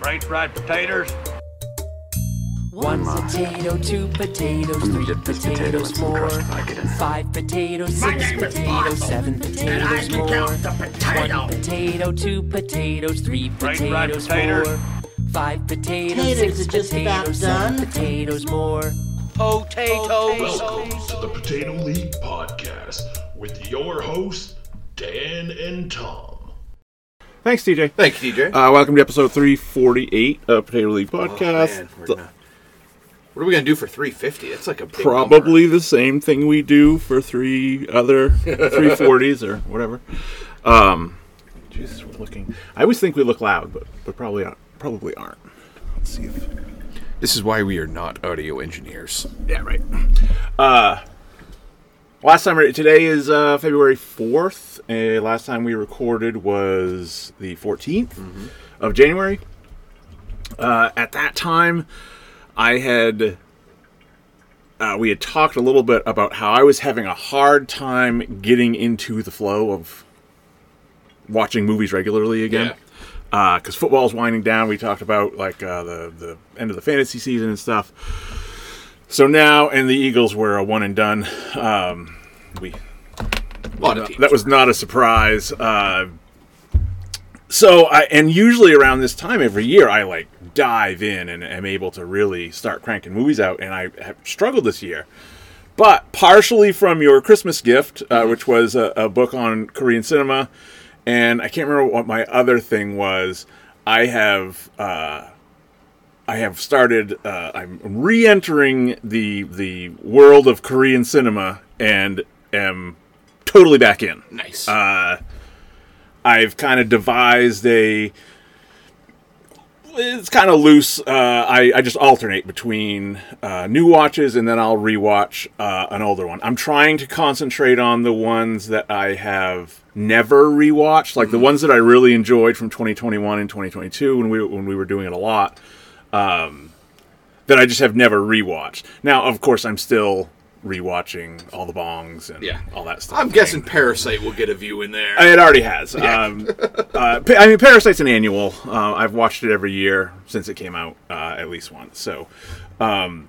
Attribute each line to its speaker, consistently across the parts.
Speaker 1: French fried potatoes.
Speaker 2: One potato, two potatoes,
Speaker 3: I'm gonna
Speaker 2: three
Speaker 3: get this potato and
Speaker 2: potatoes
Speaker 3: some
Speaker 2: more.
Speaker 3: crust nugget in it.
Speaker 2: Five potatoes,
Speaker 4: My
Speaker 2: six
Speaker 4: name is
Speaker 2: potatoes,
Speaker 4: Martha,
Speaker 2: seven
Speaker 4: and I
Speaker 2: potatoes
Speaker 4: can
Speaker 2: more.
Speaker 4: count the
Speaker 2: One
Speaker 4: potato.
Speaker 2: potato, two potatoes, three
Speaker 1: Right, right,
Speaker 2: potatoes
Speaker 1: potato.
Speaker 2: more. Five potatoes,
Speaker 5: Potatoes
Speaker 2: six
Speaker 5: are just about
Speaker 2: potatoes, seven
Speaker 5: done.
Speaker 2: potatoes more.
Speaker 6: Welcome to the Potato League Podcast with your hosts, Dan and Tom.
Speaker 7: Thanks, TJ.
Speaker 8: Thank you, DJ.
Speaker 7: Uh, welcome to episode 348 of Potato League
Speaker 8: Oh,
Speaker 7: Podcast.
Speaker 8: man, we're
Speaker 7: The-
Speaker 8: gonna- what are we gonna do for 350? That's like a big
Speaker 7: probably the same thing we do for three other 340s or whatever. Um, Jesus, we're looking. I always think we look loud, but but probably aren't. Probably aren't. Let's see if.
Speaker 8: This is why we are not audio engineers.
Speaker 7: Yeah, right. Uh, last time we- today is uh, February fourth. Uh, last time we recorded was the 14th of January. Uh, at that time, I had uh, we had talked a little bit about how I was having a hard time getting into the flow of watching movies regularly again.
Speaker 8: Yeah.
Speaker 7: Because football's winding down, we talked about like uh, the the end of the fantasy season and stuff. So now, and the Eagles were a one and done. Um, we
Speaker 8: A lot of teams.
Speaker 7: that was not a surprise. Uh, so I and usually around this time every year I like dive in and am able to really start cranking movies out, and I have struggled this year. But partially from your Christmas gift, uh, which was a, a book on Korean cinema, and I can't remember what my other thing was. I have uh, I have started. Uh, I'm re-entering the the world of Korean cinema and am totally back in.
Speaker 8: nice.
Speaker 7: uh, I've kind of devised a. It's kind of loose. Uh, I, I just alternate between uh, new watches and then I'll rewatch uh, an older one. I'm trying to concentrate on the ones that I have never rewatched, like
Speaker 8: Mm-hmm.
Speaker 7: the ones that I really enjoyed from 2021 and 2022 when we when we were doing it a lot. Um, that I just have never rewatched. Now, of course, I'm still rewatching all the bongs and
Speaker 8: Yeah.
Speaker 7: all that stuff.
Speaker 8: I'm guessing Parasite will get a view in there.
Speaker 7: It already has. Um, uh, Pa- I mean, Parasite's an annual. Uh, I've watched it every year since it came out, uh, at least once. So, um,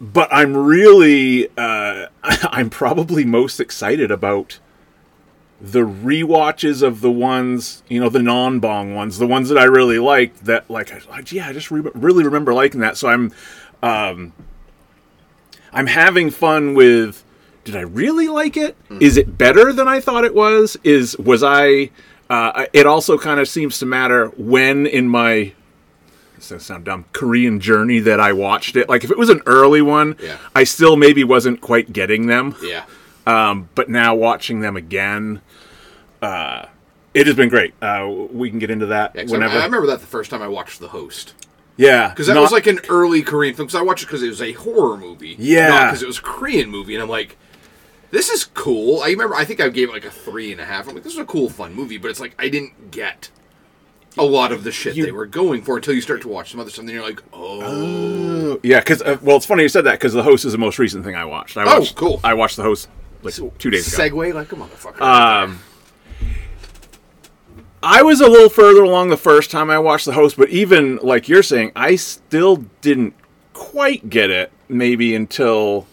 Speaker 7: but I'm really, uh, I'm probably most excited about the rewatches of the ones, you know, the non-bong ones, the ones that I really liked. That like, I, like, yeah, I just re- really remember liking that. So I'm, um, I'm having fun with did I really like it?
Speaker 8: Mm-hmm.
Speaker 7: Is it better than I thought it was? Is was I uh, it also kind of seems to matter when in my this does sound dumb Korean journey that I watched it. Like if it was an early one,
Speaker 8: Yeah.
Speaker 7: I still maybe wasn't quite getting them.
Speaker 8: yeah.
Speaker 7: Um, but now watching them again, uh, it has been great. Uh, we can get into that
Speaker 8: Yeah, 'cause I-
Speaker 7: whenever.
Speaker 8: I, remember that the first time I watched The Host.
Speaker 7: yeah,
Speaker 8: Because that
Speaker 7: not-
Speaker 8: was like an early Korean film. Because I watched it because it was a horror movie.
Speaker 7: Yeah.
Speaker 8: because it was a Korean movie. And I'm like, this is cool. I remember, I think I gave it like a three and a half. I'm like, this is a cool, fun movie. But it's like, I didn't get a lot of the shit
Speaker 7: You-
Speaker 8: they were going for until you start to watch some other stuff. And then you're like, oh.
Speaker 7: yeah. Because uh, well, it's funny you said that because the host is the most recent thing I watched. I
Speaker 8: Oh,
Speaker 7: watched,
Speaker 8: cool.
Speaker 7: I watched the host like two days ago.
Speaker 8: Segway like a motherfucker.
Speaker 7: Um, I was a little further along the first time I watched the host, but even like you're saying, I still didn't quite get it. Maybe until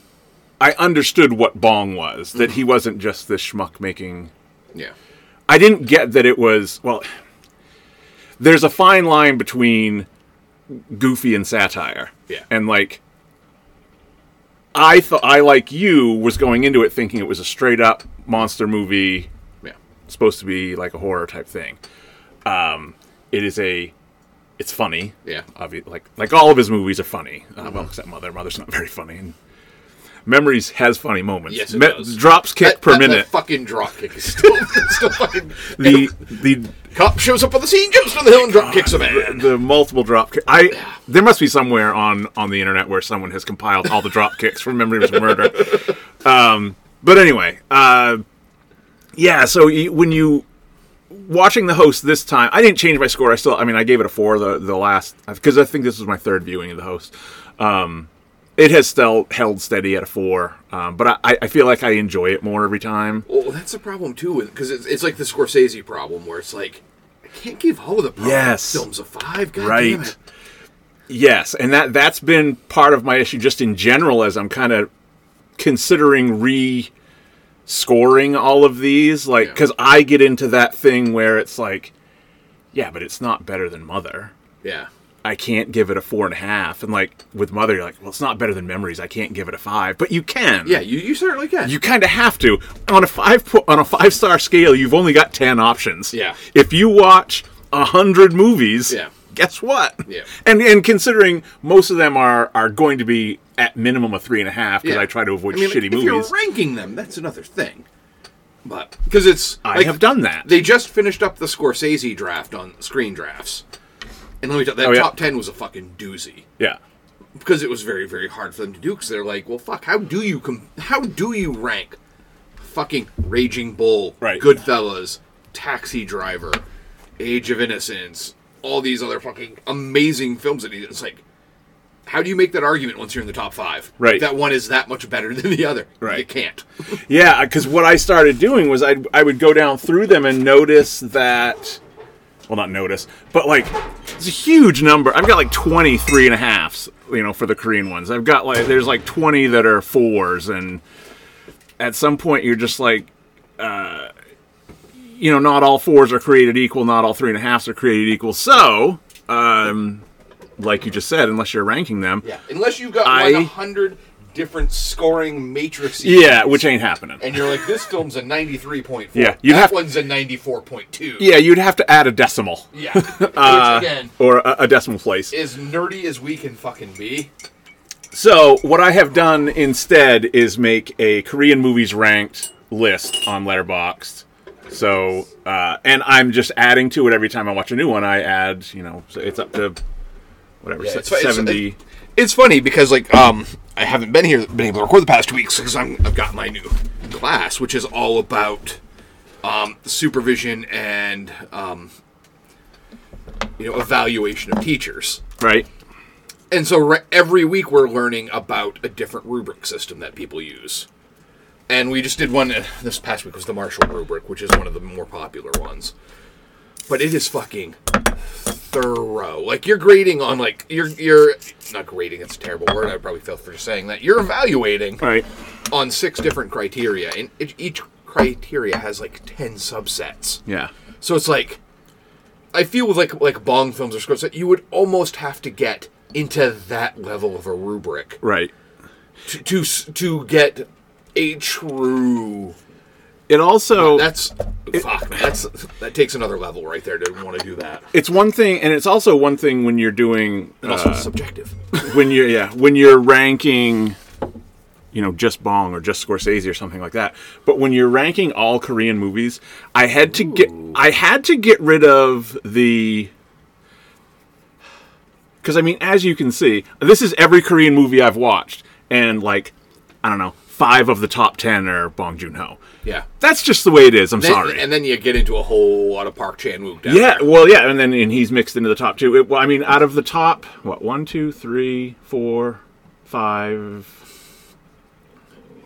Speaker 7: I understood what Bong was,
Speaker 8: Mm-hmm.
Speaker 7: that he wasn't just this schmuck making.
Speaker 8: yeah.
Speaker 7: I didn't get that it was well. There's a fine line between goofy and satire,
Speaker 8: Yeah.
Speaker 7: and like. I thought I like you was going into it thinking it was a straight up monster movie
Speaker 8: Yeah.
Speaker 7: supposed to be like a horror type thing. Um, it is a, it's funny.
Speaker 8: Yeah. Mm-hmm.
Speaker 7: Obvi- like like all of his movies are funny. Uh, Well, except Mother. Mother's not very funny. And Memories has funny moments.
Speaker 8: Yes, it
Speaker 7: Me-
Speaker 8: does.
Speaker 7: Drops kick
Speaker 8: That-
Speaker 7: per
Speaker 8: that- that
Speaker 7: minute.
Speaker 8: fucking drop kick is still, it's still fucking.
Speaker 7: the the
Speaker 8: Cop shows up on the scene, jumps down the hill, and drop kicks a
Speaker 7: the,
Speaker 8: man.
Speaker 7: the multiple drop kick. I there must be somewhere on on the internet where someone has compiled all the drop kicks from Memory of Murder. Um, but anyway, uh, yeah. So you, when you watching the host this time, I didn't change my score. I still, I mean, I gave it a four the the last because I think this was my third viewing of the host. Um, it has still held steady at a four, um, but I, I feel like I enjoy it more every time.
Speaker 8: Well, that's the problem too, because it's, it's like the Scorsese problem, where it's like, Can't give all of the Parasite
Speaker 7: Yes.
Speaker 8: films a five. God
Speaker 7: right
Speaker 8: Damn it.
Speaker 7: yes and that that's been part of my issue just in general as i'm kind of considering re scoring all of these like
Speaker 8: Yeah.
Speaker 7: because i get into that thing where it's like yeah but it's not better than mother
Speaker 8: Yeah.
Speaker 7: i can't give it a four and a half and like with mother you're like well it's not better than memories i can't give it a five but you can
Speaker 8: Yeah, you, you certainly can.
Speaker 7: you kind of have to on a five po- on a five star scale you've only got 10 options
Speaker 8: Yeah.
Speaker 7: if you watch 100 movies
Speaker 8: Yeah.
Speaker 7: guess what
Speaker 8: Yeah.
Speaker 7: and and considering most of them are are going to be at minimum a three and a half because
Speaker 8: Yeah.
Speaker 7: i try to avoid
Speaker 8: I mean, like,
Speaker 7: shitty
Speaker 8: if
Speaker 7: movies
Speaker 8: you're ranking them, that's another thing. But because it's
Speaker 7: i
Speaker 8: like,
Speaker 7: have done that
Speaker 8: They just finished up the Scorsese draft on Screen Drafts, and let me tell that
Speaker 7: Oh, yeah.
Speaker 8: top ten was a fucking doozy
Speaker 7: yeah
Speaker 8: because it was very very hard for them to do because they're like, well, fuck, how do you com- how do you rank fucking Raging Bull,
Speaker 7: Right.
Speaker 8: Goodfellas, Taxi Driver, Age of Innocence, all these other fucking amazing films that he, it's like. How do you make that argument once you're in the top five?
Speaker 7: Right.
Speaker 8: That one is that much better than the other. You
Speaker 7: Right.
Speaker 8: can't.
Speaker 7: Yeah, because what I started doing was I I would go down through them and notice that, well, not notice, but like it's a huge number. I've got like 23 and a halfs, you know, for the Korean ones. I've got like there's like 20 that are fours, and at some point you're just like, uh, you know, not all fours are created equal, not all three and a halfs are created equal. So, um, like you just said, unless you're ranking them,
Speaker 8: Yeah, unless you've got
Speaker 7: I-
Speaker 8: like a hundred different scoring matrices.
Speaker 7: yeah, which ain't happening.
Speaker 8: And you're like, this film's a ninety-three point four.
Speaker 7: Yeah, you'd
Speaker 8: that
Speaker 7: have-
Speaker 8: one's a ninety-four point two.
Speaker 7: Yeah, you'd have to add a decimal.
Speaker 8: yeah. Which again
Speaker 7: or a, a decimal place.
Speaker 8: is nerdy as we can fucking be.
Speaker 7: So what I have done instead is make a Korean movies ranked list on Letterboxd. So uh, and I'm just adding to it every time I watch a new one. I add, you know, so it's up to whatever se-
Speaker 8: it's fu- it's-
Speaker 7: seventy.
Speaker 8: It's funny because like um, I haven't been here, been able to record the past two weeks because I'm I've got my new class, which is all about um, supervision and um, you know evaluation of teachers.
Speaker 7: right.
Speaker 8: And so re- every week we're learning about a different rubric system that people use. And we just did one uh, this past week was the Marshall rubric, which is one of the more popular ones. But it is fucking thorough. Like you're grading on like you're you're not grading, that's a terrible word. I probably felt for saying that. You're evaluating
Speaker 7: Right.
Speaker 8: on six different criteria and it, each criteria has like 10 subsets.
Speaker 7: Yeah.
Speaker 8: So it's like, I feel with like like Bong films or scripts that you would almost have to get into that level of a rubric
Speaker 7: Right.
Speaker 8: to to, s- to get a true.
Speaker 7: It also
Speaker 8: That's fuck. man, That's that takes another level right there to want to do that.
Speaker 7: it's one thing, and it's also one thing when you're doing
Speaker 8: And also it's subjective.
Speaker 7: when you're yeah when you're ranking you know just bong or just scorsese or something like that but when you're ranking all korean movies i had to get i had to get rid of the because i mean as you can see this is every korean movie i've watched and like i don't know five of the top ten are bong joon-ho
Speaker 8: Yeah.
Speaker 7: that's just the way it is i'm
Speaker 8: Then-
Speaker 7: sorry
Speaker 8: And then you get into a whole lot of Park Chan Wook. down
Speaker 7: yeah, well, yeah, and then and he's mixed into the top two. It, well, I mean, out of the top, what one, two, three, four, five,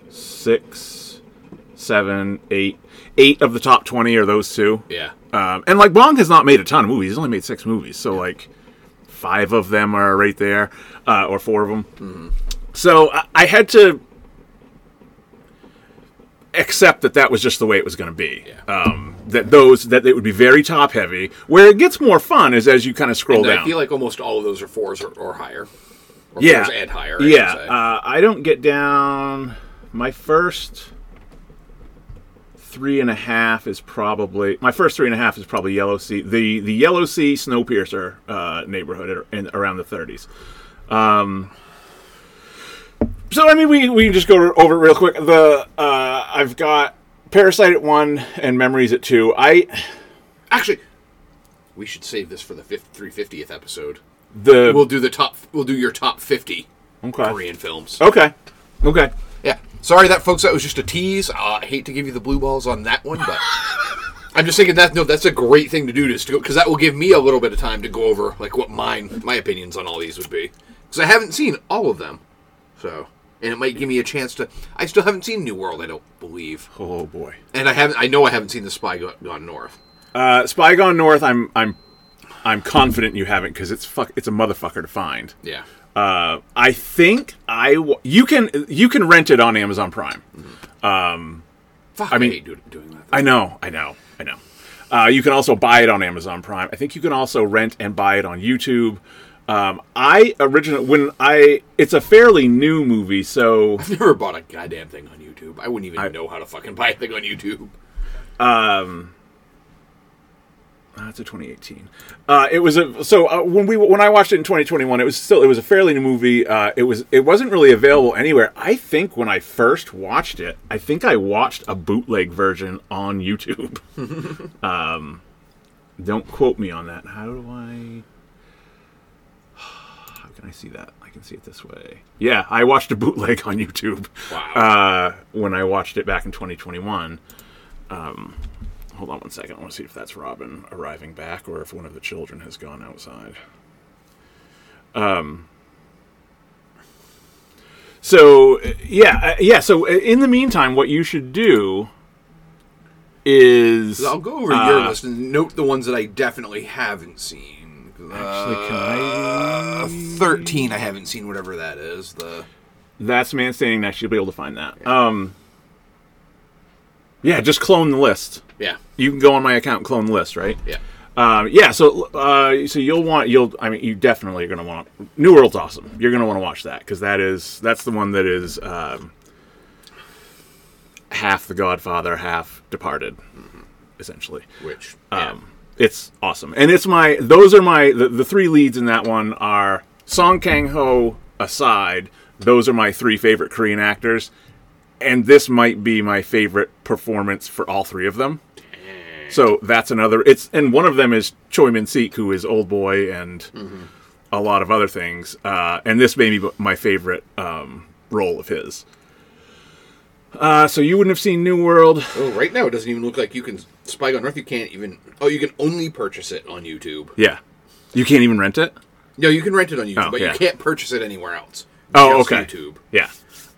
Speaker 7: six, seven, eight, eight of the top twenty are those two.
Speaker 8: there. Yeah.
Speaker 7: Um, and like Bong has not made a ton of movies; he's only made six movies, so like five of them are right there, uh, or four of them.
Speaker 8: Mm-hmm.
Speaker 7: So I, I had to accept that that was just the way it was going to be.
Speaker 8: Yeah.
Speaker 7: Um, that those that it would be very top heavy. Where it gets more fun is as you kind of scroll
Speaker 8: And
Speaker 7: down.
Speaker 8: I feel like almost all of those are fours or, or higher. Or
Speaker 7: yeah,
Speaker 8: Fours and higher. I should
Speaker 7: yeah,
Speaker 8: say.
Speaker 7: uh, I don't get down. My first three and a half is probably my first three and a half is probably Yellow Sea, the the Yellow Sea Snowpiercer uh, neighborhood in, around the 30s. Um, so I mean, we we can just go over it real quick. The uh, I've got Parasite at one and Memories at two. I
Speaker 8: Actually, we should save this for the fif- 350th episode.
Speaker 7: the
Speaker 8: We'll do the top. We'll do your top 50
Speaker 7: okay
Speaker 8: Korean films.
Speaker 7: okay okay.
Speaker 8: Yeah. Sorry, that folks. That was just a tease. Uh, I hate to give you the blue balls on that one, but I'm just thinking that no, that's a great thing to do, just to go because that will give me a little bit of time to go over like what mine my opinions on all these would be because I haven't seen all of them, so and it might give me a chance to. I still haven't seen New World. I don't believe,
Speaker 7: Oh boy.
Speaker 8: and I haven't. I know I haven't seen The Spy Go- Gone North.
Speaker 7: Uh, Spy Gone North, I'm I'm I'm confident you haven't because it's fuck it's a motherfucker to find.
Speaker 8: Yeah.
Speaker 7: Uh, I think I w- you can you can rent it on Amazon Prime.
Speaker 8: Fuck,
Speaker 7: I
Speaker 8: I
Speaker 7: mean-
Speaker 8: mean, hate do- doing that.
Speaker 7: I know, I know, I know. Uh, you can also buy it on Amazon Prime. I think you can also rent and buy it on YouTube. Um, I originally when I it's a fairly new movie, so
Speaker 8: I've never bought a goddamn thing on YouTube. I wouldn't even know how to fucking buy a thing on YouTube.
Speaker 7: Uh, it's a 2018. Uh, it was a so uh, when we when I watched it in 2021, it was still it was a fairly new movie. Uh, it was it wasn't really available anywhere. I think when I first watched it, I think I watched a bootleg version on YouTube. um, don't quote me on that. How do I? How can I see that? I can see it this way. Yeah, I watched a bootleg on YouTube.
Speaker 8: Wow.
Speaker 7: Uh, when I watched it back in 2021. Hold on one second. I want to see if that's Robin arriving back or if one of the children has gone outside. Um, so, uh, yeah, uh, yeah. So, uh, in the meantime, what you should do is.
Speaker 8: I'll go over
Speaker 7: Uh,
Speaker 8: your list and note the ones that I definitely haven't seen.
Speaker 7: Actually, can I-
Speaker 8: Uh, Thirteen, I haven't seen whatever that is. The
Speaker 7: That's man standing next. You'll be able to find that. Um, yeah, just clone the list.
Speaker 8: yeah,
Speaker 7: You can go on my account, and clone the list, right?
Speaker 8: yeah.
Speaker 7: Um, yeah, so uh, so you'll want you'll I mean you definitely are gonna want New World's awesome. You're gonna want to watch that because that is that's the one that is um, half The Godfather, half Departed, essentially.
Speaker 8: Which
Speaker 7: Um, it's awesome, and it's my those are my the, the three leads in that one are Song Kang Ho aside. Those are my three favorite Korean actors, and this might be my favorite performance for all three of them. So that's another. It's and one of them is Choi Min Sik, who is Old Boy and a lot of other things. Uh, and this may be my favorite um, role of his. Uh, so you wouldn't have seen New World.
Speaker 8: yeah. Oh, right now it doesn't even look like you can Spy on North. You can't even. Oh, you can only purchase it on YouTube.
Speaker 7: Yeah, you can't even rent it.
Speaker 8: No, you can rent it on YouTube,
Speaker 7: Oh,
Speaker 8: but
Speaker 7: yeah.
Speaker 8: you can't purchase it anywhere else.
Speaker 7: Oh,
Speaker 8: Just
Speaker 7: okay.
Speaker 8: YouTube.
Speaker 7: Yeah.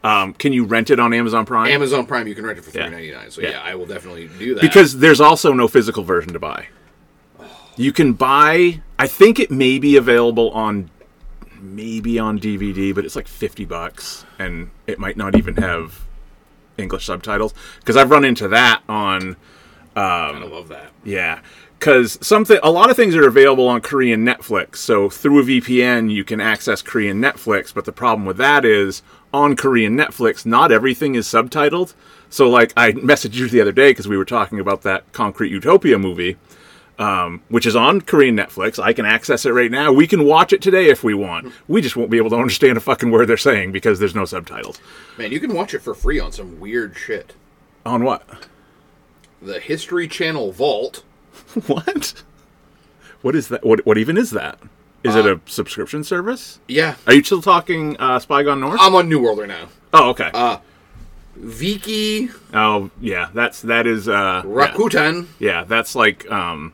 Speaker 7: Um, can you rent it on Amazon Prime?
Speaker 8: Amazon Prime, you can rent it for three
Speaker 7: Yeah.
Speaker 8: ninety nine. So
Speaker 7: Yeah.
Speaker 8: yeah. I will definitely do that.
Speaker 7: because there's also no physical version to buy. You can buy. I think it may be available on, maybe on DVD, but it's like fifty bucks, and it might not even have English subtitles. Because I've run into that on.
Speaker 8: I love that.
Speaker 7: Yeah, because something a lot of things are available on Korean Netflix. So through a VPN, you can access Korean Netflix. But the problem with that is on Korean Netflix, not everything is subtitled. So like I messaged you the other day because we were talking about that Concrete Utopia movie. Um, which is on Korean Netflix. I can access it right now. We can watch it today if we want. We just won't be able to understand a fucking word they're saying because there's no subtitles.
Speaker 8: Man, you can watch it for free on some weird shit.
Speaker 7: On what?
Speaker 8: The History Channel Vault.
Speaker 7: What? What is that? What, what even is that? Is it
Speaker 8: Uh,
Speaker 7: a subscription service?
Speaker 8: Yeah,
Speaker 7: Are you still talking uh, Spy Gone North?
Speaker 8: I'm on New World right now.
Speaker 7: oh, okay.
Speaker 8: uh, Viki
Speaker 7: oh, yeah. That's that is uh, Yeah,
Speaker 8: Rakutan.
Speaker 7: Yeah, that's like um,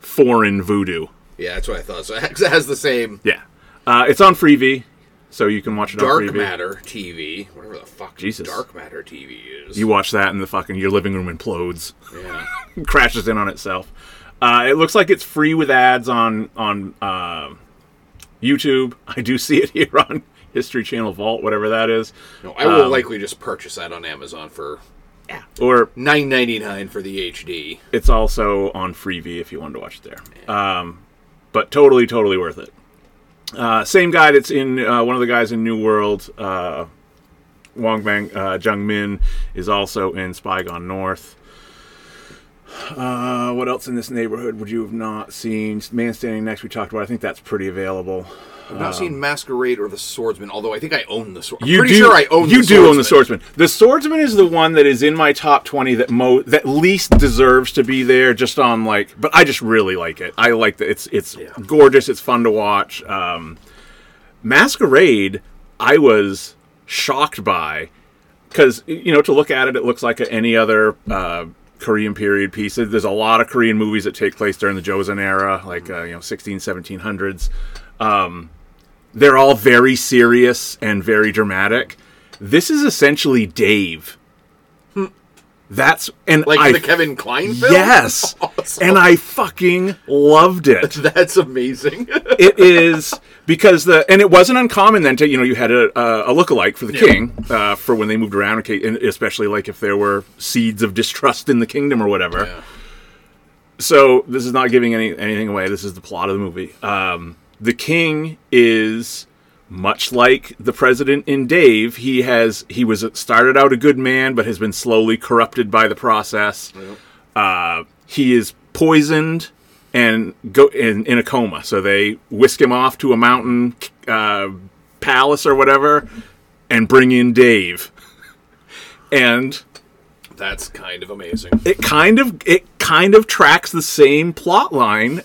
Speaker 7: foreign voodoo.
Speaker 8: Yeah, that's what I thought. So it has the same
Speaker 7: Yeah, uh, it's on Freevee, so you can watch it on
Speaker 8: Dark
Speaker 7: Freevee.
Speaker 8: Matter TV, whatever the fuck
Speaker 7: Jesus.
Speaker 8: Dark Matter TV is.
Speaker 7: You watch that, and the fucking your living room implodes,
Speaker 8: yeah.
Speaker 7: crashes in on itself. Uh, it looks like it's free with ads on on uh, YouTube. I do see it here on History Channel Vault, whatever that is,
Speaker 8: No, I
Speaker 7: Um,
Speaker 8: will likely just purchase that on Amazon for
Speaker 7: or
Speaker 8: nine ninety nine for the HD.
Speaker 7: it's also on Freevee if you wanted to watch it there. Um, but totally, totally worth it. Uh, same guy that's in uh, one of the guys in New World, uh, Wong Bang uh, Jung Min, is also in Spy Gone North. Uh, what else in this neighborhood would you have not seen? Man Standing Next, we talked about. I think that's pretty available.
Speaker 8: I've not seen Masquerade or the Swordsman, although I think I own the sword. I'm
Speaker 7: Um, You
Speaker 8: pretty
Speaker 7: do,
Speaker 8: sure I own.
Speaker 7: You
Speaker 8: the
Speaker 7: do own the swordsman. The swordsman is the one that is in my top twenty that mo that least deserves to be there. Just on like, but I just really like it. I like that. It's it's gorgeous. It's fun to watch. Um, Masquerade, I was shocked by because you know to look at it, it looks like any other uh, Korean period piece. There's a lot of Korean movies that take place during the Joseon era, like uh, you know 16, 1700s. Um, they're all very serious and very dramatic. This is essentially Dave, That's and
Speaker 8: Like
Speaker 7: I
Speaker 8: the Kevin Klein film?
Speaker 7: yes,
Speaker 8: Awesome.
Speaker 7: and I fucking loved it.
Speaker 8: That's amazing.
Speaker 7: it is because the and it wasn't uncommon then to you know you had a a, a lookalike for the
Speaker 8: Yeah.
Speaker 7: king uh, for when they moved around, okay, and especially like if there were seeds of distrust in the kingdom or whatever.
Speaker 8: Yeah.
Speaker 7: So this is not giving any anything away. This is the plot of the movie. Um, the king is much like the president in Dave. He has he was started out a good man, but has been slowly corrupted by the process. Uh, he is poisoned and go in, in a coma. So they whisk him off to a mountain uh, palace or whatever, and bring in Dave. And
Speaker 8: That's kind of amazing.
Speaker 7: it kind of it kind of tracks the same plot line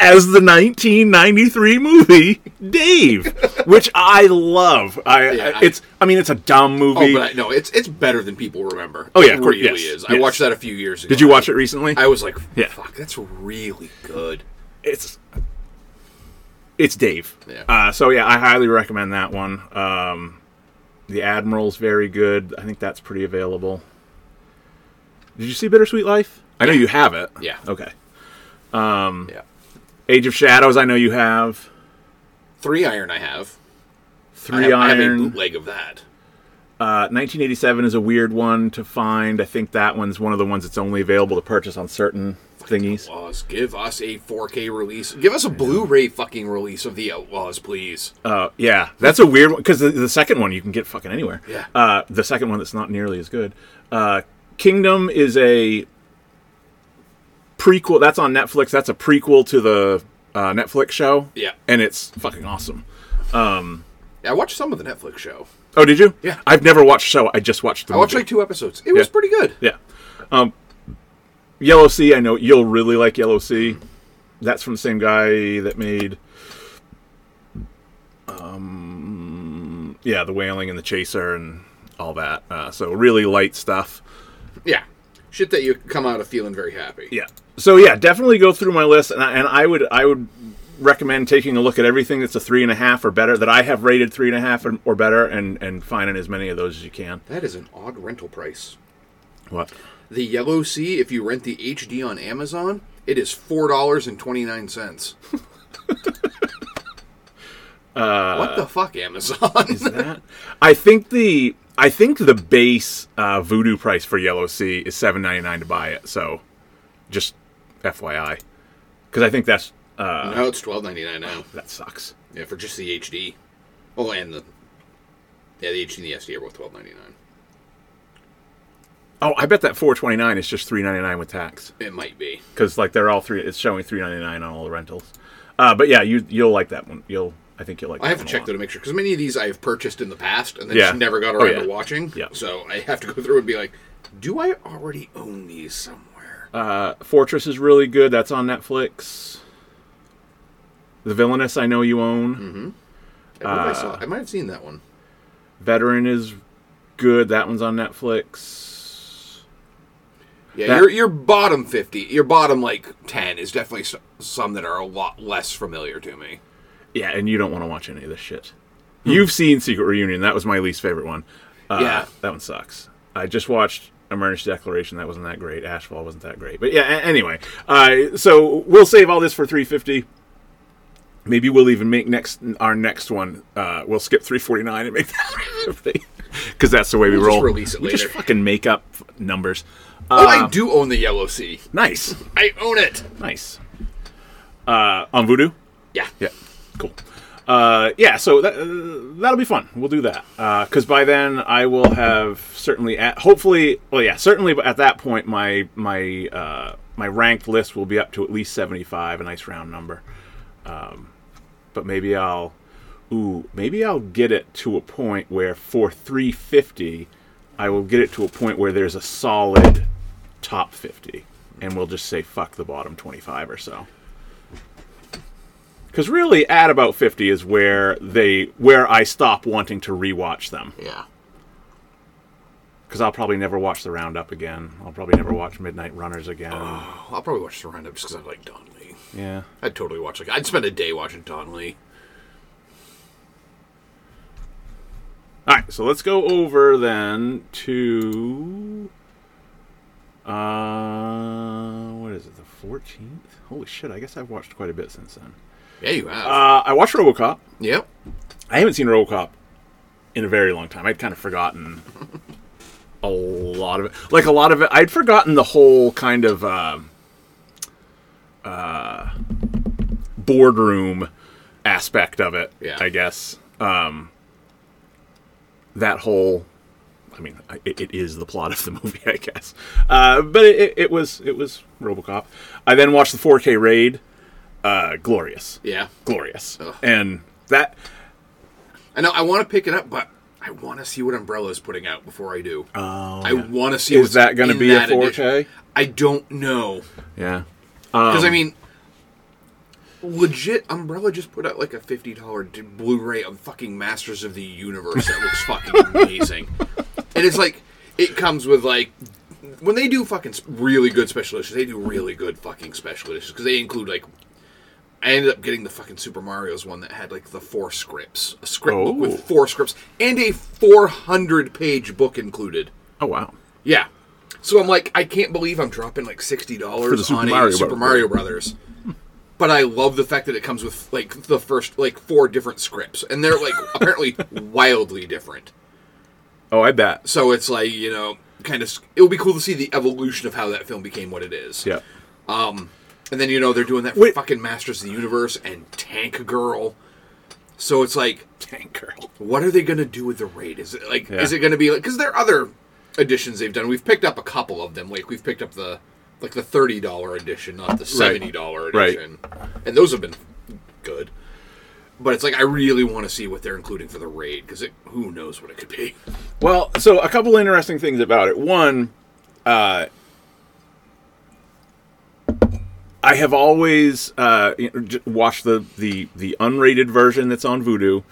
Speaker 7: as the 1993 movie Dave, which I love. I
Speaker 8: Yeah,
Speaker 7: I-
Speaker 8: I-
Speaker 7: it's I mean it's a dumb movie.
Speaker 8: Oh, but I, no, it's it's better than people remember.
Speaker 7: Oh, yeah,
Speaker 8: it
Speaker 7: of course,
Speaker 8: really
Speaker 7: yes,
Speaker 8: is. I
Speaker 7: yes.
Speaker 8: watched that a few years ago.
Speaker 7: Did you watch it recently?
Speaker 8: I was like,
Speaker 7: Yeah.
Speaker 8: fuck, that's really good.
Speaker 7: it's it's Dave.
Speaker 8: Yeah.
Speaker 7: Uh, so yeah, I highly recommend that one. Um, the Admiral's very good. I think that's pretty available. Did you see Bittersweet Life? I know you have it.
Speaker 8: Yeah.
Speaker 7: Okay. Mm.
Speaker 8: Yeah.
Speaker 7: Age of Shadows. I know you have.
Speaker 8: Three Iron I have. I
Speaker 7: Three
Speaker 8: have, I have a
Speaker 7: Iron.
Speaker 8: bootleg of that.
Speaker 7: Uh, 1987 is a weird one to find. I think that one's one of the ones that's only available to purchase on certain thingies.
Speaker 8: Outlaws, give us a 4K release. Give us a Blu-ray fucking release of the Outlaws, please.
Speaker 7: Uh, yeah, that's a weird one because the, the second one you can get fucking anywhere.
Speaker 8: Yeah.
Speaker 7: Uh, the second one that's not nearly as good. Uh, Kingdom is a prequel. That's on Netflix. That's a prequel to the uh, Netflix show.
Speaker 8: Yeah.
Speaker 7: and it's fucking awesome.
Speaker 8: I watched some of the Netflix show.
Speaker 7: Oh, did you?
Speaker 8: Yeah.
Speaker 7: I've never watched the show. I just watched the.
Speaker 8: I watched
Speaker 7: movie.
Speaker 8: like two episodes. It was
Speaker 7: Yeah.
Speaker 8: pretty good.
Speaker 7: Yeah. Um, Yellow Sea, I know you'll really like Yellow Sea. That's from the same guy that made um yeah, The Wailing and The Chaser and all that. Uh, so really light stuff.
Speaker 8: Yeah. Shit that you come out of feeling very happy.
Speaker 7: Yeah. So yeah, definitely go through my list, and I, and I would I would recommend taking a look at everything that's a three and a half or better that I have rated three and a half or, or better, and and finding as many of those as you can.
Speaker 8: That is an odd rental price.
Speaker 7: What?
Speaker 8: The Yellow Sea, if you rent the HD on Amazon, it is four dollars and twenty nine cents.
Speaker 7: Uh,
Speaker 8: what the fuck, Amazon?
Speaker 7: that? I think the I think the base uh, voodoo price for Yellow Sea is seven ninety nine to buy it. So, just FYI, because I think that's uh,
Speaker 8: no, it's twelve ninety nine now.
Speaker 7: that sucks.
Speaker 8: Yeah, for just the HD. Oh, and the yeah, the HD and the SD are both twelve ninety nine.
Speaker 7: Oh, I bet that four twenty nine is just three ninety nine with tax
Speaker 8: It might be.
Speaker 7: because like they're all three. It's showing three ninety nine on all the rentals. Uh, but yeah, you you'll like that one. You'll I think you'll like.
Speaker 8: I
Speaker 7: that
Speaker 8: have to
Speaker 7: one a
Speaker 8: check
Speaker 7: lot.
Speaker 8: though to make sure because many of these I have purchased in the past and then
Speaker 7: Yeah.
Speaker 8: just never got
Speaker 7: Oh,
Speaker 8: around
Speaker 7: yeah.
Speaker 8: to watching.
Speaker 7: Yeah.
Speaker 8: So I have to go through and be like, do I already own these somewhere?
Speaker 7: Uh, Fortress is really good. That's on Netflix. The Villainous, I know you own.
Speaker 8: Mm-hmm. I, believe I, saw, I might have seen that one.
Speaker 7: Veteran is good. That one's on Netflix.
Speaker 8: Yeah,
Speaker 7: That-
Speaker 8: your your bottom fifty, your bottom like ten is definitely s- some that are a lot less familiar to me.
Speaker 7: Yeah, and you don't want to watch any of this shit. You've seen Secret Reunion. That was my least favorite one. Uh,
Speaker 8: Hmm. Yeah.
Speaker 7: That one sucks. I just watched Emergency Declaration. That wasn't that great. Ashfall wasn't that great. But yeah, a- anyway. Uh, so we'll save all this for 350. Maybe we'll even make next our next one. Uh, we'll skip 349 and make that 350. Because that's the way we
Speaker 8: We'll just
Speaker 7: roll.
Speaker 8: release it
Speaker 7: we just
Speaker 8: later.
Speaker 7: fucking make up f- numbers.
Speaker 8: oh,
Speaker 7: Um,
Speaker 8: I do own the Yellow Sea.
Speaker 7: Nice.
Speaker 8: I own it.
Speaker 7: Nice. Uh, on Voodoo?
Speaker 8: Yeah,
Speaker 7: Yeah, cool. Uh, yeah, so that, uh, that'll be fun. We'll do that because by then I will have certainly at hopefully well yeah certainly at that point my my uh, my ranked list will be up to at least seventy five, a nice round number. Um, but maybe I'll ooh maybe I'll get it to a point where for three fifty, I will get it to a point where there's a solid top fifty, and we'll just say fuck the bottom twenty five or so because really at about 50 is where they where i stop wanting to rewatch them
Speaker 8: yeah.
Speaker 7: because i'll probably never watch the roundup again i'll probably never watch midnight runners again
Speaker 8: Well, I'll probably watch the roundup just because I like Don Lee.
Speaker 7: yeah
Speaker 8: I'd totally watch like I'd spend a day watching Don Lee.
Speaker 7: all right so let's go over then to Uh, what is it? The fourteenth? Holy shit! I guess I've watched quite a bit since then.
Speaker 8: Yeah, you have.
Speaker 7: Uh, I watched RoboCop.
Speaker 8: yep.
Speaker 7: I haven't seen RoboCop in a very long time. I'd kind of forgotten a lot of it. Like a lot of it, I'd forgotten the whole kind of uh, uh, boardroom aspect of it.
Speaker 8: Yeah.
Speaker 7: I guess um, that whole. I mean, I- it, it is the plot of the movie, I guess. Uh, but it, it, it was it was RoboCop. I then watched the 4K raid. Uh, glorious,
Speaker 8: Yeah.
Speaker 7: glorious,
Speaker 8: Ugh.
Speaker 7: and that
Speaker 8: I know I want to pick it up, but I want to see what Umbrella's putting out before I do. Oh, I want to see.
Speaker 7: Is
Speaker 8: what's
Speaker 7: that gonna
Speaker 8: in
Speaker 7: be a
Speaker 8: that
Speaker 7: 4K?
Speaker 8: edition. I don't know
Speaker 7: Yeah.
Speaker 8: because I mean, legit, Umbrella just put out like a fifty dollar Blu-ray of fucking Masters of the Universe that looks fucking amazing, and it's like it comes with like. When they do fucking s- really good special editions, they do really good fucking special editions because they include like I ended up getting the fucking Super Mario's one that had like the four scripts, a script book
Speaker 7: Oh.
Speaker 8: with four scripts, and a 400 page book included.
Speaker 7: Oh wow.
Speaker 8: Yeah. So I'm like, I can't believe I'm dropping like sixty
Speaker 7: For the
Speaker 8: dollars
Speaker 7: Super
Speaker 8: on
Speaker 7: Mario
Speaker 8: a Super
Speaker 7: Brothers.
Speaker 8: Mario Brothers. But I love the fact that it comes with like the first like four different scripts, and they're like apparently wildly different.
Speaker 7: Oh, I bet.
Speaker 8: So it's like you know, kind of it'll be cool to see the evolution of how that film became what it is.
Speaker 7: Yeah.
Speaker 8: And then you know they're doing that for
Speaker 7: Wait.
Speaker 8: fucking Masters of the Universe and Tank Girl. So it's like,
Speaker 7: Tank girl.
Speaker 8: what are they going to do with the raid? Is it like,
Speaker 7: Yeah.
Speaker 8: is it going to be like? Because there are other editions they've done. We've picked up a couple of them. Like we've picked up the like the thirty dollar edition, not the seventy dollar
Speaker 7: Right.
Speaker 8: edition, and those have been good. But it's like I really want to see what they're including for the raid because who knows what it could be.
Speaker 7: Well, so a couple interesting things about it. One, uh, I have always uh, you know, j- watched the, the the unrated version that's on Vudu.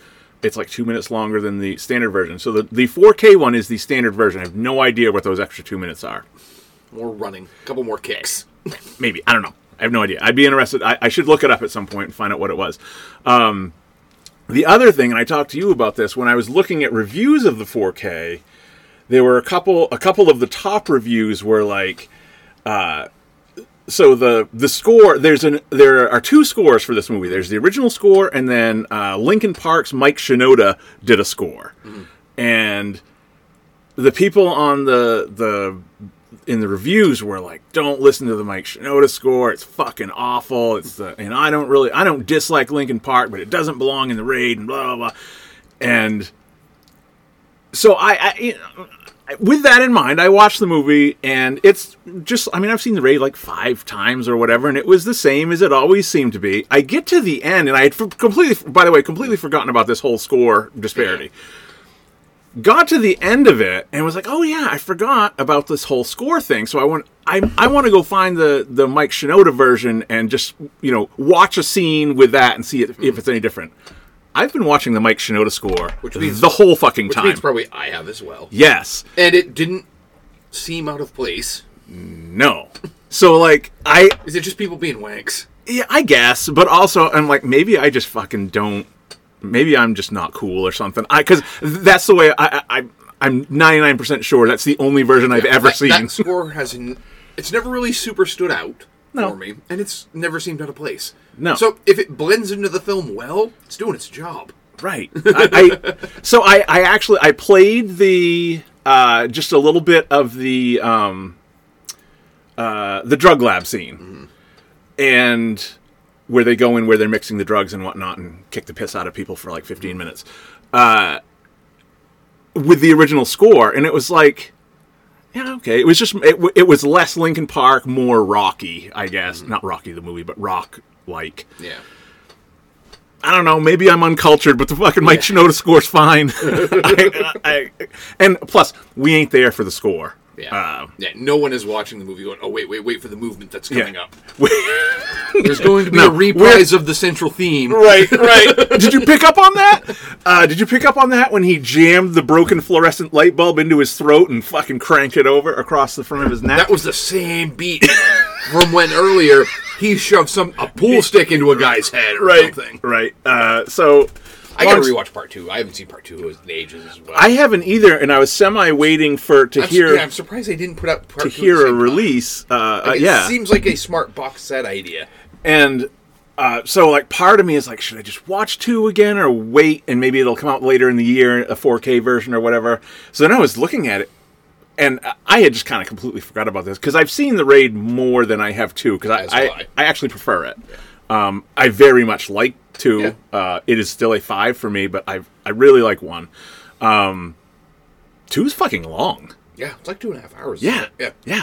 Speaker 7: It's like two minutes longer than the standard version. So the, the 4K one is the standard version. I have no idea what those extra two minutes are.
Speaker 8: More running, a couple more kicks.
Speaker 7: maybe I don't know. I have no idea. I'd be interested. I, I should look it up at some point and find out what it was. Um, the other thing, and I talked to you about this when I was looking at reviews of the 4K. There were a couple. A couple of the top reviews were like, uh, so the the score. There's an there are two scores for this movie. There's the original score, and then uh, Lincoln Park's Mike Shinoda did a score, and the people on the the in the reviews were like, "Don't listen to the Mike Shinoda score. It's fucking awful. It's the and I don't really I don't dislike Linkin Park, but it doesn't belong in the raid and blah blah blah." And so I, I you know, with that in mind, I watched the movie and it's just I mean I've seen the raid like five times or whatever, and it was the same as it always seemed to be. I get to the end and I had for- completely by the way completely forgotten about this whole score disparity got to the end of it and was like, "Oh yeah, I forgot about this whole score thing." So I want I I want to go find the the Mike Shinoda version and just you know watch a scene with that and see if, if it's any different. I've been watching the Mike Shinoda score,
Speaker 8: Which means-
Speaker 7: the whole fucking
Speaker 8: Which
Speaker 7: time.
Speaker 8: means probably I have as well.
Speaker 7: yes,
Speaker 8: And it didn't seem out of place.
Speaker 7: no. So like I
Speaker 8: Is it just people being wanks?
Speaker 7: yeah, I guess, but also I'm like maybe I just fucking don't. Maybe I'm just not cool or something. I because that's the way I, I I- I'm 99% sure that's the only version I've ever
Speaker 8: that,
Speaker 7: seen.
Speaker 8: That score has n- it's never really super stood out
Speaker 7: No.
Speaker 8: for me, and it's never seemed out of place.
Speaker 7: No.
Speaker 8: So if it blends into the film well, it's doing its job.
Speaker 7: Right. I, I so I, I actually I played the uh, just a little bit of the um, uh, the drug lab scene, and where they go in where they're mixing the drugs and whatnot and kick the piss out of people for like 15 minutes uh, with the original score, and it was like. Yeah, okay. It was just it, w- it was less Linkin Park, more Rocky, I guess. Not Rocky the movie, but rock like.
Speaker 8: Yeah.
Speaker 7: I don't know. Maybe I'm uncultured, but the fucking Mike Shinoda score's fine. I, I, and plus, we ain't there for the score.
Speaker 8: Yeah.
Speaker 7: Uh,
Speaker 8: yeah. No one is watching the movie going, "Oh wait, wait, wait for the movement that's coming
Speaker 7: yeah.
Speaker 8: up." There's going to be
Speaker 7: No,
Speaker 8: a reprise of the central theme.
Speaker 7: right, right. did you pick up on that? Uh, did you pick up on that when he jammed the broken fluorescent light bulb into his throat and fucking cranked it over across the front of his neck?
Speaker 8: That was the same beat from when earlier he shoved some a pool stick into a guy's head or
Speaker 7: right,
Speaker 8: something.
Speaker 7: right. Uh, so
Speaker 8: I gotta rewatch part two. I haven't seen part two in ages as well.
Speaker 7: I haven't either, and I was semi waiting for to
Speaker 8: I'm, su-
Speaker 7: hear
Speaker 8: yeah, I'm surprised they didn't put out part
Speaker 7: to
Speaker 8: two. at the
Speaker 7: hear a
Speaker 8: same time.
Speaker 7: release. Uh, uh,
Speaker 8: It
Speaker 7: yeah,
Speaker 8: seems like a smart box set idea.
Speaker 7: and uh, so like part of me is like, should I just watch two again or wait and maybe it'll come out later in the year, a 4K version or whatever. So then I was looking at it, and I had just kind of completely forgot about this because I've seen the raid more than I have two because
Speaker 8: As
Speaker 7: I,
Speaker 8: have
Speaker 7: I I actually prefer it. Um, I very much like two.
Speaker 8: Yeah.
Speaker 7: Uh, it is still a five for me, but I I really like one. Um, two is fucking long.
Speaker 8: Yeah, it's like two and a half hours.
Speaker 7: Yeah,
Speaker 8: yeah.
Speaker 7: yeah.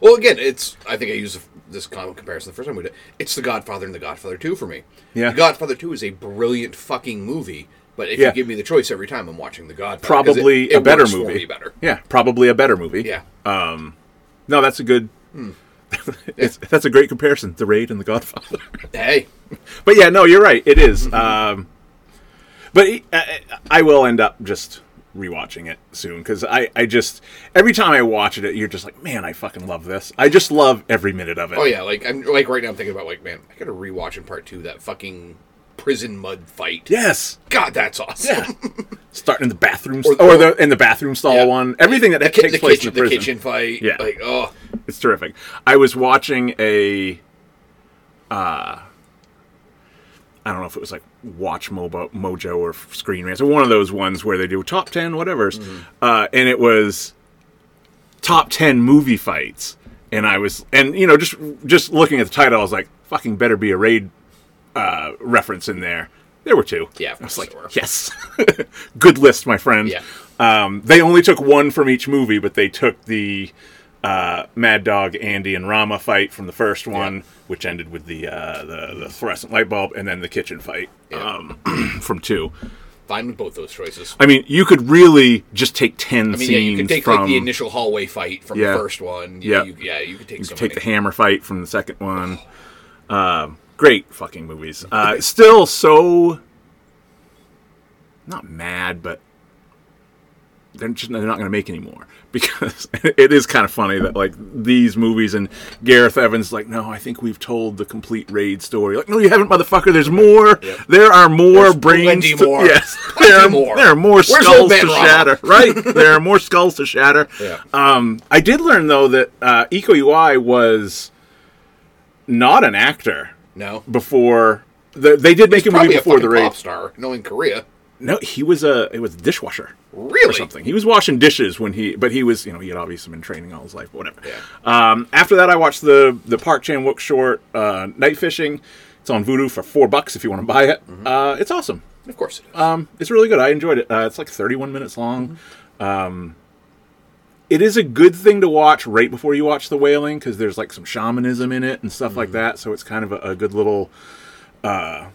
Speaker 8: Well, again, it's I think I used this common comparison the first time we did. it. It's The Godfather and The Godfather Two for me.
Speaker 7: Yeah.
Speaker 8: The Godfather Two is a brilliant fucking movie, but if
Speaker 7: Yeah.
Speaker 8: you give me the choice every time, I'm watching The Godfather. 'cause it-
Speaker 7: Probably
Speaker 8: it
Speaker 7: a better
Speaker 8: works for
Speaker 7: movie.
Speaker 8: me better.
Speaker 7: Yeah, probably a better movie.
Speaker 8: Yeah.
Speaker 7: No, that's a good.
Speaker 8: Hmm.
Speaker 7: it's, that's a great comparison, The Raid and The Godfather.
Speaker 8: hey,
Speaker 7: but yeah, no, you're right. It
Speaker 8: Mm-hmm.
Speaker 7: is. Um, but I- I, I will end up just rewatching it soon because I, I just every time I watch it, you're just like, man, I fucking love this. I just love every minute of it.
Speaker 8: oh yeah, like I'm like right now I'm thinking about like man, I gotta rewatch in part two that fucking prison mud fight.
Speaker 7: Yes.
Speaker 8: God, that's awesome.
Speaker 7: Yeah. Starting in the bathroom
Speaker 8: Or-
Speaker 7: or, or the in the bathroom stall
Speaker 8: Yeah.
Speaker 7: one. Everything that
Speaker 8: The, ki-
Speaker 7: takes
Speaker 8: the
Speaker 7: place
Speaker 8: kitchen,
Speaker 7: in the prison.
Speaker 8: kitchen fight.
Speaker 7: Yeah.
Speaker 8: Like oh,
Speaker 7: It's terrific. I was watching a, uh, I don't know if it was like Watch Mobo, Mojo or Screen Rant, or one of those ones where they do top ten, whatever's,
Speaker 8: Mm-hmm.
Speaker 7: uh, and it was top ten movie fights, and I was, and you know, just just looking at the title, I was like, fucking better be a raid uh, reference in there. There were two.
Speaker 8: Yeah, of
Speaker 7: I was
Speaker 8: course
Speaker 7: like,
Speaker 8: there were.
Speaker 7: yes, good list, my friend.
Speaker 8: Yeah.
Speaker 7: Um, they only took one from each movie, but they took the uh, Mad Dog, Andy, and Rama fight from the first one, which ended with the, uh, the the fluorescent light bulb, and then the kitchen fight
Speaker 8: Yeah.
Speaker 7: um, from two.
Speaker 8: fine with both those choices.
Speaker 7: I mean, you could really just take ten
Speaker 8: I mean,
Speaker 7: scenes
Speaker 8: yeah, you could take
Speaker 7: from
Speaker 8: like the initial hallway fight from
Speaker 7: Yeah.
Speaker 8: the first one.
Speaker 7: Yeah.
Speaker 8: Yeah, you, yeah, you could take. so
Speaker 7: take the
Speaker 8: many.
Speaker 7: hammer fight from the second one. Um, great fucking movies. Uh, still so not mad, but they're just they're not going to make any more because it is kind of funny that like these movies and Gareth Evans is like no, I think we've told the complete raid story. Like no, you haven't, motherfucker. There's more. There are more
Speaker 8: There's
Speaker 7: brains.
Speaker 8: plenty
Speaker 7: to-
Speaker 8: more.
Speaker 7: Yes,
Speaker 8: Plenty
Speaker 7: there are
Speaker 8: more.
Speaker 7: There are more
Speaker 8: Where's old
Speaker 7: skulls
Speaker 8: man
Speaker 7: to
Speaker 8: Rama?
Speaker 7: shatter. Right. there are more skulls to shatter.
Speaker 8: Yeah.
Speaker 7: Um, I did learn though that uh, Eco UI was not an actor
Speaker 8: No,
Speaker 7: before. The, they did make a movie
Speaker 8: probably
Speaker 7: before
Speaker 8: a
Speaker 7: the
Speaker 8: fucking
Speaker 7: raid.
Speaker 8: pop star. No, in Korea,
Speaker 7: No, he was a it was a dishwasher
Speaker 8: really
Speaker 7: or something. He was washing dishes when he, but he was you know he had obviously been training all his life, but whatever. Um, after that, I watched the the Park Chan Wook short uh, Night Fishing. It's on Vudu for four bucks if you want to buy it.
Speaker 8: Mm-hmm.
Speaker 7: Uh, it's awesome.
Speaker 8: Of course it is.
Speaker 7: Um, it's really good. I enjoyed it. Uh, it's like 31 minutes long. Um,
Speaker 8: Mm-hmm.
Speaker 7: it is a good thing to watch right before you watch The Wailing because there's like some shamanism in it and stuff like
Speaker 8: Mm-hmm.
Speaker 7: that. So it's kind of a, a good little uh,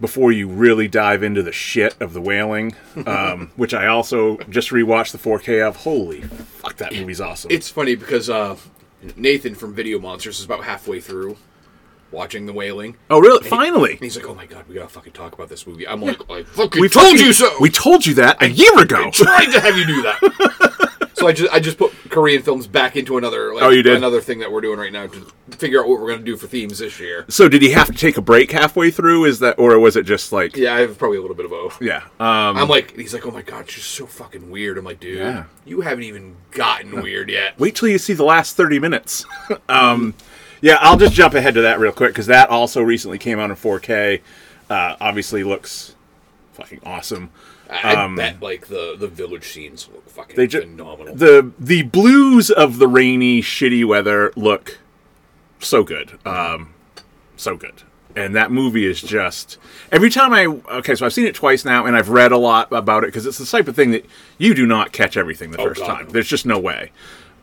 Speaker 7: before you really dive into the shit of The Wailing, um, which I also just rewatched the 4K of. Holy fuck, that movie's awesome.
Speaker 8: it's funny because uh, Nathan from Video Monsters is about halfway through watching The Wailing, and
Speaker 7: oh really? Finally.
Speaker 8: he's like, "Oh my god, we gotta fucking talk about this movie." I'm like, "I fucking told
Speaker 7: fucking-
Speaker 8: you so."
Speaker 7: We told you that a year ago.
Speaker 8: tried to have you do that. so I just I just put Korean films back into another like,
Speaker 7: Oh, you did?
Speaker 8: another thing that we're doing right now to figure out what we're gonna do for themes this year.
Speaker 7: so did he have to take a break halfway through? Is that or was it just like
Speaker 8: Yeah, I have probably a little bit of both.
Speaker 7: Yeah. Um,
Speaker 8: I'm like, he's like, oh my god, she's so fucking weird. I'm like, dude,
Speaker 7: Yeah.
Speaker 8: you haven't even gotten weird yet.
Speaker 7: wait till you see the last 30 minutes. um, yeah, I'll just jump ahead to that real quick because that also recently came out in 4K. Uh, obviously looks fucking awesome.
Speaker 8: I, I bet like the the village scenes look fucking
Speaker 7: um, They just
Speaker 8: phenomenal.
Speaker 7: the the blues of the rainy, shitty weather look so good, um, so good. And that movie is just every time I okay, so I've seen it twice now, and I've read a lot about it because it's the type of thing that you do not catch everything the first
Speaker 8: Oh, God,
Speaker 7: time.
Speaker 8: no.
Speaker 7: There's just no way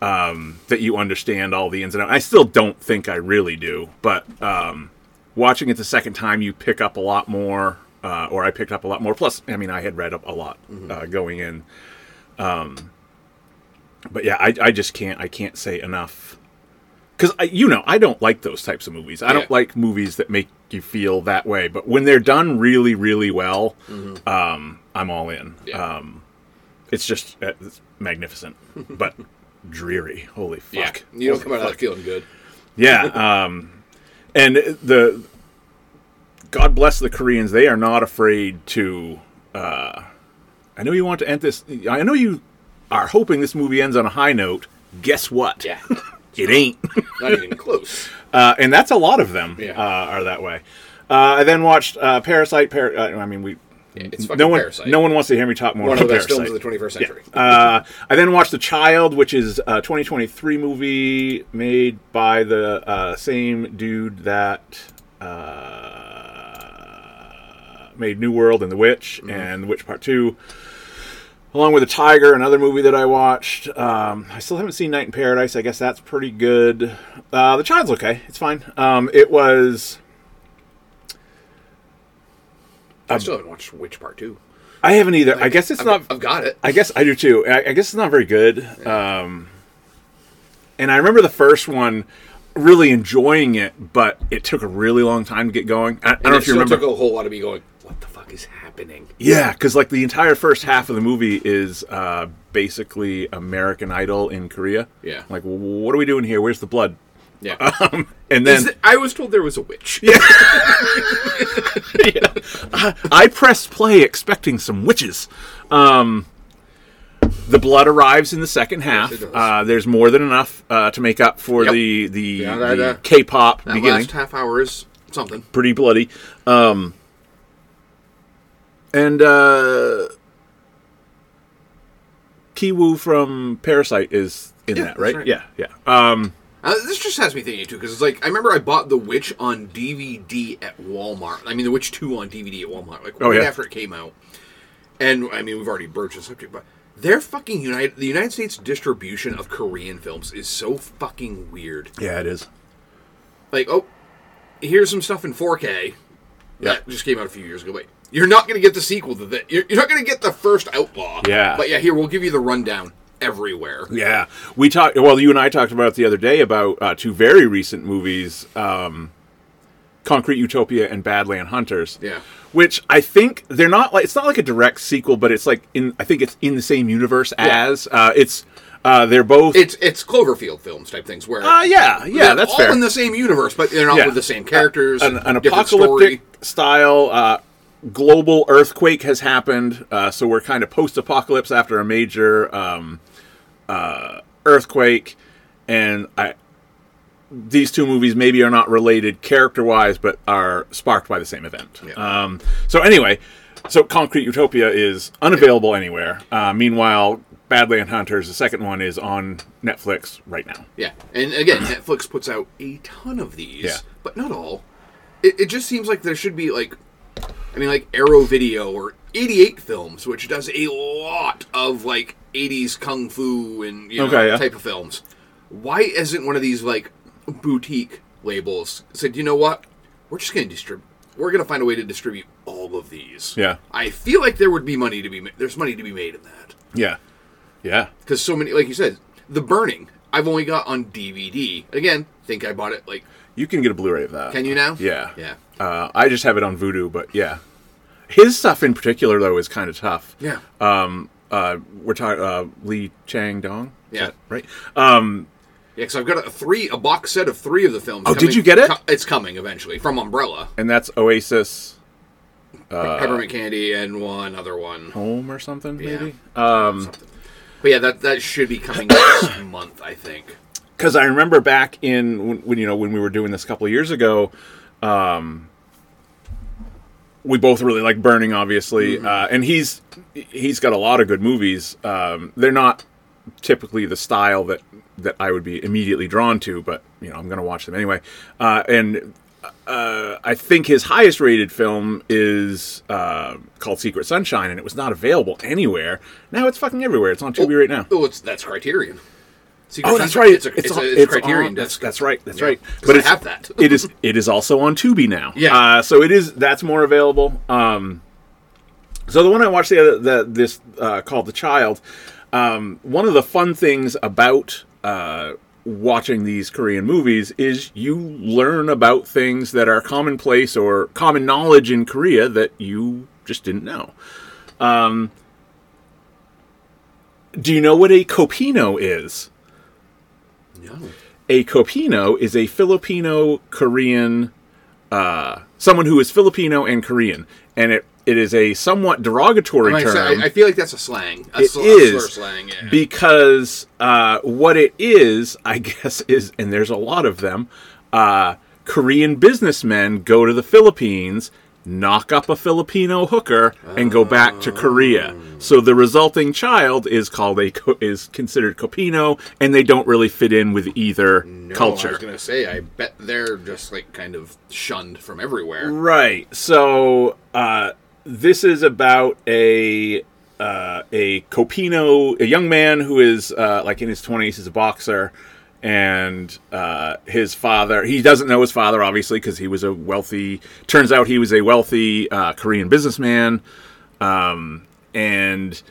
Speaker 7: um, that you understand all the ins and outs. I still don't think I really do, but um, watching it the second time, you pick up a lot more, uh, or I picked up a lot more. Plus, I mean, I had read up a lot
Speaker 8: Mm-hmm.
Speaker 7: uh, going in Um, but yeah, I, I just can't I can't say enough because you know I don't like those types of movies. I
Speaker 8: Yeah.
Speaker 7: don't like movies that make you feel that way. But when they're done really really well, um, I'm all in.
Speaker 8: Mm-hmm. Yeah.
Speaker 7: Um, it's just uh, it's magnificent, but dreary. Holy fuck!
Speaker 8: yeah, you don't
Speaker 7: Holy um,
Speaker 8: come out of that feeling good.
Speaker 7: yeah, um, and the God bless the Koreans. They are not afraid to. Uh, I know you want to end this. I know you are hoping this movie ends on a high note. Guess what?
Speaker 8: Yeah.
Speaker 7: it ain't.
Speaker 8: Not even close.
Speaker 7: Uh, and that's a lot of them
Speaker 8: Yeah.
Speaker 7: uh, are that way. Uh, I then watched uh, Parasite. Par- uh, I mean, we.
Speaker 8: It's fucking
Speaker 7: no one,
Speaker 8: Parasite.
Speaker 7: no one wants to hear me talk more
Speaker 8: One
Speaker 7: about
Speaker 8: of the best
Speaker 7: Parasite.
Speaker 8: films of the 21st century.
Speaker 7: Uh, I then watched The Child, which is a 2023 movie made by the uh, same dude that uh, made New World and The Witch and The Witch Part 2. Along with The Tiger, another movie that I watched. Um, I still haven't seen Night in Paradise. I guess that's pretty good. Uh, the Child's okay. It's fine. Um, it was.
Speaker 8: I still haven't watched Witch Part 2.
Speaker 7: I haven't either. I guess Um, it's
Speaker 8: I've,
Speaker 7: not.
Speaker 8: I've got it.
Speaker 7: I guess I do too. I, I guess it's not very good. Um, and I remember the first one really enjoying it, but it took a really long time to get going. I, I don't know
Speaker 8: And it
Speaker 7: if you
Speaker 8: still
Speaker 7: remember.
Speaker 8: took a whole lot of me going, what the fuck is happening?
Speaker 7: yeah, because like the entire first half of the movie is uh, basically American Idol in Korea.
Speaker 8: Yeah.
Speaker 7: Like, "Wh- what are we doing here? Where's the blood?
Speaker 8: Yeah.
Speaker 7: Um, and
Speaker 8: Uh, Is
Speaker 7: then
Speaker 8: it- I was told there was a witch.
Speaker 7: I pressed play expecting some witches. Um, the blood arrives in the second half.
Speaker 8: Yes, it does.
Speaker 7: Uh, there's more than enough uh, to make up for
Speaker 8: Yep.
Speaker 7: the the,
Speaker 8: Yeah, that,
Speaker 7: the
Speaker 8: uh,
Speaker 7: K-pop
Speaker 8: That
Speaker 7: beginning.
Speaker 8: last half hour is something.
Speaker 7: Pretty bloody. Um, and uh, Kiwoo from Parasite is in
Speaker 8: Yeah,
Speaker 7: that,
Speaker 8: that's
Speaker 7: right?
Speaker 8: right.
Speaker 7: Yeah, yeah. Um,
Speaker 8: Uh, this just has me thinking too, because it's like I remember I bought The Witch on DVD at Walmart. I mean, The Witch Two on DVD at Walmart, like
Speaker 7: Oh,
Speaker 8: right
Speaker 7: yeah.
Speaker 8: after it came out. And I mean, we've already broached the subject, but their fucking United, the United States distribution of Korean films is so fucking weird.
Speaker 7: yeah, it is.
Speaker 8: Like, oh, here's some stuff in 4K
Speaker 7: Yeah.
Speaker 8: that just came out a few years ago. Wait, you're not going to get the sequel to that. You're, you're not going to get the first Outlaw.
Speaker 7: Yeah.
Speaker 8: but yeah, here we'll give you the rundown everywhere.
Speaker 7: Yeah, we talked. Well, you and I talked about it the other day about uh, two very recent movies, um, Concrete Utopia and Badland Hunters.
Speaker 8: Yeah.
Speaker 7: which I think they're not like it's not like a direct sequel, but it's like in I think it's in the same universe as uh, it's. Uh, they're both.
Speaker 8: It's it's Cloverfield films type things where
Speaker 7: uh, yeah, yeah,
Speaker 8: They're
Speaker 7: that's
Speaker 8: all
Speaker 7: fair.
Speaker 8: in the same universe, but they're not
Speaker 7: Yeah.
Speaker 8: with the same characters.
Speaker 7: an,
Speaker 8: and
Speaker 7: an
Speaker 8: different
Speaker 7: apocalyptic
Speaker 8: story.
Speaker 7: style uh, global earthquake has happened uh, so we're kind of post-apocalypse after a major um, uh, earthquake and I, these two movies maybe are not related character-wise but are sparked by the same event
Speaker 8: Yeah.
Speaker 7: um, so anyway so concrete utopia is unavailable anywhere uh, meanwhile badland hunters the second one is on netflix right now
Speaker 8: Yeah, and again, Netflix puts out a ton of these,
Speaker 7: Yeah.
Speaker 8: but not all. It, it just seems like there should be like, I mean, like Arrow Video or 88 Films, which does a lot of like 80s kung fu and you know
Speaker 7: Okay, yeah.
Speaker 8: type of films. Why isn't one of these like boutique labels said? You know what? We're just going to distribute. We're going to find a way to distribute all of these.
Speaker 7: Yeah.
Speaker 8: I feel like there would be money to be. Ma- there's money to be made in that.
Speaker 7: yeah yeah
Speaker 8: because so many, like you said, The Burning. I've only got on DVD. Again, think I bought it. Like,
Speaker 7: You can get a Blu-ray of that.
Speaker 8: Can you now?
Speaker 7: Yeah.
Speaker 8: Yeah.
Speaker 7: Uh, I just have it on Vudu, but yeah. His stuff in particular, though, is kind of tough.
Speaker 8: yeah,
Speaker 7: Um, uh, we're talking uh, Lee Chang Dong. Is
Speaker 8: Yeah.
Speaker 7: that Right. Um,
Speaker 8: yeah. So I've got a three, a box set of three of the films.
Speaker 7: Oh, did you get it?
Speaker 8: co- it's coming eventually from Umbrella,
Speaker 7: and that's Oasis Uh,
Speaker 8: Peppermint Candy, and one other one.
Speaker 7: Home or something,
Speaker 8: Yeah.
Speaker 7: maybe.
Speaker 8: Something. But yeah, that that should be coming next month, I think.
Speaker 7: because I remember back in when, when you know when we were doing this a couple of years ago, um, we both really like Burning, obviously, uh, and he's he's got a lot of good movies. Um, they're not typically the style that that I would be immediately drawn to, but you know I'm going to watch them anyway. Uh, and uh, I think his highest rated film is uh, called Secret Sunshine, and it was not available anywhere. Now it's fucking everywhere. It's on Tubi right now.
Speaker 8: Oh, it's that's Criterion. Secret
Speaker 7: Oh, that's
Speaker 8: Sunshine-
Speaker 7: right.
Speaker 8: It's, a, it's, a, it's, Criterion.
Speaker 7: on- that's,
Speaker 8: disc.
Speaker 7: that's right. That's
Speaker 8: Yeah.
Speaker 7: right.
Speaker 8: 'Cause
Speaker 7: But
Speaker 8: I
Speaker 7: it's,
Speaker 8: have that.
Speaker 7: it is. It is also on Tubi now.
Speaker 8: Yeah.
Speaker 7: Uh, so it is. That's more available. Um, so the one I watched the other, the, this uh, called The Child. Um, one of the fun things about uh, watching these Korean movies is you learn about things that are commonplace or common knowledge in Korea that you just didn't know. Um, do you know what a copino is?
Speaker 8: No.
Speaker 7: a copino is a Filipino Korean uh, someone who is Filipino and Korean, and it, it is a somewhat derogatory
Speaker 8: Like I,
Speaker 7: term.
Speaker 8: said, I, I feel like that's a slang. A
Speaker 7: It
Speaker 8: sl- a slur
Speaker 7: is
Speaker 8: slang. Yeah.
Speaker 7: because uh, what it is, I guess, is and there's a lot of them. Uh, Korean businessmen go to the Philippines, knock up a Filipino hooker, and go back to Korea. So the resulting child is called a co- is considered Copino, and they don't really fit in with either
Speaker 8: No, I
Speaker 7: culture.
Speaker 8: was gonna say, I bet they're just like kind of shunned from everywhere.
Speaker 7: Right. So uh, this is about a uh, a Copino, a young man who is uh, like in his twenties. He's a boxer, and uh, his father. He doesn't know his father, obviously, because he was a wealthy. Turns out he was a wealthy uh, Korean businessman, um, and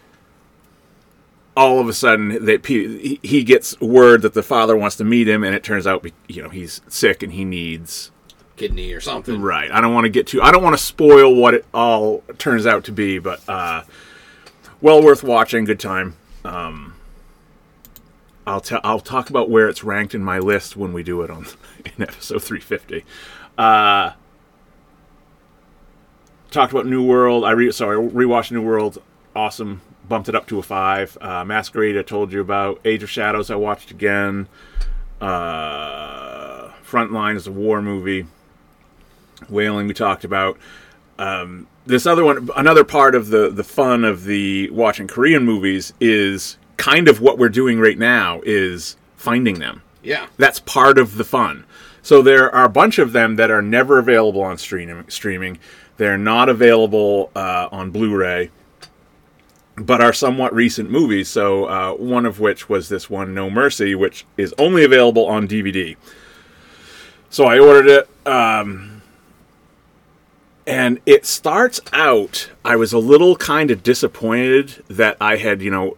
Speaker 7: all of a sudden that he he gets word that the father wants to meet him, and it turns out you know he's sick and he needs
Speaker 8: Kidney or something.
Speaker 7: Right. I don't want to get too. I don't want to spoil what it all turns out to be, but uh, well worth watching. Good time. Um, I'll tell. I'll talk about where it's ranked in my list when we do it on in episode 350. Uh, talked about New World. I re- sorry rewatched New World. Awesome. Bumped it up to a five. Uh, Masquerade. I told you about. Age of Shadows. I watched again. Uh, Frontline is a war movie. Whaling we talked about. Um, this other one, another part of the the fun of the watching Korean movies is kind of what we're doing right now is finding them.
Speaker 8: Yeah.
Speaker 7: That's part of the fun. So there are a bunch of them that are never available on stream, streaming. They're not available uh, on Blu-ray, but are somewhat recent movies. So uh, one of which was this one, No Mercy, which is only available on DVD. So I ordered it, um, and it starts out. I was a little kind of disappointed that I had, you know,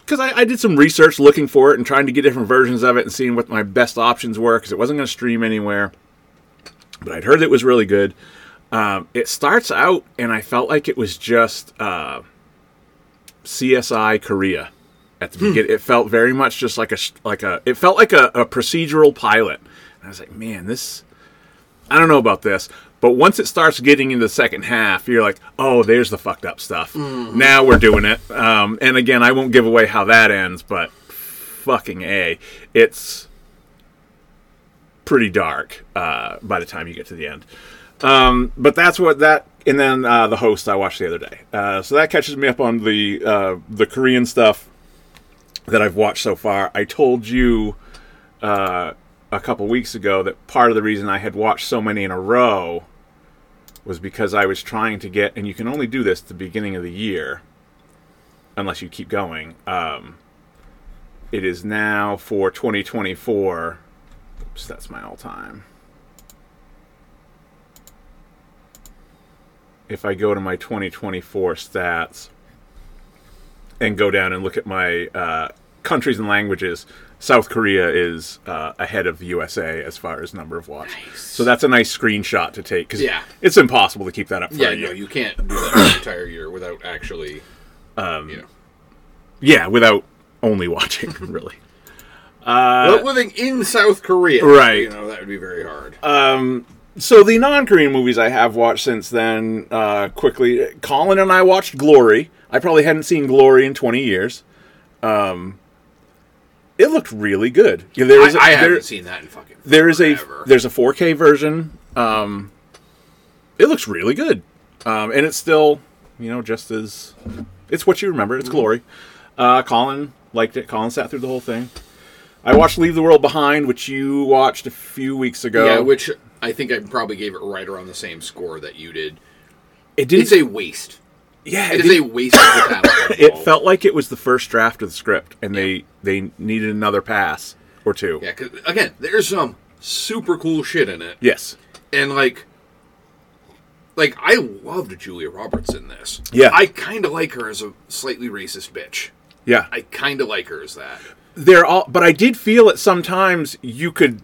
Speaker 7: because I, I did some research looking for it and trying to get different versions of it and seeing what my best options were because it wasn't going to stream anywhere. But I'd heard it was really good. Um, it starts out, and I felt like it was just uh, CSI Korea at the beginning. It felt very much just like a sh- like a. It felt like a, a procedural pilot. And I was like, man, this. I don't know about this. But once it starts getting into the second half, you're like, oh, there's the fucked up stuff. Now we're doing it. Um, and again, I won't give away how that ends, but fucking A. It's pretty dark uh, by the time you get to the end. Um, but that's what that. And then uh, the host I watched the other day. Uh, so that catches me up on the uh, the Korean stuff that I've watched so far. I told you uh, a couple weeks ago that part of the reason I had watched so many in a row was because I was trying to get, and you can only do this at the beginning of the year, unless you keep going. Um, it is now for 2024. Oops, that's my all time. If I go to my 2024 stats and go down and look at my uh, countries and languages, South Korea is uh, ahead of USA as far as number of watched. So that's a nice screenshot to take because
Speaker 8: Yeah.
Speaker 7: it's impossible to keep that up for
Speaker 8: Yeah,
Speaker 7: a year.
Speaker 8: no, you can't do that the entire year without actually. Um, you know.
Speaker 7: Yeah, without only watching, really.
Speaker 8: But living in South Korea,
Speaker 7: Uh, Right. Uh,
Speaker 8: You know that would be very hard.
Speaker 7: So the non-Korean movies I have watched since then, uh, quickly, Colin and I watched Glory. I probably hadn't seen Glory in 20 years. Um, it looked really good. Yeah, there
Speaker 8: I,
Speaker 7: is a-
Speaker 8: I
Speaker 7: there-
Speaker 8: haven't seen that in fucking.
Speaker 7: there is a
Speaker 8: forever.
Speaker 7: there's a 4K version. Um, it looks really good, um, and it's still you know just as it's what you remember.
Speaker 8: Mm-hmm.
Speaker 7: It's glory. Uh, Colin liked it. Colin sat through the whole thing. I watched Leave the World Behind, which you watched a few weeks ago.
Speaker 8: yeah, which I think I probably gave it right around the same score that you did.
Speaker 7: it
Speaker 8: It's
Speaker 7: didn't.
Speaker 8: a waste.
Speaker 7: yeah, it,
Speaker 8: It is a
Speaker 7: didn't-
Speaker 8: waste of the talent.
Speaker 7: it felt like it was the first draft of the script, and they they needed another pass or two.
Speaker 8: Yeah, 'cause, again, there's some super cool shit in it.
Speaker 7: Yes.
Speaker 8: and like like I loved Julia Roberts in this.
Speaker 7: Yeah.
Speaker 8: I kind of like her as a slightly racist bitch.
Speaker 7: Yeah.
Speaker 8: I kind of like her as that.
Speaker 7: they're all but i did feel that sometimes you could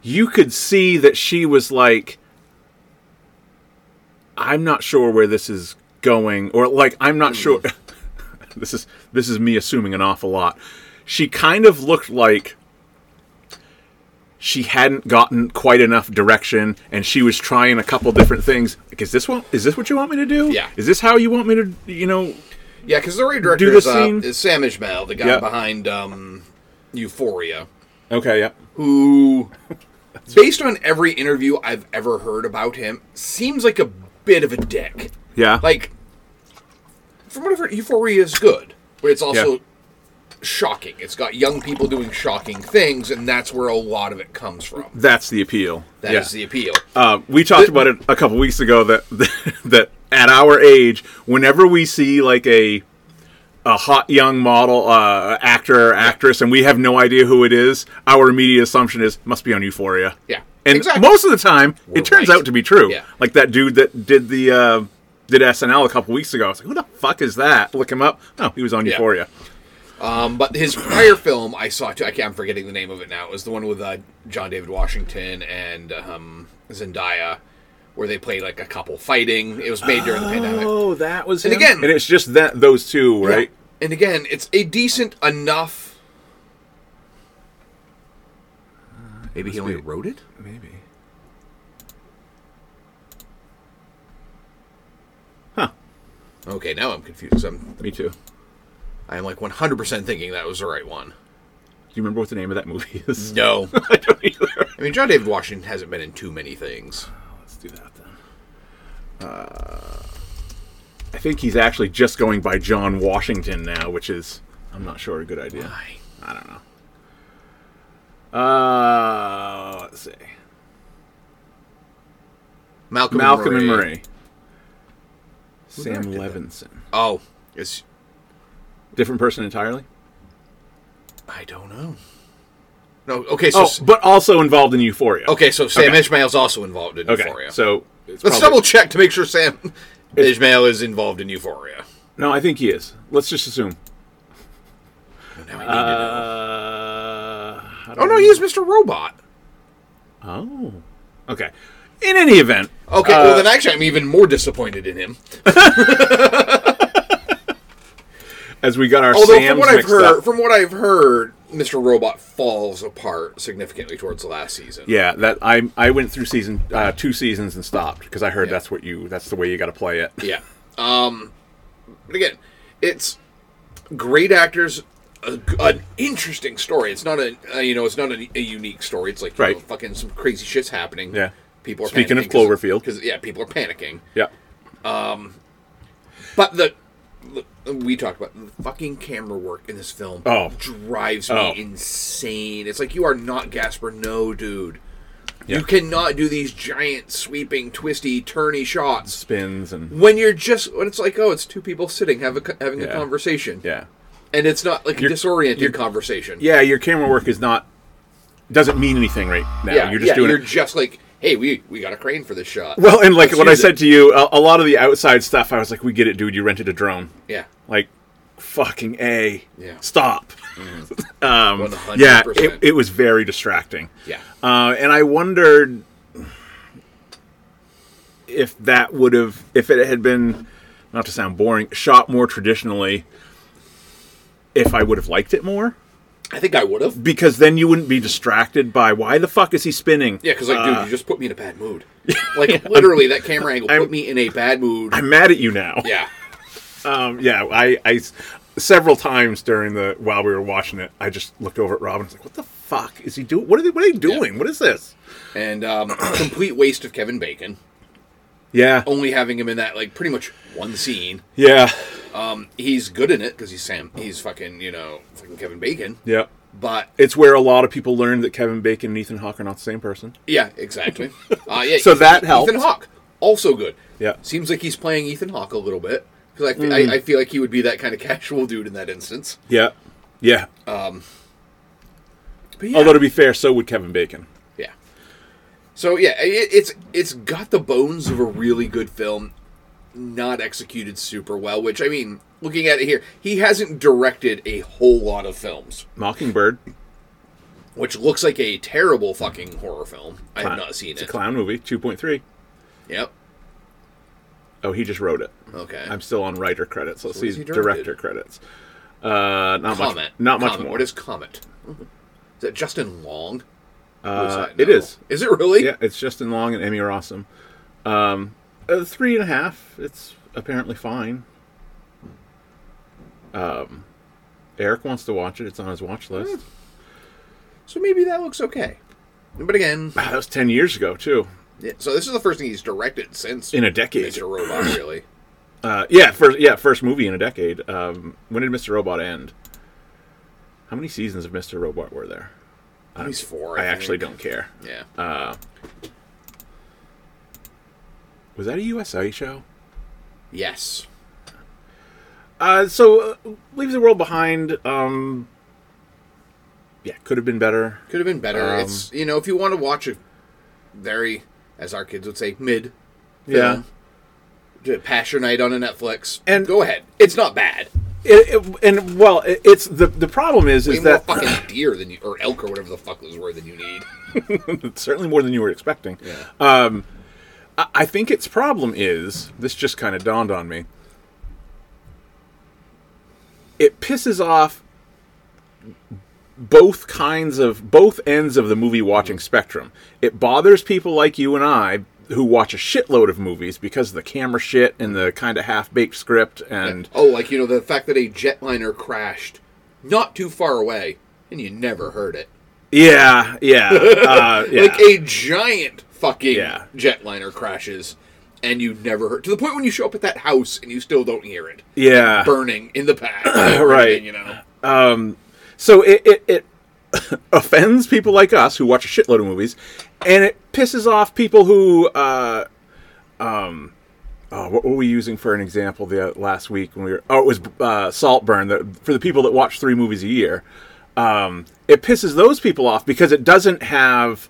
Speaker 7: you could see that she was like i'm not sure where this is going or like i'm not sure this is this is me assuming an awful lot she kind of looked like she hadn't gotten quite enough direction and she was trying a couple different things. Like, is this what is this what you want me to do?
Speaker 8: Yeah.
Speaker 7: Is this how you want me to you know
Speaker 8: Yeah, because the writer director
Speaker 7: Do the
Speaker 8: is, uh,
Speaker 7: scene.
Speaker 8: is Sam Ishmael, the guy
Speaker 7: Yeah.
Speaker 8: behind um, Euphoria,
Speaker 7: Okay, yeah.
Speaker 8: who, based on every interview I've ever heard about him, seems like a bit of a dick.
Speaker 7: Yeah.
Speaker 8: Like, from what I've heard, Euphoria is good, but it's also
Speaker 7: Yeah.
Speaker 8: shocking. It's got young people doing shocking things, and that's where a lot of it comes from.
Speaker 7: that's the appeal.
Speaker 8: That is
Speaker 7: yeah.
Speaker 8: the appeal.
Speaker 7: Uh, we talked about it a couple weeks ago that that at our age, whenever we see like a a hot young model, uh, actor, or actress, and we have no idea who it is, our immediate assumption is must be on Euphoria.
Speaker 8: Yeah,
Speaker 7: and
Speaker 8: exactly.
Speaker 7: most of the time,
Speaker 8: We're
Speaker 7: it turns
Speaker 8: right.
Speaker 7: out to be true.
Speaker 8: Yeah.
Speaker 7: Like that dude that did the uh, did SNL a couple weeks ago. I was like, who the fuck is that? Look him up. Oh, he was on
Speaker 8: Yeah.
Speaker 7: Euphoria.
Speaker 8: Um, but his prior film I saw too. I can't, I'm forgetting the name of it now. It was the one with uh, John David Washington and um, Zendaya, where they played like a couple fighting. It was made during the pandemic.
Speaker 7: Oh, that was
Speaker 8: And him? again-
Speaker 7: and it's just that those two, right?
Speaker 8: And again, it's a decent enough. Maybe he only wrote it.
Speaker 7: Maybe. Huh.
Speaker 8: Okay, now I'm confused. I'm
Speaker 7: Me too.
Speaker 8: I'm like 100% thinking that was the right one.
Speaker 7: Do you remember what the name of that movie is?
Speaker 8: No,
Speaker 7: I don't either.
Speaker 8: I mean John David Washington hasn't been in too many things.
Speaker 7: Let's do that then. Uh, I think he's actually just going by John Washington now, which is, I'm not sure, a good idea.
Speaker 8: Why?
Speaker 7: I don't know. Uh, let's see.
Speaker 8: Malcolm,
Speaker 7: Malcolm
Speaker 8: and
Speaker 7: and
Speaker 8: Marie.
Speaker 7: Murray. Sam
Speaker 8: directed that?
Speaker 7: Levinson.
Speaker 8: Oh, it's
Speaker 7: Different person entirely?
Speaker 8: I don't know. No, okay, so
Speaker 7: Oh, but also involved in Euphoria.
Speaker 8: Okay, so Sam
Speaker 7: Okay.
Speaker 8: Ishmael's also involved in
Speaker 7: Okay.
Speaker 8: Euphoria.
Speaker 7: So it's
Speaker 8: let's
Speaker 7: probably-
Speaker 8: double check to make sure Sam Ishmael is involved in Euphoria.
Speaker 7: No, I think he is. Let's just assume.
Speaker 8: Oh, Now I need to know.
Speaker 7: Uh, how do
Speaker 8: Oh no,
Speaker 7: I-
Speaker 8: he is Mr. Robot.
Speaker 7: Oh. Okay. In any event,
Speaker 8: Okay, well
Speaker 7: uh,
Speaker 8: then actually I'm even more disappointed in him.
Speaker 7: as we got our
Speaker 8: Although
Speaker 7: Sam's
Speaker 8: from what I've
Speaker 7: mixed
Speaker 8: heard,
Speaker 7: up.
Speaker 8: from what I've heard, Mr. Robot falls apart significantly towards the last season.
Speaker 7: Yeah, that I I went through season uh, two seasons and stopped because I heard
Speaker 8: Yeah.
Speaker 7: that's what you that's the way you got to play it.
Speaker 8: Yeah. Um, but again, it's great actors, a, an interesting story. It's not a, uh you know, it's not a, a unique story. It's like you
Speaker 7: Right.
Speaker 8: know, fucking some crazy shit's happening.
Speaker 7: Yeah.
Speaker 8: People are
Speaker 7: Speaking of Cloverfield.
Speaker 8: because yeah, people are panicking.
Speaker 7: Yeah.
Speaker 8: But the, the- we talked about the fucking camera work in this film.
Speaker 7: Oh.
Speaker 8: drives me
Speaker 7: Oh.
Speaker 8: insane. It's like you are not Gasper, no dude.
Speaker 7: Yeah.
Speaker 8: You cannot do these giant sweeping, twisty, turny shots.
Speaker 7: Spins and
Speaker 8: when you're just when it's like oh it's two people sitting have a, co- having a
Speaker 7: Yeah.
Speaker 8: conversation
Speaker 7: yeah.
Speaker 8: and it's not like
Speaker 7: You're-
Speaker 8: a disoriented
Speaker 7: you're-
Speaker 8: conversation
Speaker 7: Yeah, your camera work is not doesn't mean anything right now.
Speaker 8: yeah
Speaker 7: you're just doing
Speaker 8: you're
Speaker 7: it.
Speaker 8: just like hey we we got a crane for this shot
Speaker 7: Well, and like
Speaker 8: Let's
Speaker 7: what I
Speaker 8: use it.
Speaker 7: said to you, a, a lot of the outside stuff, I was like, "We get it, dude. You rented a drone."
Speaker 8: yeah
Speaker 7: Like, fucking a.
Speaker 8: Yeah.
Speaker 7: Stop.
Speaker 8: um,
Speaker 7: Yeah, it, it was very distracting.
Speaker 8: yeah
Speaker 7: Uh, and I wondered if that would have, if it had been, not to sound boring, shot more traditionally, if I would have liked it more.
Speaker 8: i think i would have
Speaker 7: Because then you wouldn't be distracted by why the fuck is he spinning?
Speaker 8: yeah because like dude you just put me in a bad mood like literally that camera angle put
Speaker 7: Uh. I'm-
Speaker 8: me in a bad mood
Speaker 7: I'm mad at you now.
Speaker 8: yeah
Speaker 7: Um, yeah, I, I s- several times during the while we were watching it, I just looked over at Rob and was like, "What the fuck is he doing? What are they? What are they doing? What is this?"
Speaker 8: and um, complete waste of kevin bacon
Speaker 7: Yeah,
Speaker 8: only having him in that like pretty much one scene
Speaker 7: yeah,
Speaker 8: um, he's good in it because he's sam he's fucking you know fucking kevin bacon
Speaker 7: yeah.
Speaker 8: but
Speaker 7: It's where a lot of people learned that Kevin Bacon and Ethan Hawke are not the same person.
Speaker 8: Yeah, exactly. Uh, yeah,
Speaker 7: So
Speaker 8: Ethan-
Speaker 7: that helped.
Speaker 8: Ethan Hawke, also good.
Speaker 7: Yeah. Mm.
Speaker 8: seems like he's playing Ethan Hawke a little bit because I, fe- I, I feel like he would be that kind of casual dude in that instance.
Speaker 7: Yeah, yeah.
Speaker 8: But yeah,
Speaker 7: Although to be fair, so would Kevin Bacon.
Speaker 8: yeah. So yeah, i- it, it's it's got the bones of a really good film, not executed super well. Which I mean, looking at it here, he hasn't directed a whole lot of films,
Speaker 7: Mockingbird,
Speaker 8: which looks like a terrible fucking horror film. I have not seen
Speaker 7: it's
Speaker 8: it.
Speaker 7: a clown movie, two point three.
Speaker 8: Yep.
Speaker 7: Oh, he just wrote it.
Speaker 8: Okay.
Speaker 7: I'm still on writer credits. Let's
Speaker 8: what's
Speaker 7: see
Speaker 8: he directed?
Speaker 7: director credits. Uh, not
Speaker 8: Comet.
Speaker 7: much. Not much
Speaker 8: Comet.
Speaker 7: more.
Speaker 8: What is Comet? Is that Justin Long? Uh,
Speaker 7: it is.
Speaker 8: Is it really?
Speaker 7: Yeah, it's Justin Long and Emmy Rossum. Um, uh, three and a half. It's apparently fine. Um, Eric wants to watch it. It's on his watch list.
Speaker 8: Hmm. So maybe that looks okay. But again,
Speaker 7: Ah, That was ten years ago too.
Speaker 8: yeah, so this is the first thing he's directed since
Speaker 7: In a decade.
Speaker 8: Mr. Robot, really.
Speaker 7: Uh, yeah, first yeah first movie in a decade. Um, when did Mr. Robot end? How many seasons of Mr. Robot were there?
Speaker 8: At least four.
Speaker 7: Uh, I actually don't
Speaker 8: think.
Speaker 7: care. Uh,
Speaker 8: Yeah.
Speaker 7: Was that a USA show?
Speaker 8: yes.
Speaker 7: Uh, so, uh, Leave the World Behind, um, yeah, could have been better.
Speaker 8: Could have been better.
Speaker 7: um,
Speaker 8: it's you know if you want to watch a very, as our kids would say, mid.
Speaker 7: Yeah.
Speaker 8: to Pass your night on a Netflix
Speaker 7: And-
Speaker 8: go ahead. It's not bad.
Speaker 7: It, it- and, well, it, it's the the problem is,
Speaker 8: Way
Speaker 7: is
Speaker 8: more
Speaker 7: that
Speaker 8: fucking deer than you, or elk or whatever the fuck those were than you need.
Speaker 7: certainly more than you were expecting. Um, I, I think its problem is, this just kind of dawned on me, it pisses off both kinds of both ends of the movie watching spectrum. It bothers people like you and I who watch a shitload of movies because of the camera shit and the kind of half-baked script and
Speaker 8: Oh, like you know the fact that a jetliner crashed not too far away and you never heard it.
Speaker 7: yeah, yeah, uh, yeah.
Speaker 8: Like a giant fucking
Speaker 7: Yeah.
Speaker 8: jetliner crashes and you never heard to the point when you show up at that house and you still don't hear it
Speaker 7: yeah.
Speaker 8: burning in the past.
Speaker 7: Right.
Speaker 8: You know.
Speaker 7: So it it, it offends people like us who watch a shitload of movies, and it pisses off people who, uh, um, oh, what were we using for an example the uh, last week when we were? Oh, it was uh, Saltburn. The, for the people that watch three movies a year, um, it pisses those people off because it doesn't have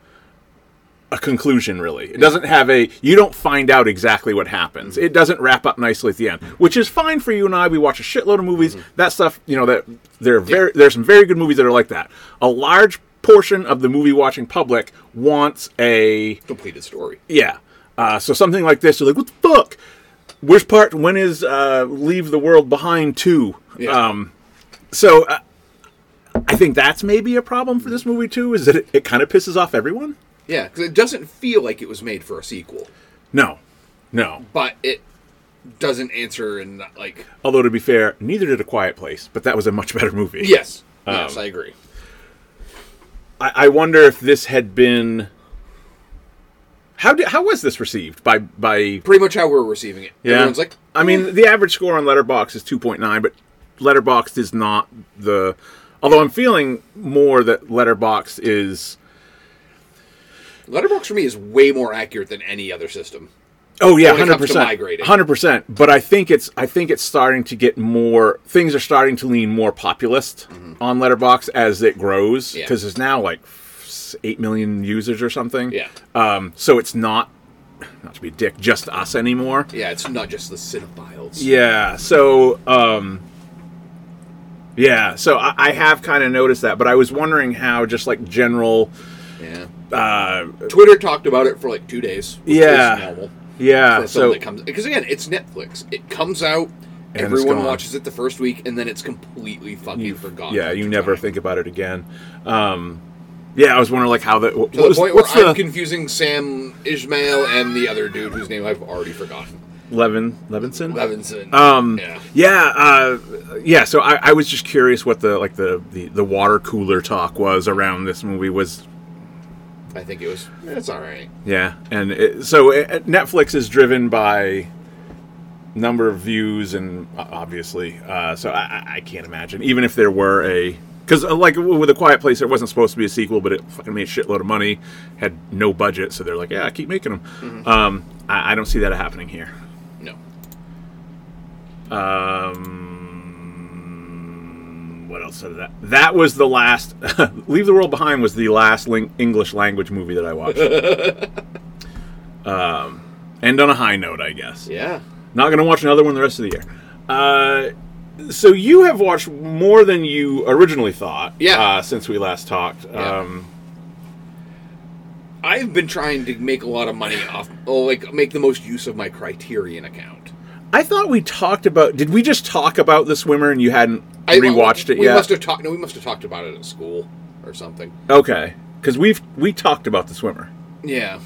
Speaker 7: a conclusion really it doesn't have a you don't find out exactly what happens it doesn't wrap up nicely at the end which is fine for you and i we watch a shitload of movies that stuff you know that there are very there's some very good movies that are like that a large portion of the movie watching public wants a
Speaker 8: Completed story.
Speaker 7: yeah uh, so something like this you're like what the fuck where's part when is uh, leave the world behind 2
Speaker 8: Yeah.
Speaker 7: um, so uh, i think that's maybe a problem for this movie too is that it, it kind of pisses off everyone
Speaker 8: Yeah, because it doesn't feel like it was made for a sequel,
Speaker 7: no no
Speaker 8: but it doesn't answer and not, like
Speaker 7: Although to be fair, neither did A Quiet Place, but that was a much better movie.
Speaker 8: yes,
Speaker 7: Um.
Speaker 8: yes, I agree.
Speaker 7: I, I wonder if this had been how did, how was this received by by
Speaker 8: Pretty much how we're receiving it. Everyone's like,
Speaker 7: I mean, the average score on Letterbox is two point nine, but Letterboxd is not the. Although I'm feeling more that Letterboxd is.
Speaker 8: Letterbox for me is way more accurate than any other system.
Speaker 7: Oh yeah,
Speaker 8: When
Speaker 7: hundred
Speaker 8: it comes to
Speaker 7: percent,
Speaker 8: migrating.
Speaker 7: hundred percent. But I think it's I think it's starting to get more. Things are starting to lean more populist on Letterbox as it grows
Speaker 8: Mm-hmm. Yeah.
Speaker 7: because there's now like s- eight million users or something.
Speaker 8: Yeah.
Speaker 7: Um. So it's not not to be a dick, just us anymore.
Speaker 8: Yeah, it's not just the cinephiles.
Speaker 7: Yeah. So, um, yeah. So I, I have kind of noticed that, but I was wondering how just like general,
Speaker 8: Yeah.
Speaker 7: uh,
Speaker 8: Twitter talked about it for like two days. which
Speaker 7: Yeah.
Speaker 8: is normal.
Speaker 7: yeah.
Speaker 8: For so
Speaker 7: So
Speaker 8: that comes because again, it's Netflix. It comes out,
Speaker 7: it's
Speaker 8: everyone
Speaker 7: gone.
Speaker 8: watches it the first week, and then it's completely fucking forgotten.
Speaker 7: yeah,
Speaker 8: after
Speaker 7: you never
Speaker 8: time.
Speaker 7: think about it again. Um, yeah, I was wondering like how the what,
Speaker 8: to the
Speaker 7: was-
Speaker 8: point where
Speaker 7: what's
Speaker 8: I'm
Speaker 7: the
Speaker 8: confusing Sam Ishmael and the other dude whose name I've already forgotten.
Speaker 7: Levin Levinson.
Speaker 8: Levinson.
Speaker 7: Um,
Speaker 8: yeah.
Speaker 7: yeah, uh, yeah. So I, I was just curious what the like the, the the water cooler talk was around this movie was
Speaker 8: I think it was. It's all right.
Speaker 7: Yeah, and it, so it, Netflix is driven by number of views, and uh, obviously, uh, so I, I- I can't imagine even if there were a because like with a Quiet Place, it wasn't supposed to be a sequel, but it fucking made a shitload of money, had no budget, so they're like, yeah, keep making them. Um, I, I don't see that happening here.
Speaker 8: No.
Speaker 7: Um, what else out of that? That was the last. Leave the World Behind was the last ling- English language movie that I watched. um, end on a high note, I guess.
Speaker 8: Yeah.
Speaker 7: Not going to watch another one the rest of the year. Uh, so you have watched more than you originally thought.
Speaker 8: Yeah.
Speaker 7: Uh, since we last talked.
Speaker 8: Yeah.
Speaker 7: Um,
Speaker 8: I've been trying to make a lot of money off, oh, like make the most use of my Criterion account.
Speaker 7: I thought we talked about. Did we just talk about The Swimmer and you hadn't
Speaker 8: I
Speaker 7: rewatched it
Speaker 8: we
Speaker 7: yet?
Speaker 8: Must have talked. No, we must have talked about it at school or something.
Speaker 7: Okay. because we've we talked about the swimmer,
Speaker 8: Yeah.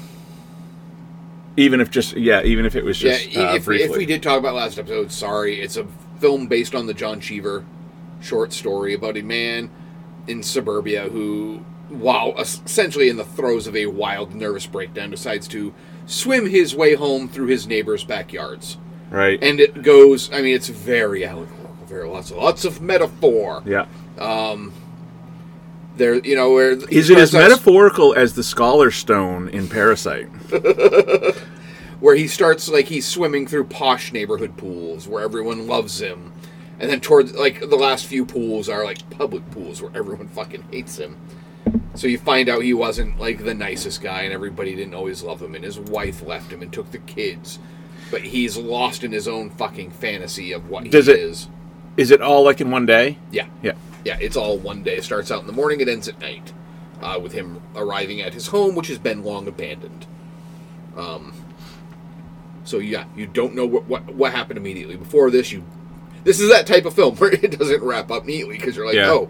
Speaker 7: even if just yeah, even if it was
Speaker 8: Yeah,
Speaker 7: just uh,
Speaker 8: i- if, we-
Speaker 7: briefly.
Speaker 8: if we did talk about last episode, sorry. It's a film based on the John Cheever short story about a man in suburbia who, while es- essentially in the throes of a wild nervous breakdown, decides to swim his way home through his neighbor's backyards.
Speaker 7: right?
Speaker 8: And it goes, I mean, it's very allegorical, very lots of, lots of metaphor.
Speaker 7: yeah,
Speaker 8: There, you know, where he
Speaker 7: is it as
Speaker 8: starts out-
Speaker 7: metaphorical as the scholar stone in Parasite?
Speaker 8: where he starts like he's swimming through posh neighborhood pools where everyone loves him and then towards like the last few pools are like public pools where everyone fucking hates him so you find out he wasn't like the nicest guy and everybody didn't always love him and his wife left him and took the kids but he's lost in his own fucking fantasy of what
Speaker 7: Does
Speaker 8: he
Speaker 7: it-
Speaker 8: is.
Speaker 7: Is it all like in one day?
Speaker 8: yeah
Speaker 7: Yeah,
Speaker 8: yeah, it's all one day. It starts out in the morning, it ends at night, uh, with him arriving at his home, which has been long abandoned. Um, so yeah, you don't know what, what what happened immediately before this. You, this is that type of film where it doesn't wrap up neatly because you're like,
Speaker 7: Yeah.
Speaker 8: oh,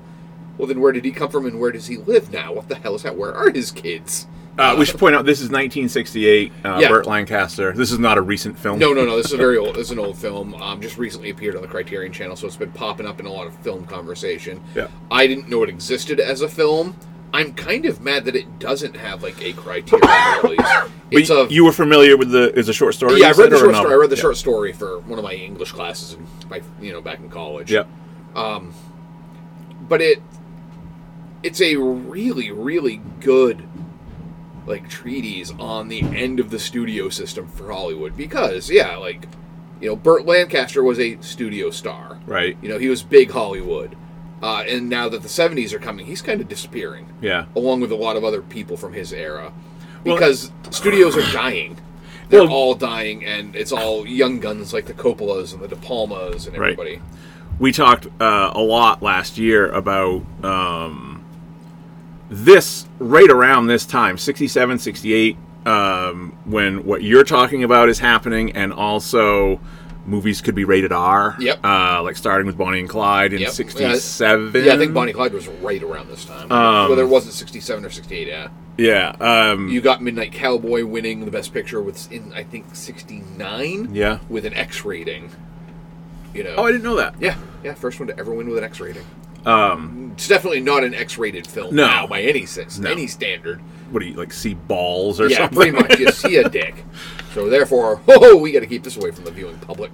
Speaker 8: well then where did he come from and where does he live now? What the hell is that? Where are his kids?
Speaker 7: uh, we should point out this is 1968. Uh,
Speaker 8: Yeah.
Speaker 7: Burt Lancaster. This is not a recent film.
Speaker 8: No, no, no. This is a very old. This is an old film. Um, just recently appeared on the Criterion Channel, so it's been popping up in a lot of film conversation.
Speaker 7: Yeah.
Speaker 8: I didn't know it existed as a film. I'm kind of mad that it doesn't have like a Criterion release.
Speaker 7: But
Speaker 8: It's a
Speaker 7: you were familiar with the is a short story.
Speaker 8: yeah. I
Speaker 7: you
Speaker 8: read
Speaker 7: said, or
Speaker 8: the
Speaker 7: a
Speaker 8: short
Speaker 7: novel?
Speaker 8: story. I read the
Speaker 7: Yeah.
Speaker 8: short story for one of my English classes, in, my, you know, back in college.
Speaker 7: Yeah,
Speaker 8: But it, it's a really, really good like treatise on the end of the studio system for Hollywood because yeah, like you know, Burt Lancaster was a studio star.
Speaker 7: right.
Speaker 8: You know, he was big Hollywood. Uh, and now that the 70s are coming, he's kind of disappearing.
Speaker 7: Yeah.
Speaker 8: Along with a lot of other people from his era.
Speaker 7: Well-
Speaker 8: Because studios are dying. They're
Speaker 7: Well-
Speaker 8: all dying, and it's all young guns like the Coppolas and the De Palmas and
Speaker 7: Right.
Speaker 8: everybody.
Speaker 7: we talked uh, a lot last year about um, this right around this time 67 68 um, when what you're talking about is happening and also movies could be rated r
Speaker 8: Yep.
Speaker 7: uh, like starting with bonnie and clyde in
Speaker 8: Yep.
Speaker 7: 67
Speaker 8: Yeah, I think Bonnie Clyde was right around this time.
Speaker 7: Um,
Speaker 8: Whether it wasn't 67 or 68, yeah.
Speaker 7: yeah um,
Speaker 8: You got Midnight Cowboy winning the Best Picture with, in I think, 69?
Speaker 7: Yeah.
Speaker 8: With an X rating. You know.
Speaker 7: oh i didn't know that
Speaker 8: Yeah, yeah, first one to ever win with an X rating. Um, it's definitely not an X-rated film
Speaker 7: No.
Speaker 8: now by any sense,
Speaker 7: No.
Speaker 8: any standard.
Speaker 7: what do you like see balls or
Speaker 8: Yeah,
Speaker 7: something
Speaker 8: pretty much you see a dick. So therefore, oh, we got to keep this away from the viewing public.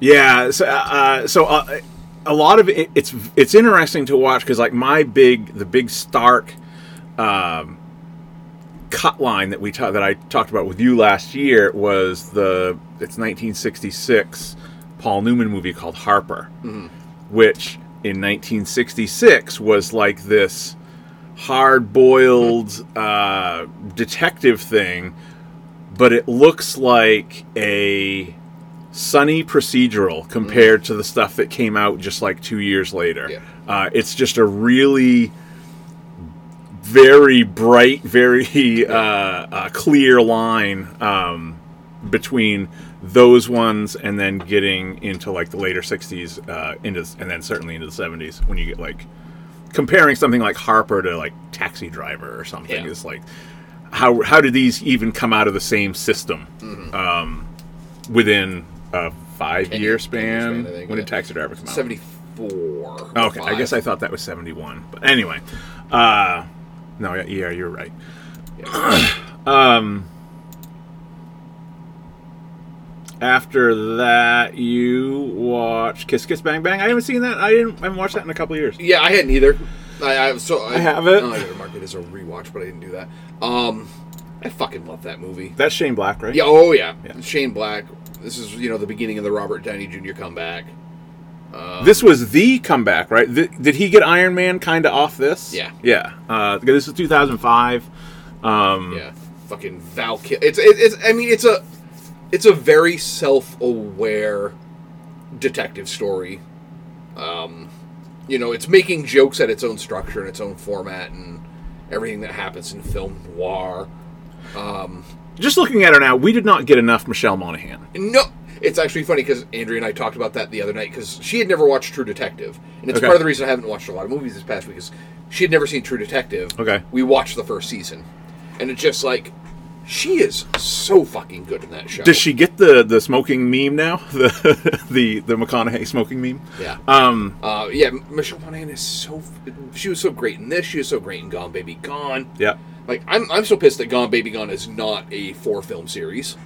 Speaker 7: Yeah, so, uh, so uh, a lot of it, it's it's interesting to watch because like my big the big Stark um, cut line that we ta- that I talked about with you last year was the it's 1966 Paul Newman movie called Harper, which in 1966 was like this hard boiled uh, detective thing, but it looks like a sunny procedural compared to the stuff that came out just like two years later.
Speaker 8: Yeah.
Speaker 7: Uh, it's just a really very bright, very uh, uh, clear line um, between those ones and then getting into like the later 60s uh, into and then certainly into the 70s when you get like comparing something like Harper to like Taxi Driver or something
Speaker 8: Yeah.
Speaker 7: is like how how did these even come out of the same system
Speaker 8: Mm-hmm.
Speaker 7: um, within a five year span?
Speaker 8: span, I think,
Speaker 7: when did
Speaker 8: yeah.
Speaker 7: Taxi Driver come out?
Speaker 8: Seventy-four. or
Speaker 7: Oh. Okay, I guess I
Speaker 8: five.
Speaker 7: thought that was seventy one, but anyway, uh, no, yeah, yeah, you're right. um, after that, you watch Kiss Kiss Bang Bang. I haven't seen that. I didn't. I haven't watched that in a couple of years.
Speaker 8: Yeah, I hadn't either. I, I so I,
Speaker 7: have it.
Speaker 8: No, I gotta mark it as a rewatch, but I didn't do that. Um, I fucking love that movie.
Speaker 7: That's Shane Black, right?
Speaker 8: Yeah. Oh yeah.
Speaker 7: Yeah.
Speaker 8: Shane Black. This is you know the beginning of the Robert Downey Jr. comeback.
Speaker 7: this was the comeback, right? Th- did he get Iron Man kind of off this?
Speaker 8: Yeah.
Speaker 7: Yeah. Uh, this is 2005. Um,
Speaker 8: Yeah, fucking Val. Ki- It's it, it's. I mean, it's a it's a very self aware detective story. Um, you know, it's making jokes at its own structure and its own format and everything that happens in film noir.
Speaker 7: Just looking at her now, we did not get enough Michelle Monaghan.
Speaker 8: No, It's actually funny because Andrea and I talked about that the other night because she had never watched True Detective, and it's
Speaker 7: Okay.
Speaker 8: part of the reason I haven't watched a lot of movies this past week is she had never seen True Detective.
Speaker 7: Okay.
Speaker 8: we watched the first season, and it's just like she is so fucking good in that show.
Speaker 7: Does she get the the smoking meme now? The the the McConaughey smoking meme.
Speaker 8: Yeah.
Speaker 7: Um.
Speaker 8: Uh, yeah, M- Michelle Monaghan is so. She was so great in this. She was so great in Gone Baby Gone.
Speaker 7: Yeah.
Speaker 8: Like I'm, I'm so pissed that Gone Baby Gone is not a four film series.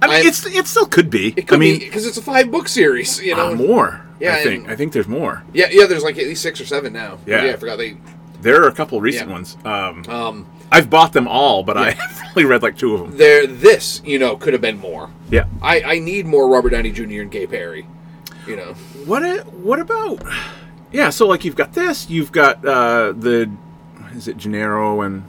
Speaker 7: I mean,
Speaker 8: I-
Speaker 7: it's it still could be.
Speaker 8: It could
Speaker 7: I mean,
Speaker 8: because it's a five book series. You know.
Speaker 7: uh, more.
Speaker 8: Yeah,
Speaker 7: I think
Speaker 8: and-
Speaker 7: I think there's more.
Speaker 8: Yeah, yeah. There's like at least six or seven now.
Speaker 7: Yeah.
Speaker 8: Yeah, I forgot they.
Speaker 7: There are a couple recent
Speaker 8: Yeah.
Speaker 7: ones. Um,
Speaker 8: Um,
Speaker 7: I've bought them all, but I only read like two of them.
Speaker 8: there. This, you know, could have been more.
Speaker 7: Yeah.
Speaker 8: I, I need more Robert Downey Jr. and Gay Perry. You know.
Speaker 7: What a, what about? Yeah. So like you've got this. You've got uh, the is it Gennaro and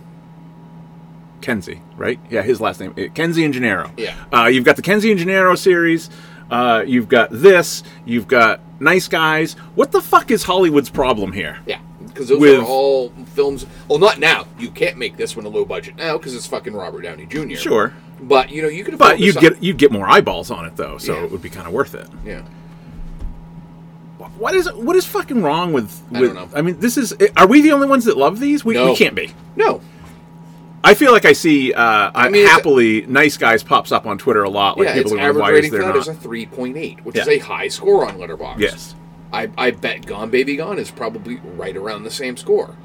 Speaker 7: Kenzie, right? Yeah, his last name eh, Kenzie and Gennaro.
Speaker 8: Yeah.
Speaker 7: Uh, you've got the Kenzie and Gennaro series. Uh, you've got this. You've got Nice Guys. What the fuck is Hollywood's problem here?
Speaker 8: Yeah. Because those
Speaker 7: With-
Speaker 8: are all films. Well, not now. You can't make this one a low budget now because it's fucking Robert Downey Jr.
Speaker 7: Sure.
Speaker 8: But you know you could.
Speaker 7: But
Speaker 8: afford
Speaker 7: you
Speaker 8: this-
Speaker 7: get you get more eyeballs on it though, so
Speaker 8: Yeah.
Speaker 7: it would be kind of worth it.
Speaker 8: Yeah.
Speaker 7: What is what is fucking wrong with? with
Speaker 8: I don't know.
Speaker 7: mean, this is. eh, Are we the only ones that love these? We,
Speaker 8: No.
Speaker 7: we can't be.
Speaker 8: No.
Speaker 7: I feel like I see. Uh, I,
Speaker 8: mean, it's-
Speaker 7: happily, nice guys pops up on Twitter a lot. Like
Speaker 8: yeah, its
Speaker 7: people are
Speaker 8: average
Speaker 7: why is
Speaker 8: rating for
Speaker 7: there
Speaker 8: that is
Speaker 7: not?
Speaker 8: a 3.8, which
Speaker 7: Yeah.
Speaker 8: is a high score on Letterboxd.
Speaker 7: Yes.
Speaker 8: I, I bet Gone Baby Gone is probably right around the same score.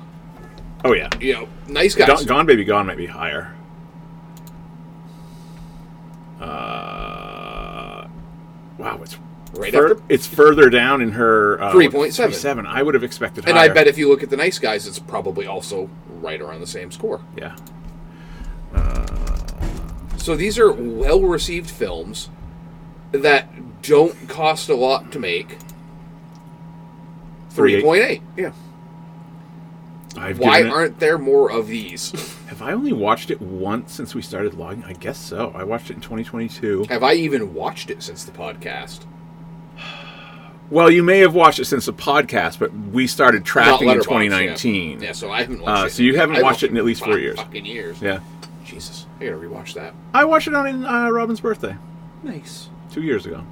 Speaker 7: oh yeah,
Speaker 8: You know, nice guys.
Speaker 7: Gone, Gone Baby Gone might be higher. Uh, wow, it's
Speaker 8: Right
Speaker 7: fur-
Speaker 8: after-
Speaker 7: It's further down in her uh,
Speaker 8: 3.7.
Speaker 7: Seven. I would have expected.
Speaker 8: and
Speaker 7: higher.
Speaker 8: I bet if you look at the nice guys, it's probably also right around the same score.
Speaker 7: Yeah.
Speaker 8: So these are well received films that don't cost a lot to make.
Speaker 7: 3.8.
Speaker 8: 3.8. Yeah.
Speaker 7: I've
Speaker 8: Why
Speaker 7: given it-
Speaker 8: aren't there more of these?
Speaker 7: Have I only watched it once since we started logging? I guess so. I watched it in 2022.
Speaker 8: Have I even watched it since the podcast?
Speaker 7: Well, you may have watched it since the podcast, but we started
Speaker 8: Not
Speaker 7: tracking in
Speaker 8: Letterboxd,
Speaker 7: 2019.
Speaker 8: Yeah. yeah, so I haven't watched
Speaker 7: Uh,
Speaker 8: it.
Speaker 7: so you haven't
Speaker 8: I
Speaker 7: watched it in at least four
Speaker 8: five
Speaker 7: years.
Speaker 8: Fucking years.
Speaker 7: Yeah.
Speaker 8: Jesus, I gotta rewatch that.
Speaker 7: I watched it on uh, Robin's birthday
Speaker 8: Nice.
Speaker 7: two years ago.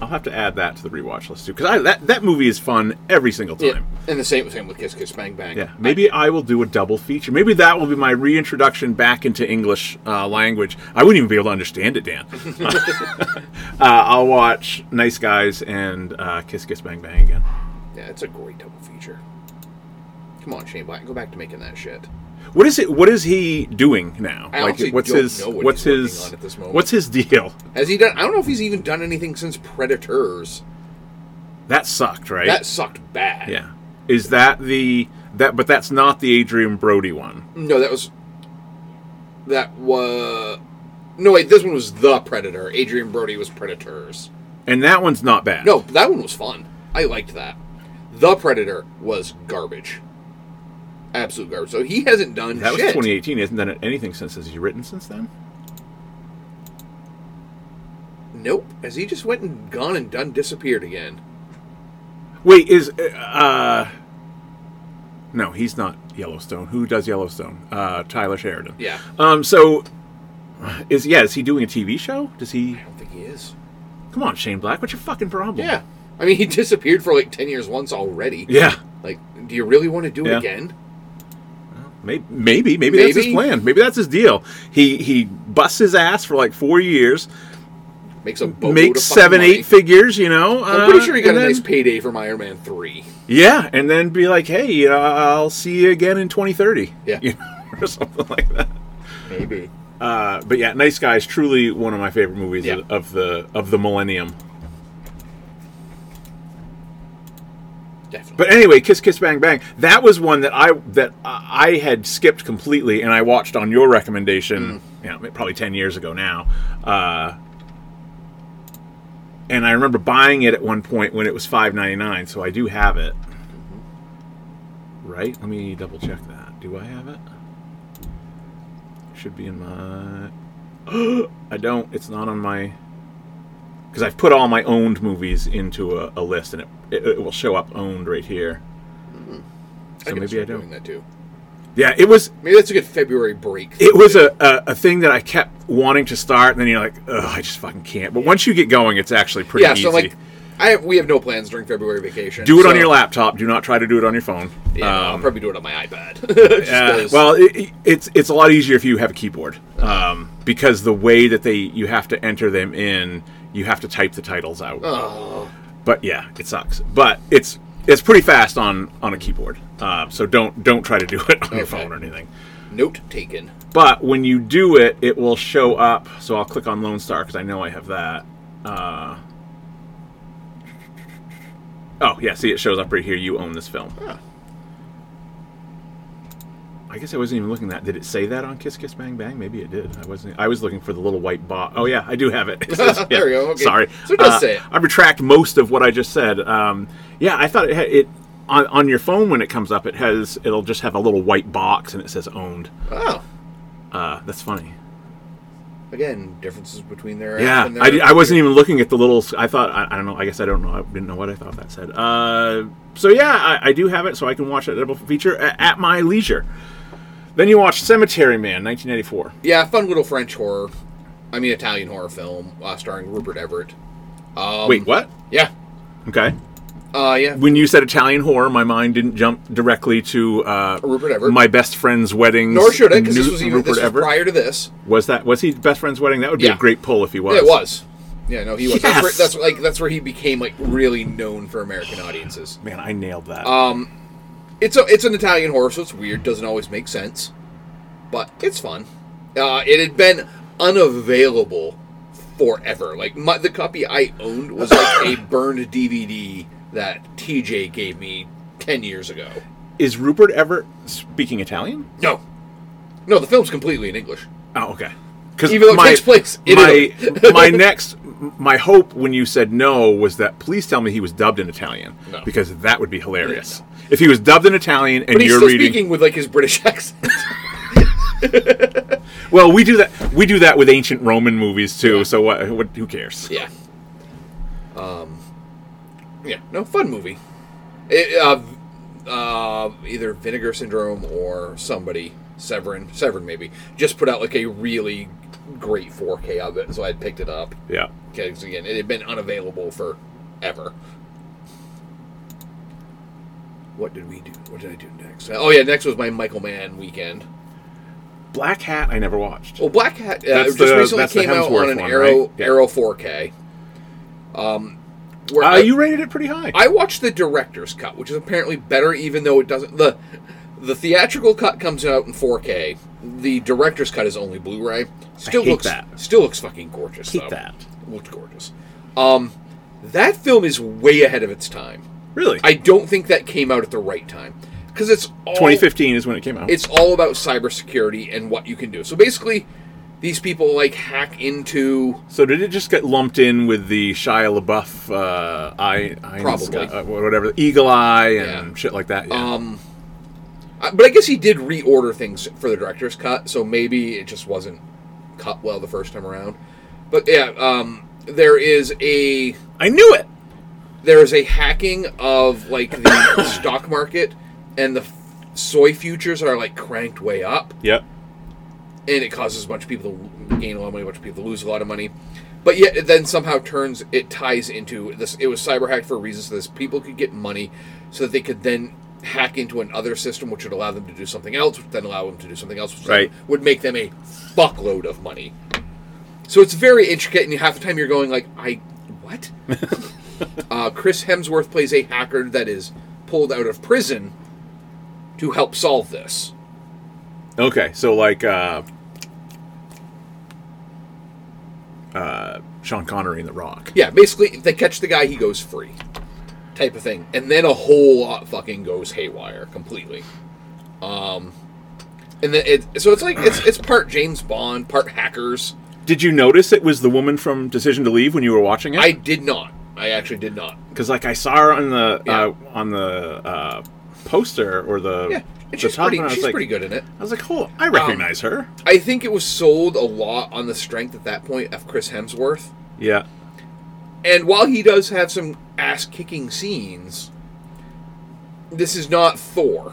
Speaker 7: I'll have to add that to the rewatch list too, because that that movie is fun every single
Speaker 8: Yeah,
Speaker 7: time.
Speaker 8: and the same same with Kiss Kiss Bang Bang.
Speaker 7: Yeah, maybe I will do a double feature. Maybe that will be my reintroduction back into English uh, language. I wouldn't even be able to understand it, Dan. uh, I'll watch Nice Guys and uh, Kiss Kiss Bang Bang again.
Speaker 8: yeah, it's a great double feature. Come on, Shane Black, go back to making that shit.
Speaker 7: What is it? What is he doing now?
Speaker 8: I honestly
Speaker 7: what's
Speaker 8: don't
Speaker 7: his
Speaker 8: know what
Speaker 7: what's
Speaker 8: he's working
Speaker 7: his
Speaker 8: on at this moment.
Speaker 7: what's his deal?
Speaker 8: Has he done? I don't know if he's even done anything since Predators.
Speaker 7: That sucked, right?
Speaker 8: That sucked bad.
Speaker 7: yeah. Is that the that? But that's not the Adrian Brody one.
Speaker 8: No, that was. That was. No wait, this one was the Predator. Adrian Brody was Predators.
Speaker 7: And that one's not bad.
Speaker 8: No, that one was fun. I liked that. The Predator was garbage. Absolute garbage. So he hasn't done
Speaker 7: that was
Speaker 8: shit.
Speaker 7: 2018. He hasn't done anything since. Has he written since then?
Speaker 8: Nope. Has he just went and gone and done disappeared again?
Speaker 7: Wait, is uh, uh No, he's not Yellowstone. Who does Yellowstone? Uh Tyler Sheridan.
Speaker 8: Yeah.
Speaker 7: Um so is yeah, is he doing a TV show? Does he
Speaker 8: I don't think he is.
Speaker 7: Come on, Shane Black, what's your fucking problem?
Speaker 8: Yeah. I mean, he disappeared for like 10 years once already.
Speaker 7: Yeah.
Speaker 8: Like, do you really want to do it
Speaker 7: Yeah.
Speaker 8: again?
Speaker 7: Maybe, maybe, maybe, that's his
Speaker 8: Maybe.
Speaker 7: plan. Maybe that's his deal. He he busts his ass for like four years,
Speaker 8: Makes a boatload
Speaker 7: makes
Speaker 8: of fucking
Speaker 7: seven,
Speaker 8: money.
Speaker 7: eight figures. You know,
Speaker 8: I'm pretty
Speaker 7: uh,
Speaker 8: sure he got
Speaker 7: and
Speaker 8: a
Speaker 7: then-
Speaker 8: nice payday from Iron Man 3.
Speaker 7: Yeah, and then be like, hey, you know, I'll see you again in 2030.
Speaker 8: Yeah.
Speaker 7: You know, or something like that.
Speaker 8: Maybe.
Speaker 7: Uh, but yeah, Nice Guys truly one of my favorite movies
Speaker 8: Yeah.
Speaker 7: of the of the millennium.
Speaker 8: Definitely.
Speaker 7: But anyway, Kiss Kiss Bang Bang, that was one that I that I I had skipped completely, and I watched on your recommendation, you know, probably ten years ago now. Uh, and I remember buying it at one point when it was five ninety nine, so I do have it. Right? Let me double check that. Do I have it? Should be in my. I don't. It's not on my. Because I've put all my owned movies into a, a list, and it, it it will show up owned right here. So
Speaker 8: Mm-hmm. I
Speaker 7: maybe I
Speaker 8: start
Speaker 7: don't.
Speaker 8: doing that too.
Speaker 7: Yeah, it was
Speaker 8: Maybe that's a good February break.
Speaker 7: it was a, a, a thing that I kept wanting to start, and then you're like, Ugh, I just fucking can't. But once you get going, it's actually pretty
Speaker 8: yeah,
Speaker 7: easy.
Speaker 8: so like, I have, we have no plans during February vacation.
Speaker 7: do it on
Speaker 8: so-
Speaker 7: your laptop. Do not try to do it on your phone.
Speaker 8: Yeah,
Speaker 7: Um,
Speaker 8: I'll probably do it on my iPad. Just
Speaker 7: Uh,
Speaker 8: 'cause-
Speaker 7: well, it, it- it's it's a lot easier if you have a keyboard um, because the way that they you have to enter them in, you have to type the titles out. But yeah, it sucks. But it's it's pretty fast on on a keyboard. Uh, so don't don't try to do it on your
Speaker 8: Okay.
Speaker 7: phone or anything.
Speaker 8: note taken.
Speaker 7: But when you do it, it will show up. So I'll click on Lone Star because I know I have that. Uh, oh yeah, see it shows up right here. You own this film. I guess I wasn't even looking that. Did it say that on Kiss Kiss Bang Bang? Maybe it did. I wasn't. I was looking for the little white box. Oh yeah, I do have it. It says- yeah.
Speaker 8: There we go, okay.
Speaker 7: Sorry.
Speaker 8: So it does
Speaker 7: Uh,
Speaker 8: say it.
Speaker 7: I retract most of what I just said. Um, yeah, I thought it had it on, on your phone when it comes up. It has. It'll just have a little white box and it says owned.
Speaker 8: Oh,
Speaker 7: Uh, that's funny.
Speaker 8: again, differences between their app
Speaker 7: Yeah,
Speaker 8: and their
Speaker 7: I, di- I wasn't even looking at the little. I thought I, I don't know. I guess I don't know. I didn't know what I thought that said. Uh, so yeah, I, I do have it, so I can watch that double feature at, at my leisure. Then you watch Cemetery Man, 1984.
Speaker 8: Yeah, fun little French horror. I mean, Italian horror film uh, starring Rupert Everett. Um,
Speaker 7: Wait, what?
Speaker 8: Yeah.
Speaker 7: Okay.
Speaker 8: Uh, yeah.
Speaker 7: When you said Italian horror, my mind didn't jump directly to uh,
Speaker 8: Rupert Everett.
Speaker 7: my best friend's wedding.
Speaker 8: Nor should I, because this was even this was prior to this.
Speaker 7: Was that was he best friend's wedding? That would be
Speaker 8: Yeah.
Speaker 7: a great pull if he was.
Speaker 8: Yeah, it was. Yeah, no, he was. That's, where,
Speaker 7: Yes!
Speaker 8: that's like that's where he became like really known for American audiences.
Speaker 7: Man, I nailed that.
Speaker 8: Um, It's a it's an Italian horror, so it's weird. Doesn't always make sense, but it's fun. Uh, it had been unavailable forever. Like my, the copy I owned was like a burned DVD that TJ gave me ten years ago.
Speaker 7: Is Rupert Everett speaking Italian?
Speaker 8: No, no, the film's completely in English.
Speaker 7: Oh, okay. Because
Speaker 8: Even though it takes place in
Speaker 7: my
Speaker 8: Italy.
Speaker 7: my next my hope when you said no was that please tell me he was dubbed in Italian
Speaker 8: No.
Speaker 7: because that would be hilarious. If he was dubbed in Italian and
Speaker 8: But he's
Speaker 7: you're
Speaker 8: still
Speaker 7: reading,
Speaker 8: speaking with like his British accent.
Speaker 7: well, we do that we do that with ancient Roman movies too. So what, what? Who cares?
Speaker 8: yeah. Um. Yeah. No fun movie. It, uh, uh, either Vinegar Syndrome or somebody Severin Severin maybe just put out like a really great 4K of it, so I picked it up
Speaker 7: Yeah.
Speaker 8: because again it had been unavailable for ever. What did we do? What did I do next? Oh yeah, next was my Michael Mann weekend.
Speaker 7: Black Hat I never watched.
Speaker 8: Well, Black Hat uh,
Speaker 7: That's
Speaker 8: just
Speaker 7: the-
Speaker 8: recently
Speaker 7: that's the
Speaker 8: came out
Speaker 7: Hemsworth
Speaker 8: on an
Speaker 7: one,
Speaker 8: Arrow
Speaker 7: right? Yeah.
Speaker 8: Arrow 4K. Um, where
Speaker 7: Uh,
Speaker 8: I,
Speaker 7: you rated it pretty high.
Speaker 8: I watched the director's cut, which is apparently better, even though it doesn't the The theatrical cut comes out in 4K. The director's cut is only Blu-ray. Still
Speaker 7: hate
Speaker 8: looks
Speaker 7: that.
Speaker 8: still looks fucking gorgeous.
Speaker 7: Hate
Speaker 8: though.
Speaker 7: that.
Speaker 8: looked gorgeous. Um, that film is way ahead of its time.
Speaker 7: really?
Speaker 8: I don't think that came out at the right time because it's all
Speaker 7: 2015 is when it came out.
Speaker 8: it's all about cybersecurity and what you can do. So basically, these people like hack into
Speaker 7: so did it just get lumped in with the Shia LaBeouf, uh, I, I in the
Speaker 8: Probably.
Speaker 7: Sky- uh, whatever, Eagle Eye and
Speaker 8: Yeah.
Speaker 7: shit like that? Yeah.
Speaker 8: um I- uh, but I guess he did reorder things for the director's cut, so maybe it just wasn't cut well the first time around. But yeah, um there is a
Speaker 7: I knew it.
Speaker 8: there is a hacking of like the stock market and the f- soy futures are like cranked way up.
Speaker 7: Yep.
Speaker 8: and it causes a bunch of people to gain a lot of money, a bunch of people to lose a lot of money. But yet, it then somehow turns it ties into this. It was cyber hacked for a reason, so this people could get money, so that they could then hack into another system, which would allow them to do something else, which then allow them to do something else, which then
Speaker 7: Right.
Speaker 8: would make them a fuckload of money. So it's very intricate, and half the time you're going like, "I what?" uh, Chris Hemsworth plays a hacker that is pulled out of prison to help solve this.
Speaker 7: Okay, so like uh, uh, Sean Connery in The Rock.
Speaker 8: Yeah, basically, if they catch the guy, he goes free, type of thing. And then a whole lot fucking goes haywire completely. Um, and then it so it's like it's it's part James Bond, part hackers.
Speaker 7: Did you notice it was the woman from Decision to Leave when you were watching
Speaker 8: I
Speaker 7: it?
Speaker 8: did not. I actually did not.
Speaker 7: Because like I saw her on the
Speaker 8: Yeah.
Speaker 7: uh, on the uh, poster or the
Speaker 8: Yeah,
Speaker 7: the
Speaker 8: and she's
Speaker 7: top,
Speaker 8: pretty.
Speaker 7: and I was
Speaker 8: She's
Speaker 7: like,
Speaker 8: pretty Um, good in it.
Speaker 7: I was like, oh, I recognize her.
Speaker 8: I think it was sold a lot on the strength at that point of Chris Hemsworth.
Speaker 7: Yeah,
Speaker 8: And while he does have some ass kicking scenes, this is not Thor.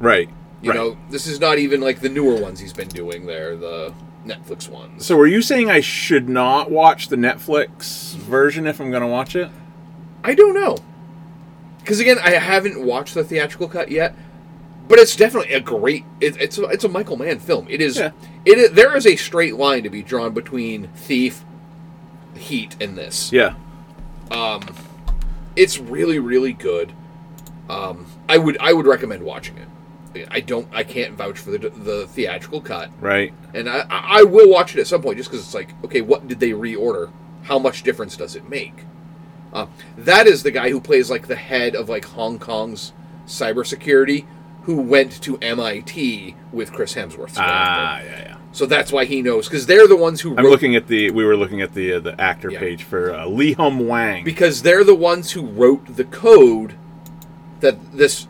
Speaker 7: right.
Speaker 8: You
Speaker 7: right.
Speaker 8: know, this is not even like the newer ones he's been doing there. The Netflix ones.
Speaker 7: So, were you saying I should not watch the Netflix version if I'm going to watch it?
Speaker 8: I don't know. Because again, I haven't watched the theatrical cut yet, but it's definitely a great. It, it's a, it's a Michael Mann film. It is.
Speaker 7: Yeah.
Speaker 8: It is, there is a straight line to be drawn between Thief, Heat, and this.
Speaker 7: Yeah.
Speaker 8: It's really really good. Um, I would I would recommend watching it. I don't I can't vouch for the the theatrical cut,
Speaker 7: Right.
Speaker 8: and I I I will watch it at some point just because it's like okay, what did they reorder? How much difference does it make? Uh, that is the guy who plays like the head of like Hong Kong's cybersecurity, who went to MIT with Chris Hemsworth's character.
Speaker 7: Ah, yeah, yeah.
Speaker 8: so that's why he knows because they're the ones who
Speaker 7: I'm
Speaker 8: wrote-
Speaker 7: looking at the. We were looking at the uh, the actor
Speaker 8: Yeah.
Speaker 7: page for uh, Lee Hum Wang.
Speaker 8: because they're the ones who wrote the code that this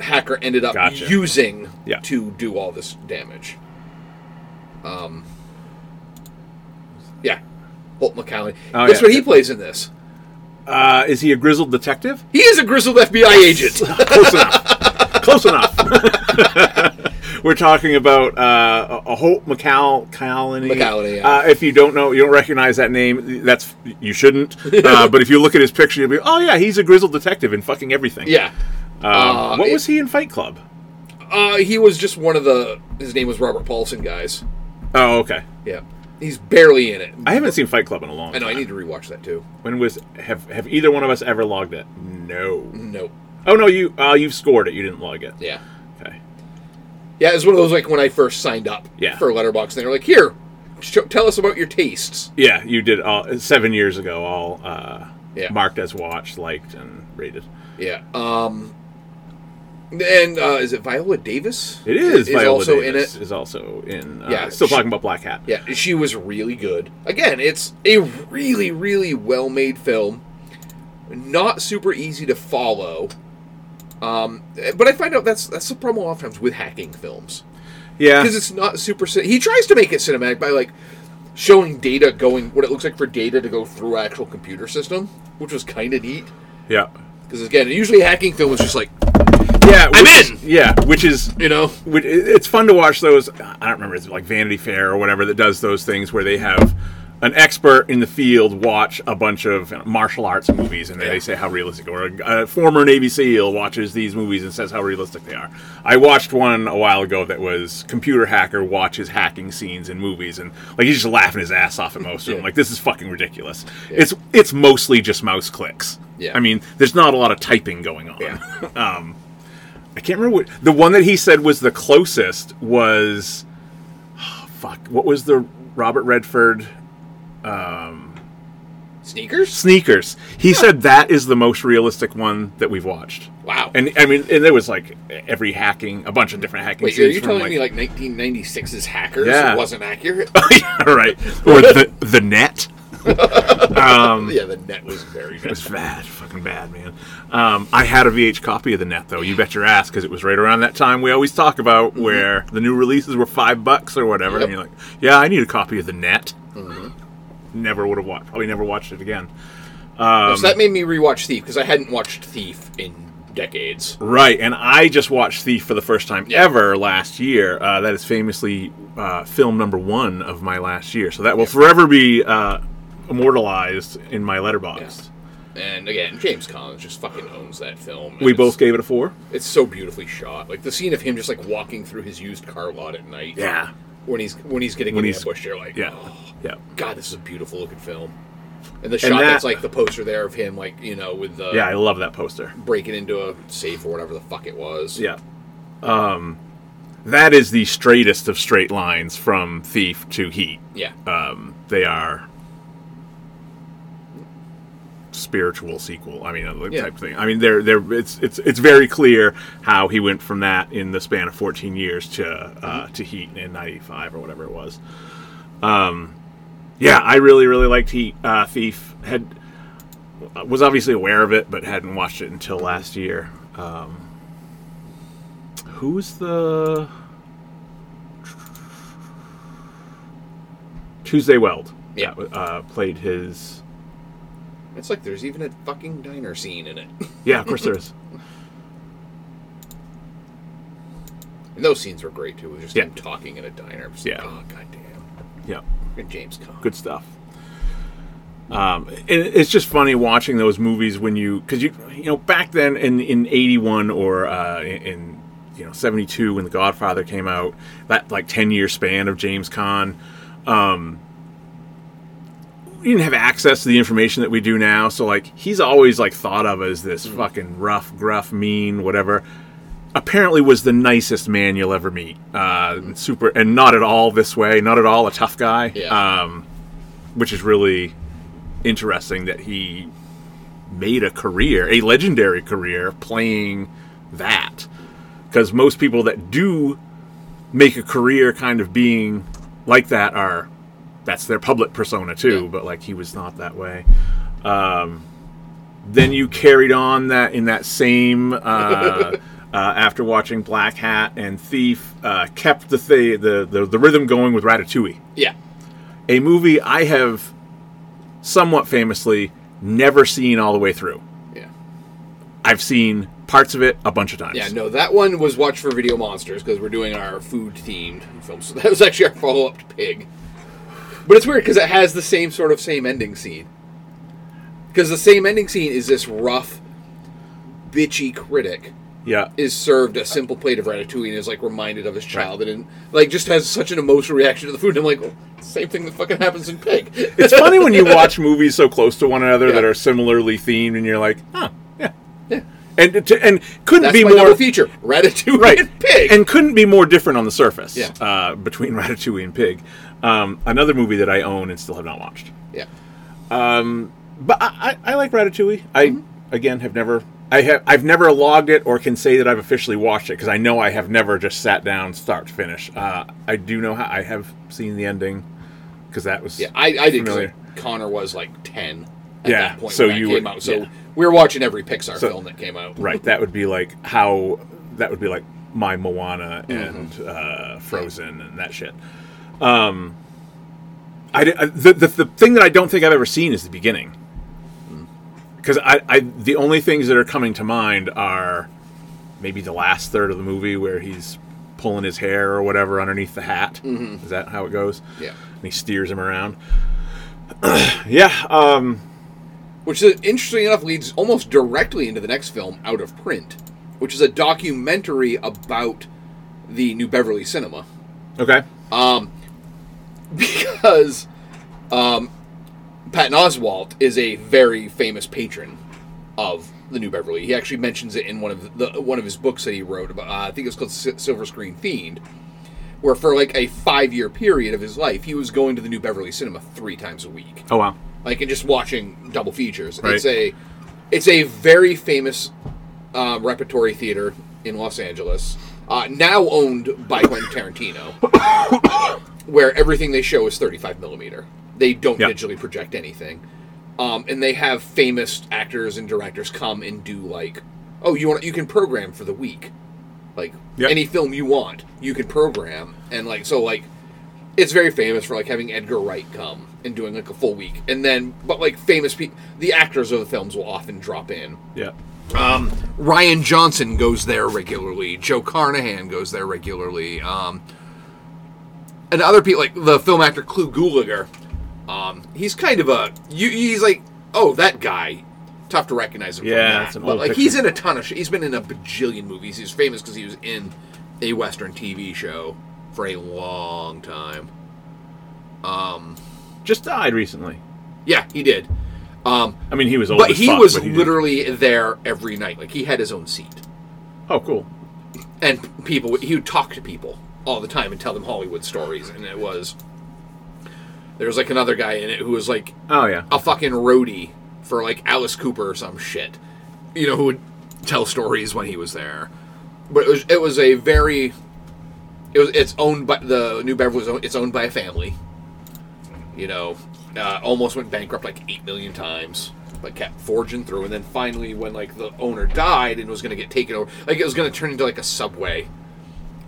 Speaker 8: hacker ended up
Speaker 7: Gotcha.
Speaker 8: using
Speaker 7: Yeah.
Speaker 8: to do all this damage. Um, yeah, Holt McCallum.
Speaker 7: Oh,
Speaker 8: Guess
Speaker 7: yeah.
Speaker 8: what he plays in this?
Speaker 7: uh, is he a grizzled detective?
Speaker 8: He is a grizzled FBI agent.
Speaker 7: Close enough. Close enough. We're talking about uh, a a Holt McCall colony.
Speaker 8: McCallany, yeah.
Speaker 7: Uh, if you don't know, you don't recognize that name. That's you shouldn't. Uh, but if you look at his picture, you'll be, oh yeah, he's a grizzled detective in fucking everything.
Speaker 8: yeah,
Speaker 7: Um,
Speaker 8: Uh,
Speaker 7: what
Speaker 8: it-
Speaker 7: was he in Fight Club?
Speaker 8: uh, he was just one of the. His name was Robert Paulson, guys.
Speaker 7: Oh, okay.
Speaker 8: Yeah, he's barely in it.
Speaker 7: I haven't seen Fight Club in a long
Speaker 8: I
Speaker 7: time.
Speaker 8: know. I need to rewatch that too.
Speaker 7: When was have have either one of us ever logged it? No.
Speaker 8: Nope.
Speaker 7: Oh no, you uh, you've scored it. You didn't log it.
Speaker 8: Yeah.
Speaker 7: Okay.
Speaker 8: Yeah, it's one of those like when I first signed up
Speaker 7: Yeah.
Speaker 8: for Letterbox, and they were like, "Here, sh- tell us about your tastes."
Speaker 7: Yeah, you did all seven years ago. All uh,
Speaker 8: Yeah.
Speaker 7: marked as watched, liked, and rated.
Speaker 8: Yeah. Um. And uh, is it Viola Davis?
Speaker 7: It is.
Speaker 8: Is
Speaker 7: Viola
Speaker 8: also
Speaker 7: Davis
Speaker 8: in it.
Speaker 7: Is also in. Uh,
Speaker 8: Yeah,
Speaker 7: Still
Speaker 8: she-
Speaker 7: talking about Black Hat.
Speaker 8: Yeah, she was really good. Again, it's a really, really well-made film. Not super easy to follow. Um, but I find out that's that's the problem oftentimes with hacking films.
Speaker 7: Yeah.
Speaker 8: because it's not super. cin- He tries to make it cinematic by like showing data going what it looks like for data to go through actual computer system, which was kind of neat.
Speaker 7: Yeah.
Speaker 8: Because again, usually a hacking film is just like
Speaker 7: Yeah.
Speaker 8: I'm
Speaker 7: which-
Speaker 8: in!
Speaker 7: Yeah. Which is.
Speaker 8: you know,
Speaker 7: Which, it- it's fun to watch those. I don't remember. It's like Vanity Fair or whatever that does those things where they have an expert in the field watch a bunch of you know, martial arts movies and
Speaker 8: Yeah.
Speaker 7: they say how realistic. Or a, a former Navy SEAL watches these movies and says how realistic they are. I watched one a while ago that was computer hacker watches hacking scenes in movies and like he's just laughing his ass off at most of them.
Speaker 8: Yeah.
Speaker 7: Like this is fucking ridiculous. It's it's mostly just mouse clicks.
Speaker 8: Yeah.
Speaker 7: I mean, there's not a lot of typing going on.
Speaker 8: Yeah.
Speaker 7: um, I can't remember what the one that he said was the closest was. oh, fuck, what was the Robert Redford
Speaker 8: sneakers.
Speaker 7: sneakers? He said that is the most realistic one that we've watched.
Speaker 8: Wow.
Speaker 7: And I mean, and there was like every hacking, a bunch of different hacking.
Speaker 8: Wait, are
Speaker 7: scenes
Speaker 8: you
Speaker 7: from,
Speaker 8: telling me like 1996's hackers
Speaker 7: Yeah.
Speaker 8: wasn't accurate?
Speaker 7: yeah, right, or the the net?
Speaker 8: yeah, the net was very
Speaker 7: Um, It
Speaker 8: good.
Speaker 7: was bad, fucking bad, man. Um, I had a VH copy of the net though. You bet your ass, because it was right around that time we always talk about where the new releases were five bucks or whatever,
Speaker 8: Yep.
Speaker 7: and you're like, yeah, I need a copy of the net. Never would have watched. Probably never watched it again.
Speaker 8: so that made me rewatch Thief because I hadn't watched Thief in decades.
Speaker 7: Right, and I just watched Thief for the first time ever last year. Uh, that is famously uh, film number one of my last year, so that will forever be uh, immortalized in my letterbox.
Speaker 8: And again, James Collins just fucking owns that film. and
Speaker 7: We
Speaker 8: it's-
Speaker 7: both gave it a four.
Speaker 8: It's so beautifully shot. Like the scene of him just like walking through his used car lot at night.
Speaker 7: Yeah.
Speaker 8: When he's when he's getting
Speaker 7: When
Speaker 8: when
Speaker 7: he's-
Speaker 8: ambushed, you're like, "Oh,
Speaker 7: Yeah, yeah,
Speaker 8: God, this is a beautiful looking film. And the shot that's
Speaker 7: that-
Speaker 8: like the poster there of him, like you know, with the
Speaker 7: yeah. I love that poster.
Speaker 8: breaking into a safe or whatever the fuck it was.
Speaker 7: Yeah. Um, that is the straightest of straight lines from Thief to Heat.
Speaker 8: yeah,
Speaker 7: Um, they are spiritual sequel. I mean, uh, like
Speaker 8: Yeah.
Speaker 7: type thing. I mean, they're they're it's it's it's very clear how he went from that in the span of 14 years to uh, to Heat in '95 or whatever it was. Um, yeah, I really really liked Heat. Uh, Thief had was obviously aware of it, but hadn't watched it until last year. Um, who's the Tuesday Weld?
Speaker 8: Yeah.
Speaker 7: uh, played his.
Speaker 8: it's like there's even a fucking diner scene in it.
Speaker 7: Yeah, of course there is.
Speaker 8: and those scenes were great too. It was just
Speaker 7: Yeah.
Speaker 8: him talking in a diner. Just
Speaker 7: Yeah.
Speaker 8: Like, oh goddamn.
Speaker 7: Yep.
Speaker 8: and James Caan.
Speaker 7: good stuff. Um, and it's just funny watching those movies when you, because you, you know, back then in in '81 or uh, in- in you know '72 when The Godfather came out, that like ten year span of James Caan, um, we didn't have access to the information that we do now. So like he's always like thought of as this fucking rough, gruff, mean, whatever. Apparently was the nicest man you'll ever meet. Uh, Super and not at all this way, not at all a tough guy.
Speaker 8: Yeah.
Speaker 7: Um, which is really interesting that he made a career, a legendary career, playing that. Because most people that do make a career kind of being like that are that's their public persona too,
Speaker 8: Yeah.
Speaker 7: but like he was not that way. Um, then you carried on that in that same uh, uh, after watching Black Hat and Thief, uh, kept the, th- the the the rhythm going with Ratatouille,
Speaker 8: Yeah.
Speaker 7: a movie I have somewhat famously never seen all the way through.
Speaker 8: Yeah.
Speaker 7: I've seen parts of it a bunch of times.
Speaker 8: Yeah, no, that one was Watch for Video Monsters because we're doing our food themed film. So that was actually our follow up to Pig. But it's weird because it has the same sort of same ending scene. Because the same ending scene is this rough, bitchy critic
Speaker 7: yeah,
Speaker 8: is served a simple plate of ratatouille and is like reminded of his childhood and like just has such an emotional reaction to the food. And I'm like, well, same thing that fucking happens in Pig.
Speaker 7: it's funny when you watch movies so close to one another that
Speaker 8: Yeah.
Speaker 7: are similarly themed, and you're like, huh, yeah,
Speaker 8: yeah,
Speaker 7: and to, and couldn't
Speaker 8: that's
Speaker 7: be
Speaker 8: my
Speaker 7: more
Speaker 8: double feature: ratatouille and Pig.
Speaker 7: and couldn't be more different on the surface.
Speaker 8: Yeah.
Speaker 7: Uh, between Ratatouille and Pig, um, another movie that I own and still have not watched.
Speaker 8: yeah,
Speaker 7: But I, I, I like Ratatouille. I again have never. I have I've never logged it or can say that I've officially watched it because I know I have never just sat down start to finish. Uh, I do know how I have seen the ending because that was
Speaker 8: yeah, I, I did. 'cause,
Speaker 7: familiar.
Speaker 8: like, Connor was like ten at
Speaker 7: Yeah,
Speaker 8: that point
Speaker 7: so
Speaker 8: when that
Speaker 7: you
Speaker 8: came
Speaker 7: would-
Speaker 8: out. So
Speaker 7: yeah.
Speaker 8: we were watching every Pixar
Speaker 7: So-
Speaker 8: film that came out.
Speaker 7: right. That would be like how that would be like my Moana and uh, Frozen and that shit. Um, I, di- I- the, the the thing that I don't think I've ever seen is the beginning because I, I the only things that are coming to mind are maybe the last third of the movie where he's pulling his hair or whatever underneath the hat. Is that how it goes?
Speaker 8: Yeah.
Speaker 7: and he steers him around. yeah, um,
Speaker 8: Which, is, interesting enough, leads almost directly into the next film, Out of Print, which is a documentary about the New Beverly Cinema.
Speaker 7: okay,
Speaker 8: because um, Patton Oswalt is a very famous patron of the New Beverly. He actually mentions it in one of the one of his books that he wrote about. Uh, I think it was called S- Silver Screen Fiend, where for like a five year period of his life, he was going to the New Beverly Cinema three times a week,
Speaker 7: oh wow,
Speaker 8: like and just watching double features.
Speaker 7: Right.
Speaker 8: It's a it's a very famous uh, repertory theater in Los Angeles, uh, now owned by Quentin Tarantino where everything they show is 35 millimeter. They don't
Speaker 7: Yeah.
Speaker 8: digitally project anything, um, and they have famous actors and directors come and do like, oh, you want you can program for the week, like
Speaker 7: Yeah.
Speaker 8: any film you want, you can program, and like so like, it's very famous for like having Edgar Wright come and doing like a full week, and then but like famous people, the actors of the films will often drop in.
Speaker 7: yeah,
Speaker 8: Ryan Johnson goes there regularly. Joe Carnahan goes there regularly. Um, and other people, like the film actor Clu Gulager, um, he's kind of a. You, he's like, oh, that guy. Tough to recognize him.
Speaker 7: Yeah,
Speaker 8: from that.
Speaker 7: it's an
Speaker 8: but
Speaker 7: old
Speaker 8: like he's in a ton of. Sh- he's been in a bajillion movies. He's famous because he was in a Western TV show for a long time.
Speaker 7: just died recently.
Speaker 8: Yeah, he did. Um,
Speaker 7: I mean, he was old,
Speaker 8: but
Speaker 7: as
Speaker 8: he
Speaker 7: fuck,
Speaker 8: was
Speaker 7: but did-
Speaker 8: literally there every night. Like he had his own seat.
Speaker 7: Oh, cool.
Speaker 8: and p- people would- he would talk to people all the time and tell them Hollywood stories and it was there was like another guy in it who was like
Speaker 7: Oh yeah.
Speaker 8: a fucking roadie for like Alice Cooper or some shit you know who would tell stories when he was there but it was it was a very it was it's owned by the New Beverly was owned, it's owned by a family you know uh, almost went bankrupt like 8 million times but kept forging through and then finally when like the owner died and was going to get taken over like it was going to turn into like a subway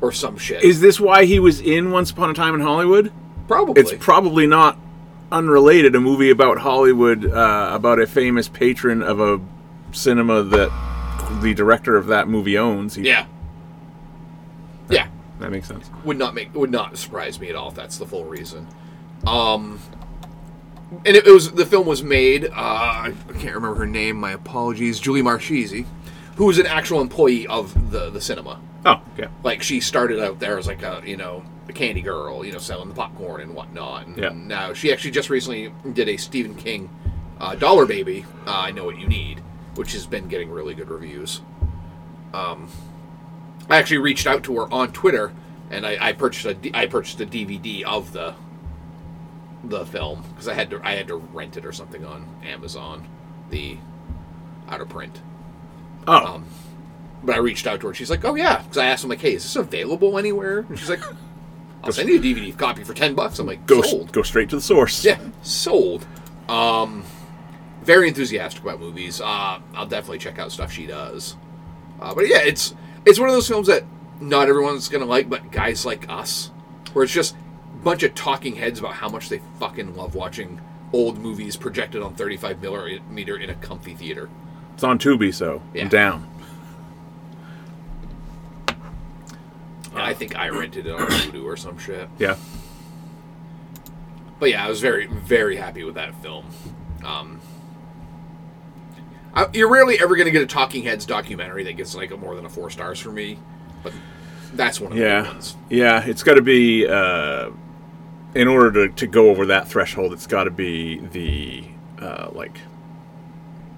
Speaker 8: or some shit
Speaker 7: Is this why he was in Once Upon a Time in Hollywood?
Speaker 8: probably
Speaker 7: It's probably not unrelated. A movie about Hollywood, uh, about a famous patron of a cinema that the director of that movie owns. He-
Speaker 8: yeah yeah
Speaker 7: that makes sense.
Speaker 8: would not make would not surprise me at all if that's the full reason Um, and it, it was the film was made. Uh, I can't remember her name. My apologies, Julie Marchese, who was an actual employee of the the cinema.
Speaker 7: Oh, okay.
Speaker 8: Like she started out there as like a you know a candy girl, you know, selling the popcorn and whatnot. And
Speaker 7: Yeah.
Speaker 8: now she actually just recently did a Stephen King uh, Dollar Baby. Uh, I know what you need, which has been getting really good reviews. Um, I actually reached out to her on Twitter, and I, I purchased a D- I purchased a DVD of the the film because I had to I had to rent it or something on Amazon, the out of print.
Speaker 7: Oh,
Speaker 8: But I reached out to her. and She's like, "Oh yeah," because I asked him like, "Hey, is this available anywhere?" And she's like, "I'll send you a DVD copy for ten bucks." I'm like,
Speaker 7: go
Speaker 8: "Sold."
Speaker 7: go straight to the source.
Speaker 8: Yeah, sold. Um, very enthusiastic about movies. Uh, I'll definitely check out stuff she does. Uh, but yeah, it's it's one of those films that not everyone's gonna like, but guys like us, where it's just a bunch of talking heads about how much they fucking love watching old movies projected on 35 millimeter in a comfy theater.
Speaker 7: It's on Tubi, so
Speaker 8: Yeah.
Speaker 7: I'm down.
Speaker 8: And
Speaker 7: Ah.
Speaker 8: I think I rented it on Voodoo or some shit.
Speaker 7: Yeah.
Speaker 8: But yeah, I was very, very happy with that film. Um, I, you're rarely ever going to get a Talking Heads documentary that gets like a more than a four stars for me, but that's one of the good
Speaker 7: Yeah.
Speaker 8: ones.
Speaker 7: Yeah. It's got to be, uh, in order to, to go over that threshold, it's got to be the, uh, like,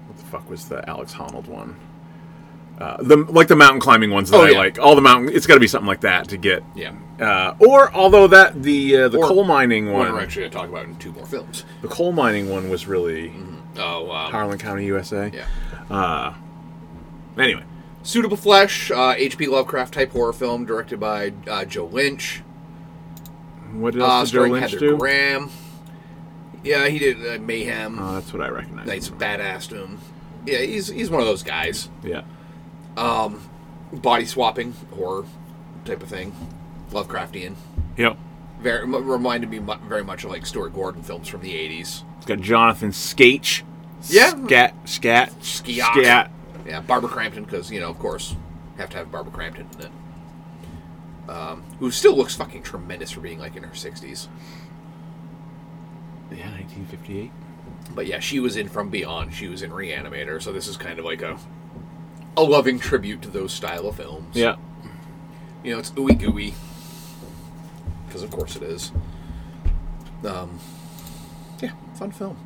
Speaker 7: what the fuck was the Alex Honnold one? Uh, the like the mountain climbing ones that
Speaker 8: Oh,
Speaker 7: I
Speaker 8: yeah.
Speaker 7: like. All the mountain. It's got to be something like that to get.
Speaker 8: Yeah,
Speaker 7: Uh, or although that the uh, the
Speaker 8: Or-
Speaker 7: coal mining
Speaker 8: one
Speaker 7: one,
Speaker 8: we're actually going to talk about in two more films.
Speaker 7: the coal mining one was really
Speaker 8: Oh, um,
Speaker 7: Harlan County, USA.
Speaker 8: yeah.
Speaker 7: Anyway,
Speaker 8: Suitable Flesh, uh, H.P. Lovecraft type horror film directed by uh, Joe Lynch,
Speaker 7: what else did
Speaker 8: uh,
Speaker 7: Joe
Speaker 8: starring
Speaker 7: Lynch
Speaker 8: Heather
Speaker 7: do?
Speaker 8: Graham. Yeah, he did uh, Mayhem.
Speaker 7: Oh, that's what I recognize.
Speaker 8: Nice badass to him. Yeah, he's he's one of those guys.
Speaker 7: Yeah.
Speaker 8: body swapping horror type of thing, Lovecraftian.
Speaker 7: Yep.
Speaker 8: Very m- reminded me mu- very much of like Stuart Gordon films from the eighties.
Speaker 7: It's got Jonathan Skate.
Speaker 8: Yeah.
Speaker 7: Scat. Scat.
Speaker 8: Skiak.
Speaker 7: Scat.
Speaker 8: Yeah, Barbara Crampton because you know of course have to have Barbara Crampton in it. Um, who still looks fucking tremendous for being like in her sixties.
Speaker 7: Yeah, 1958.
Speaker 8: But yeah, she was in From Beyond. She was in Reanimator. So this is kind of like a a loving tribute to those style of films.
Speaker 7: Yeah.
Speaker 8: You know, it's ooey gooey. Because of course it is. Um, yeah, fun film.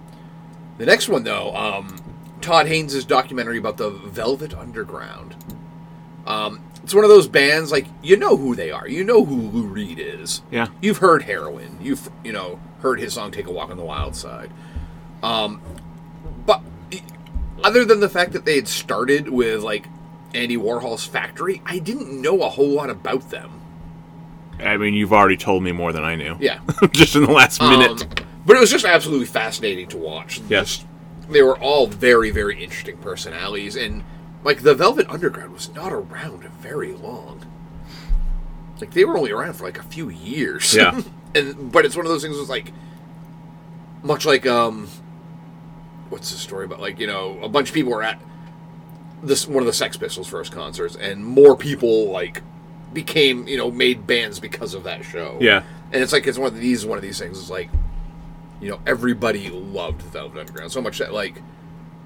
Speaker 8: The next one, though, um, Todd Haynes' documentary about the Velvet Underground. Um, it's one of those bands, like, you know who they are. You know who Lou Reed is.
Speaker 7: Yeah.
Speaker 8: You've heard Heroin. You've, you know, heard his song Take a Walk on the Wild Side. Um, but other than the fact that they had started with, like, Andy Warhol's factory, I didn't know a whole lot about them.
Speaker 7: I mean, you've already told me more than I knew.
Speaker 8: Yeah.
Speaker 7: Just in the last minute.
Speaker 8: Um, but it was just absolutely fascinating to watch.
Speaker 7: yes.
Speaker 8: They were all very, very interesting personalities, and like the Velvet Underground was not around very long. Like they were only around for like a few years.
Speaker 7: Yeah.
Speaker 8: and but it's one of those things. Was like much like um, what's the story about? Like you know, a bunch of people were at this one of the Sex Pistols' first concerts, and more people like became you know made bands because of that show.
Speaker 7: Yeah.
Speaker 8: and it's like it's one of these one of these things. It's like you know everybody loved Velvet Underground so much that like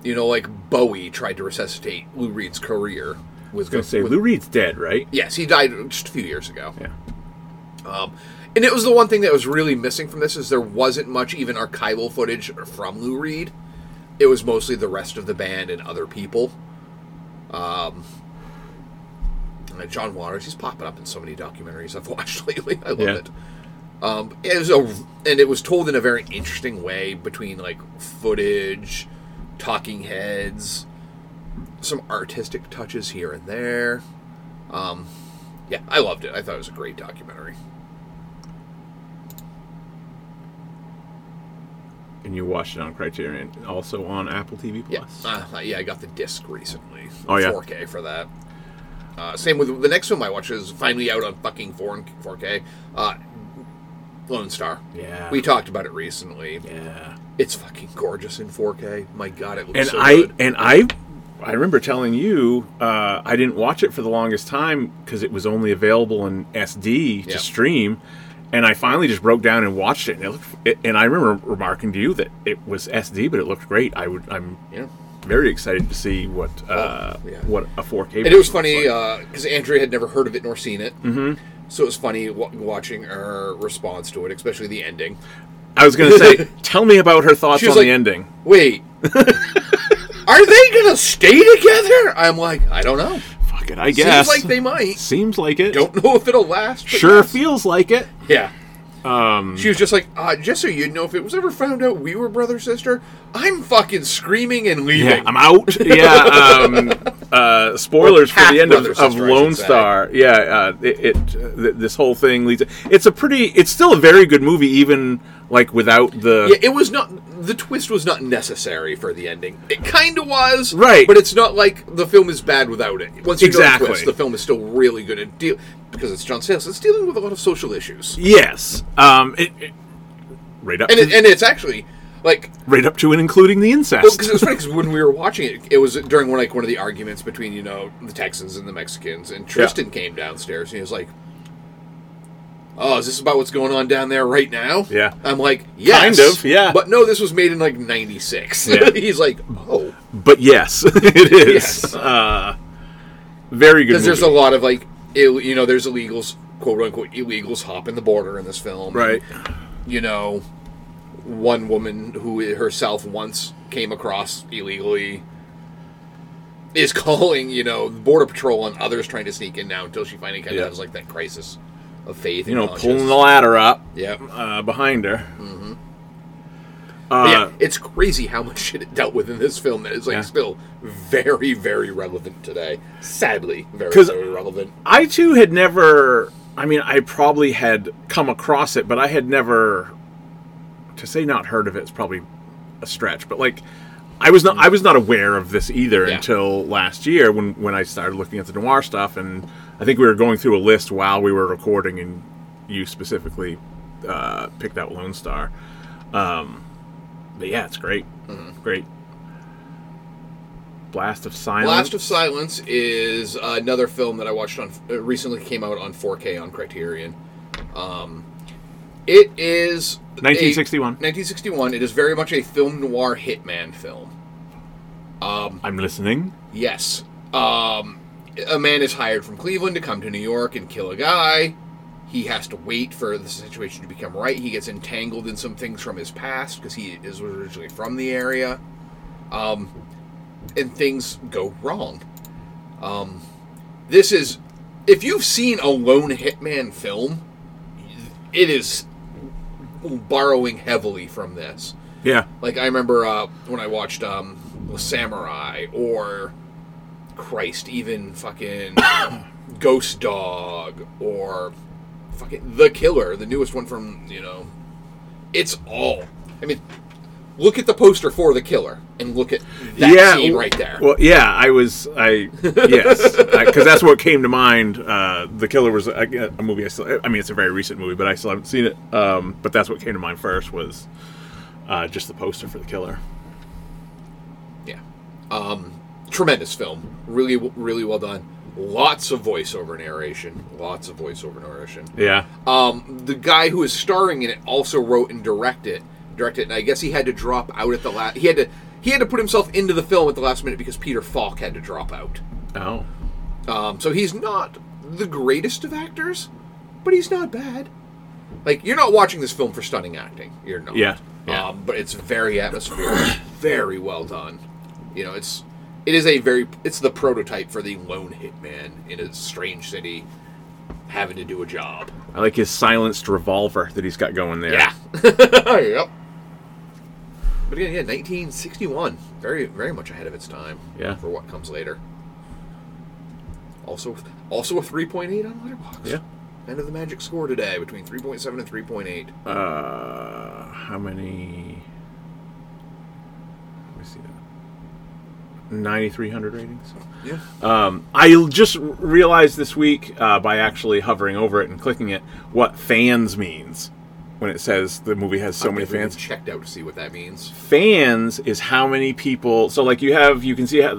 Speaker 8: you know like Bowie tried to resuscitate Lou Reed's career with,
Speaker 7: I was gonna say
Speaker 8: with-
Speaker 7: Lou Reed's dead, right?
Speaker 8: Yes, he died just a few years ago.
Speaker 7: Yeah.
Speaker 8: Um, and it was the one thing that was really missing from this is there wasn't much even archival footage from Lou Reed. It was mostly the rest of the band and other people. Um, uh, John Waters, he's popping up in so many documentaries I've watched lately. I love
Speaker 7: Yeah.
Speaker 8: it. Um, it was a, and it was told in a very interesting way between like footage, talking heads, some artistic touches here and there. Um, yeah, I loved it. I thought it was a great documentary.
Speaker 7: And you watched it on Criterion, also on Apple TV
Speaker 8: Yeah,
Speaker 7: Plus.
Speaker 8: uh, yeah, I got the disc recently.
Speaker 7: Oh, yeah.
Speaker 8: 4K for that. Uh, same with the next film I watched is finally out on fucking foreign 4K. Uh, Lone Star.
Speaker 7: Yeah.
Speaker 8: we talked about it recently.
Speaker 7: yeah.
Speaker 8: It's fucking gorgeous in 4K. My God, it looks
Speaker 7: and
Speaker 8: so
Speaker 7: I
Speaker 8: good.
Speaker 7: and I I remember telling you uh, I didn't watch it for the longest time because it was only available in SD to
Speaker 8: Yeah.
Speaker 7: stream, and I finally just broke down and watched it. And, it looked, it, and I remember remarking to you that it was SD, but it looked great. I would, I'm
Speaker 8: Yeah. Oh,
Speaker 7: very excited to see what uh,
Speaker 8: yeah.
Speaker 7: what a 4K.
Speaker 8: And it was
Speaker 7: version looks
Speaker 8: funny uh,
Speaker 7: like.
Speaker 8: because Andrea had never heard of it nor seen it. Mm-hmm. So it was funny wa watching her response to it, especially the ending.
Speaker 7: I was going to say, tell me about her thoughts
Speaker 8: She
Speaker 7: on
Speaker 8: was like-
Speaker 7: the ending.
Speaker 8: Wait, are they going to stay together? I'm like, I don't know.
Speaker 7: Fuck it, I guess.
Speaker 8: Seems like they might.
Speaker 7: Seems like it.
Speaker 8: Don't know if it'll last. but
Speaker 7: sure
Speaker 8: yes.
Speaker 7: feels like it.
Speaker 8: Yeah. Um, she was just like, uh, just so you know, if it was ever found out we were brother sister, I'm fucking screaming and leaving.
Speaker 7: Yeah, I'm out. Yeah, um, uh, spoilers for
Speaker 8: Half
Speaker 7: the end of,
Speaker 8: brothers,
Speaker 7: of
Speaker 8: sister, I should
Speaker 7: Lone
Speaker 8: say.
Speaker 7: Star. Yeah, uh, it, it th- this whole thing leads. It's a pretty. It's still a very good movie, even like without the.
Speaker 8: Yeah, it was not. The twist was not necessary for the ending. It kind of was,
Speaker 7: Right.
Speaker 8: But it's not like the film is bad without it. Once you
Speaker 7: Exactly.
Speaker 8: know the twist, the film is still really good at deal because it's John Sayles. It's dealing with a lot of social issues,
Speaker 7: yes. Um. It, it- right up.
Speaker 8: and
Speaker 7: to,
Speaker 8: it, and it's actually like
Speaker 7: right up to and including the incest.
Speaker 8: because it was funny 'cause when we were watching it, it was during one like one of the arguments between you know the Texans and the Mexicans, and Tristan came downstairs and he was like. Oh, is this about what's going on down there right now?
Speaker 7: Yeah.
Speaker 8: I'm like, yes.
Speaker 7: Kind of, yeah.
Speaker 8: But no, this was made in like 96.
Speaker 7: Yeah.
Speaker 8: He's like, oh.
Speaker 7: but yes, it is.
Speaker 8: Yes.
Speaker 7: Uh, very good.
Speaker 8: because there's a
Speaker 7: movie.
Speaker 8: lot of like Ill, you know there's illegals quote unquote illegals hopping the border in this film
Speaker 7: right.
Speaker 8: you know one woman who herself once came across illegally is calling you know border patrol on others trying to sneak in now until she finally kind
Speaker 7: Yeah.
Speaker 8: of has like that crisis of faith
Speaker 7: You
Speaker 8: and
Speaker 7: know,
Speaker 8: conscience.
Speaker 7: pulling the ladder up
Speaker 8: yeah
Speaker 7: uh, behind her. Mm-hmm.
Speaker 8: But yeah,
Speaker 7: Uh,
Speaker 8: it's crazy how much shit it dealt with in this film that is like
Speaker 7: Yeah.
Speaker 8: still very, very relevant today. Sadly, very,
Speaker 7: 'Cause-
Speaker 8: very relevant.
Speaker 7: I too had never. I mean, I probably had come across it, but I had never. To say not heard of it is probably a stretch, but like, I was not. I was not aware of this either
Speaker 8: Yeah.
Speaker 7: until last year when when I started looking at the noir stuff, and I think we were going through a list while we were recording, and you specifically uh, picked out Lone Star. Um, but yeah, it's great,
Speaker 8: Mm-hmm.
Speaker 7: great. Blast of silence.
Speaker 8: Blast of Silence is another film that I watched on uh, recently came out on 4K on Criterion. Um, it is a-
Speaker 7: 1961.
Speaker 8: 1961. It is very much a film noir hitman film.
Speaker 7: I'm listening.
Speaker 8: Yes. Um, a man is hired from Cleveland to come to New York and kill a guy. He has to wait for the situation to become right. He gets entangled in some things from his past because he is originally from the area. Um, and things go wrong. Um, this is. If you've seen a lone hitman film, it is borrowing heavily from this.
Speaker 7: Yeah.
Speaker 8: Like I remember uh, when I watched um, Samurai or Christ, even fucking Ghost Dog or fucking The Killer, the newest one from you know, it's all. I mean, look at the poster for The Killer and look at that scene
Speaker 7: w-
Speaker 8: right there.
Speaker 7: Well, yeah, I was, I yes, because that's what came to mind. Uh, the Killer was a, a movie I still, I mean, it's a very recent movie, but I still haven't seen it. Um, but that's what came to mind first was uh, just the poster for The Killer.
Speaker 8: yeah, um, tremendous film, really, w- really well done. Lots of voiceover narration. Lots of voiceover narration.
Speaker 7: Yeah,
Speaker 8: Um, the guy who is starring in it also wrote and directed directed, it, and I guess he had to drop out at the last. He had to he had to put himself into the film at the last minute because Peter Falk had to drop out.
Speaker 7: oh,
Speaker 8: Um, so he's not the greatest of actors, but he's not bad. Like you're not watching this film for stunning acting. You're not.
Speaker 7: Yeah, yeah.
Speaker 8: Um, but it's very atmospheric, very well done. You know, it's it is a very it's the prototype for the lone hitman in a strange city having to do a job.
Speaker 7: I like his silenced revolver that he's got going there.
Speaker 8: Yeah. yep. But again, yeah, 1961. Very, very much ahead of its time.
Speaker 7: Yeah.
Speaker 8: For what comes later. Also, also a 3.8 on Letterboxd.
Speaker 7: Yeah.
Speaker 8: End of the magic score today between 3.7 and 3.8.
Speaker 7: Uh, how many? Let me see that. Ninety-three hundred ratings.
Speaker 8: Yeah.
Speaker 7: Um, I l- just r- realized this week uh, by actually hovering over it and clicking it what fans means when it says the movie has so many
Speaker 8: I've even
Speaker 7: fans.
Speaker 8: Checked out to see what that means.
Speaker 7: Fans is how many people. So like you have you can see how,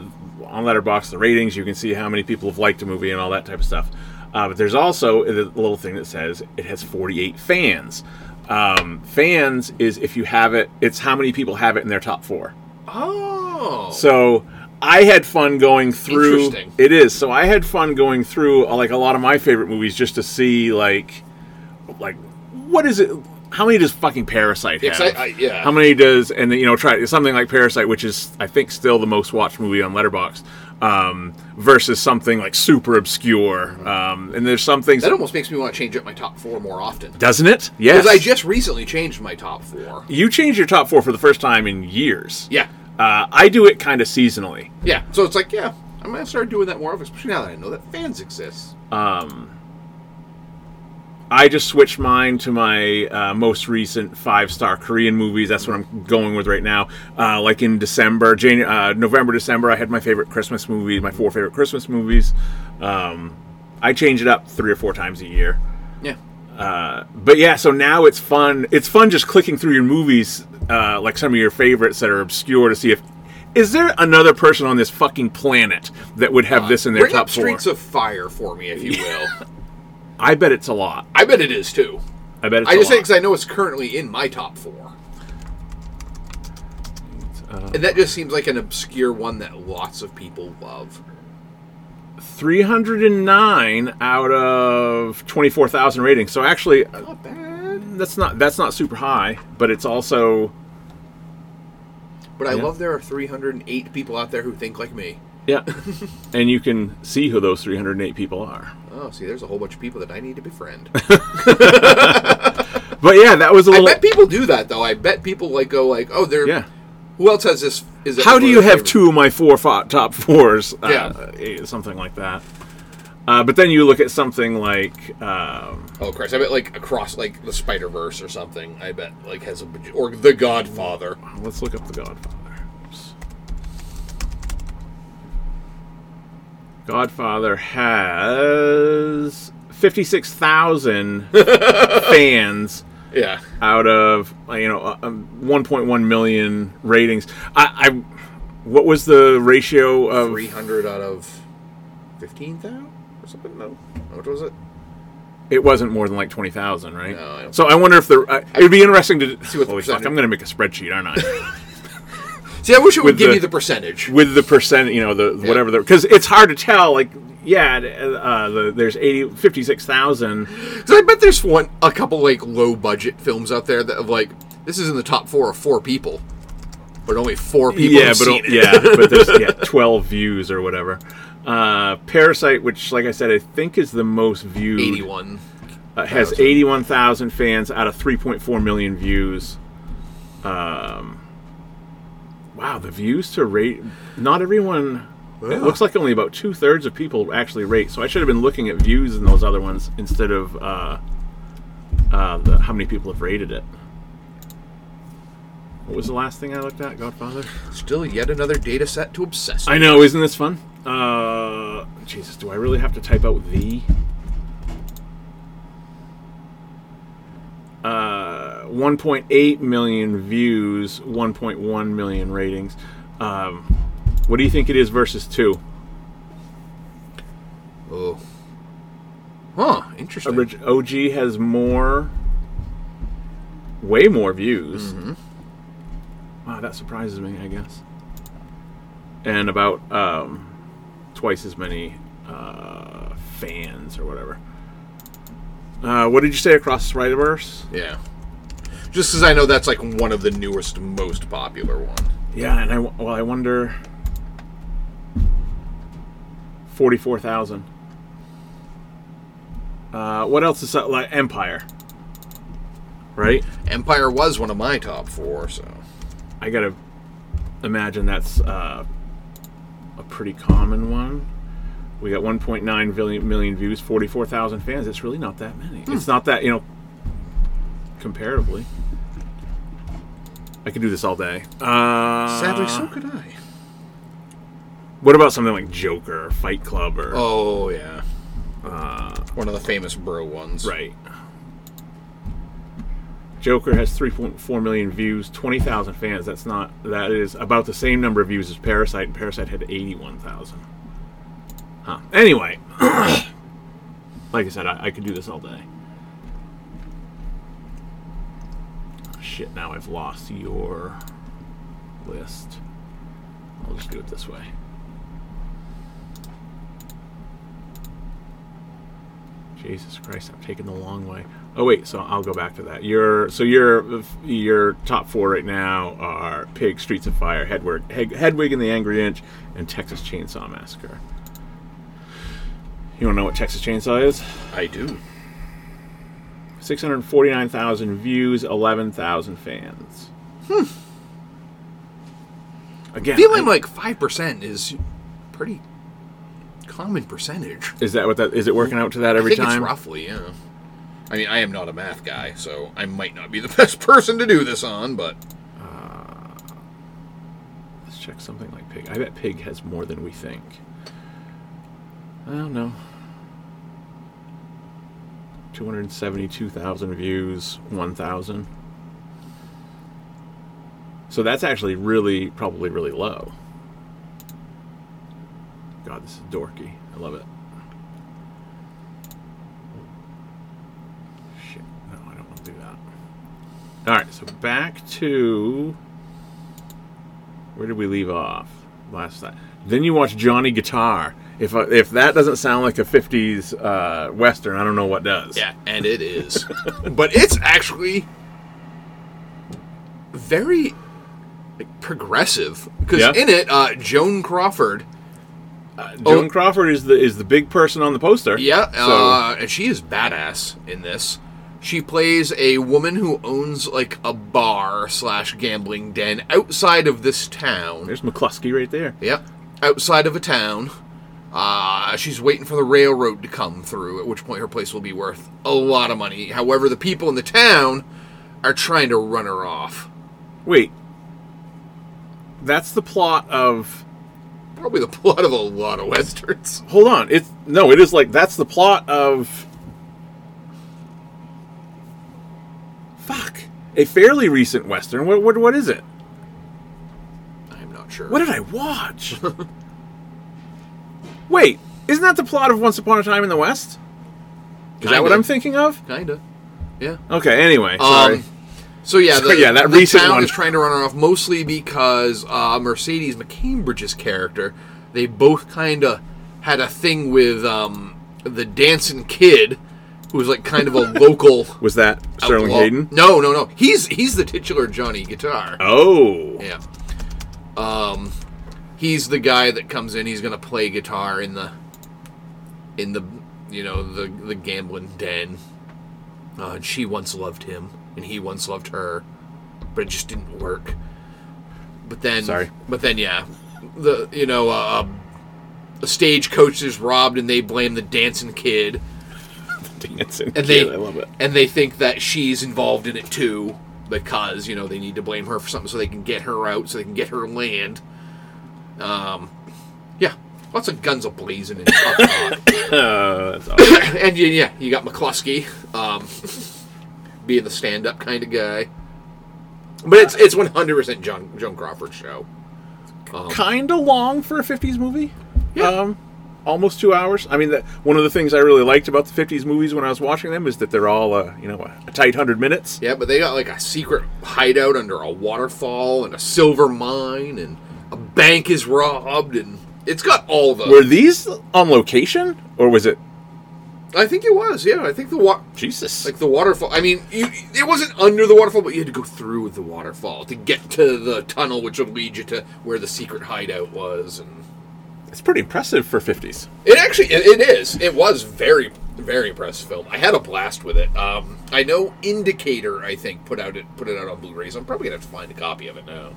Speaker 7: on Letterboxd the ratings. You can see how many people have liked a movie and all that type of stuff. Uh, but there's also a little thing that says it has 48 fans. Um, fans is if you have it, it's how many people have it in their top four.
Speaker 8: Oh.
Speaker 7: So I had fun going through.
Speaker 8: Interesting.
Speaker 7: It is. So I had fun going through uh, like a lot of my favorite movies just to see like, like what is it? How many does fucking Parasite have?
Speaker 8: Ex- I- yeah.
Speaker 7: How many does and then, you know try something like Parasite, which is I think still the most watched movie on Letterboxd, um, versus something like super obscure. Um, and there's some things
Speaker 8: that almost makes me want to change up my top four more often.
Speaker 7: doesn't it? Yes.
Speaker 8: Because I just recently changed my top four.
Speaker 7: you changed your top four for the first time in years.
Speaker 8: Yeah.
Speaker 7: Uh, I do it kind of seasonally.
Speaker 8: Yeah. So it's like, yeah, I'm going to start doing that more often, especially now that I know that fans exist.
Speaker 7: I just switched mine to my uh, most recent five star Korean movies. That's what I'm going with right now. Uh, like in December, Jan- uh, November, December, I had my favorite Christmas movies, my four favorite Christmas movies. Um, I change it up three or four times a year.
Speaker 8: Yeah.
Speaker 7: But yeah, so now it's fun. It's fun just clicking through your movies, uh, like some of your favorites that are obscure, to see if is there another person on this fucking planet that would have this in their
Speaker 8: Bring
Speaker 7: top
Speaker 8: up
Speaker 7: four.
Speaker 8: Uh, Streets of Fire for me, if you will.
Speaker 7: I bet it's a lot.
Speaker 8: I bet it is too.
Speaker 7: I bet it's
Speaker 8: I
Speaker 7: a
Speaker 8: just
Speaker 7: lot.
Speaker 8: say because I know it's currently in my top four.
Speaker 7: Uh,
Speaker 8: and that just seems like an obscure one that lots of people love.
Speaker 7: 309 out of 24,000 ratings. So actually uh,
Speaker 8: Not bad.
Speaker 7: that's not that's not super high, but it's also
Speaker 8: But I love there are 308 people out there who think like me.
Speaker 7: yeah. and you can see who those 308 people are.
Speaker 8: Oh, see, there's a whole bunch of people that I need to befriend.
Speaker 7: But yeah, that was a
Speaker 8: I
Speaker 7: little
Speaker 8: bet people do that though. I bet people like go like, oh, they're.
Speaker 7: Yeah.
Speaker 8: Who else has this? Is that
Speaker 7: How
Speaker 8: one
Speaker 7: do
Speaker 8: of
Speaker 7: you
Speaker 8: their
Speaker 7: have
Speaker 8: favorite-
Speaker 7: two of my four fo- top fours? Uh, eh, something like that. Uh, but then you look at something like um,
Speaker 8: Oh Christ! I bet like across like the Spider Verse or something. I bet like has a baj- or The Godfather.
Speaker 7: let's look up The Godfather. Oops. Godfather has 56,000 fans
Speaker 8: Yeah.
Speaker 7: out of uh, you know uh, um, 1.1 million ratings. I, I what was the ratio of
Speaker 8: 300 out of 15,000 or something? No. What was it?
Speaker 7: it wasn't more than like 20,000, right?
Speaker 8: No, I don't-
Speaker 7: so I wonder if the uh, it would be interesting to see
Speaker 8: what
Speaker 7: what
Speaker 8: the
Speaker 7: holy fuck,
Speaker 8: percentage-
Speaker 7: I'm going to make a spreadsheet, aren't I?
Speaker 8: See, I wish it would
Speaker 7: With
Speaker 8: give
Speaker 7: the-
Speaker 8: you the percentage.
Speaker 7: With the percent, you know, the whatever the cuz it's hard to tell like yeah, uh, the, there's 80 56,000
Speaker 8: Because I bet there's one, a couple like low budget films out there that have like, this is in the top four of four people, but only four people
Speaker 7: yeah,
Speaker 8: have
Speaker 7: but
Speaker 8: seen
Speaker 7: o-
Speaker 8: it.
Speaker 7: yeah, but there's yeah, 12 views or whatever. Uh, Parasite, which like I said, I think is the most viewed
Speaker 8: 81.
Speaker 7: uh, has 81,000 fans out of 3.4 million views. Um, wow, the views to rate. Not everyone. It looks like only about two thirds of people actually rate. So I should have been looking at views in those other ones instead of uh, uh, the, how many people have rated it. What was the last thing I looked at? Godfather.
Speaker 8: Still yet another data set to obsess.
Speaker 7: I know, isn't this fun? Uh, Jesus, do I really have to type out the? Uh, 1.8 million views, 1.1 million ratings. Um, what do you think it is versus two?
Speaker 8: oh. Huh, interesting.
Speaker 7: Orig- OG has more, way more views. Wow, that surprises me, I guess. And about um, twice as many uh, fans or whatever. Uh, what did you say across Spider-Verse?
Speaker 8: yeah. Just because I know that's like one of the newest, most popular one.
Speaker 7: Yeah, and I w- well, I wonder. Forty-four thousand. Uh, what else is that? Like Empire, right?
Speaker 8: Empire was one of my top four, so.
Speaker 7: I gotta imagine that's uh, a pretty common one. We got 1.9 billion- million views, 44,000 fans. It's really not that many. It's not that you know comparatively. I could do this all day. Uh,
Speaker 8: Sadly, so could I.
Speaker 7: What about something like Joker, or Fight Club, or
Speaker 8: Oh yeah. One of the famous bro ones.
Speaker 7: right? Joker has 3.4 million views, 20,000 fans. That's not. That is about the same number of views as Parasite, and Parasite had 81,000. Huh. Anyway, Like I said, I, I could do this all day. Oh, shit, now I've lost your list. I'll just do it this way. Jesus Christ, I'm taking the long way. Oh wait, so I'll go back to that. Your so your your top four right now are Pig, Streets of Fire, Hedwig, Hed- Hedwig and the Angry Inch, and Texas Chainsaw Massacre. You want to know what Texas Chainsaw is?
Speaker 8: I do.
Speaker 7: 649,000 views, 11,000 fans. Hmm. Again,
Speaker 8: Feeling
Speaker 7: I-
Speaker 8: like five percent is pretty common percentage.
Speaker 7: is that what that is? It working out to that every
Speaker 8: I think
Speaker 7: time?
Speaker 8: it's roughly, yeah. I mean, I am not a math guy, so I might not be the best person to do this on, but
Speaker 7: Let's check something like Pig. I bet Pig has more than we think. I don't know. 272,000 views, 1,000. So that's actually really, probably really low. God, this is dorky. I love it. Shit. No, I don't want to do that. Alright, so back to. Where did we leave off last time? Then you watch Johnny Guitar. If I, if that doesn't sound like a '50s uh, western, I don't know what does.
Speaker 8: yeah, and it is. but it's actually very like, progressive because
Speaker 7: Yeah.
Speaker 8: in it, uh, Joan Crawford,
Speaker 7: Joan
Speaker 8: Oh.
Speaker 7: Crawford is the is the big person on the poster.
Speaker 8: yeah,
Speaker 7: So,
Speaker 8: uh, and she is badass in this. She plays a woman who owns like a bar slash gambling den outside of this town.
Speaker 7: there's McCluskey right there.
Speaker 8: Yep. Outside of a town. Uh, she's waiting for the railroad to come through, at which point her place will be worth a lot of money. However, the people in the town are trying to run her off.
Speaker 7: Wait, that's the plot of.
Speaker 8: Probably the plot of a lot of westerns.
Speaker 7: Hold on, it's no, it is like that's the plot of. Fuck, a fairly recent western. What what, what is it?
Speaker 8: I'm not sure.
Speaker 7: What did I watch? Wait, isn't that the plot of Once Upon a Time in the West? Is that what
Speaker 8: Kinda.
Speaker 7: I'm thinking of?
Speaker 8: Kinda. Yeah.
Speaker 7: Okay, anyway, sorry.
Speaker 8: Um, so yeah,
Speaker 7: So, yeah, that
Speaker 8: the
Speaker 7: recent
Speaker 8: town
Speaker 7: one.
Speaker 8: is trying to run her off mostly because uh, Mercedes McCambridge's character, they both kind of had a thing with um, the dancing kid, who was like kind of a local.
Speaker 7: Was that Sterling
Speaker 8: outlaw-
Speaker 7: Hayden?
Speaker 8: No, no, no. He's he's the titular Johnny Guitar.
Speaker 7: Oh.
Speaker 8: Yeah. Um, he's the guy that comes in. He's gonna play guitar in the, in the, you know, the the gambling den. Uh, and she once loved him, and he once loved her, but it just didn't work. But then,
Speaker 7: Sorry.
Speaker 8: But then, yeah, the you know, uh, um, a stagecoach is robbed, and they blame the dancing kid,
Speaker 7: Dancing
Speaker 8: and
Speaker 7: kid,
Speaker 8: they
Speaker 7: I love it.
Speaker 8: and they think that she's involved in it too because you know they need to blame her for something so they can get her out so they can get her land um yeah lots of guns a blazing and stuff
Speaker 7: Uh, that's awesome.
Speaker 8: and yeah, yeah you got mccluskey um being the stand-up kind of guy but it's it's 100% john joan crawford show
Speaker 7: kind of long for a 50s movie. Um, almost two hours. I mean, that, one of the things I really liked about the 50s movies when I was watching them is that they're all, uh, you know, a, a tight 100 minutes.
Speaker 8: yeah but they got like a secret hideout under a waterfall and a silver mine and a bank is robbed and it's got all the
Speaker 7: Were these on location? Or was it.
Speaker 8: I think it was. Yeah, I think the wa-
Speaker 7: Jesus.
Speaker 8: like the waterfall. I mean, you, it wasn't under the waterfall, but you had to go through the waterfall to get to the tunnel, which would lead you to where the secret hideout was. And
Speaker 7: it's pretty impressive for 50s.
Speaker 8: it actually, it, it is. It was very, very impressive film. I had a blast with it. Um, I know Indicator, I think, put out it put it out on Blu-ray, so I'm probably gonna have to find a copy of it now.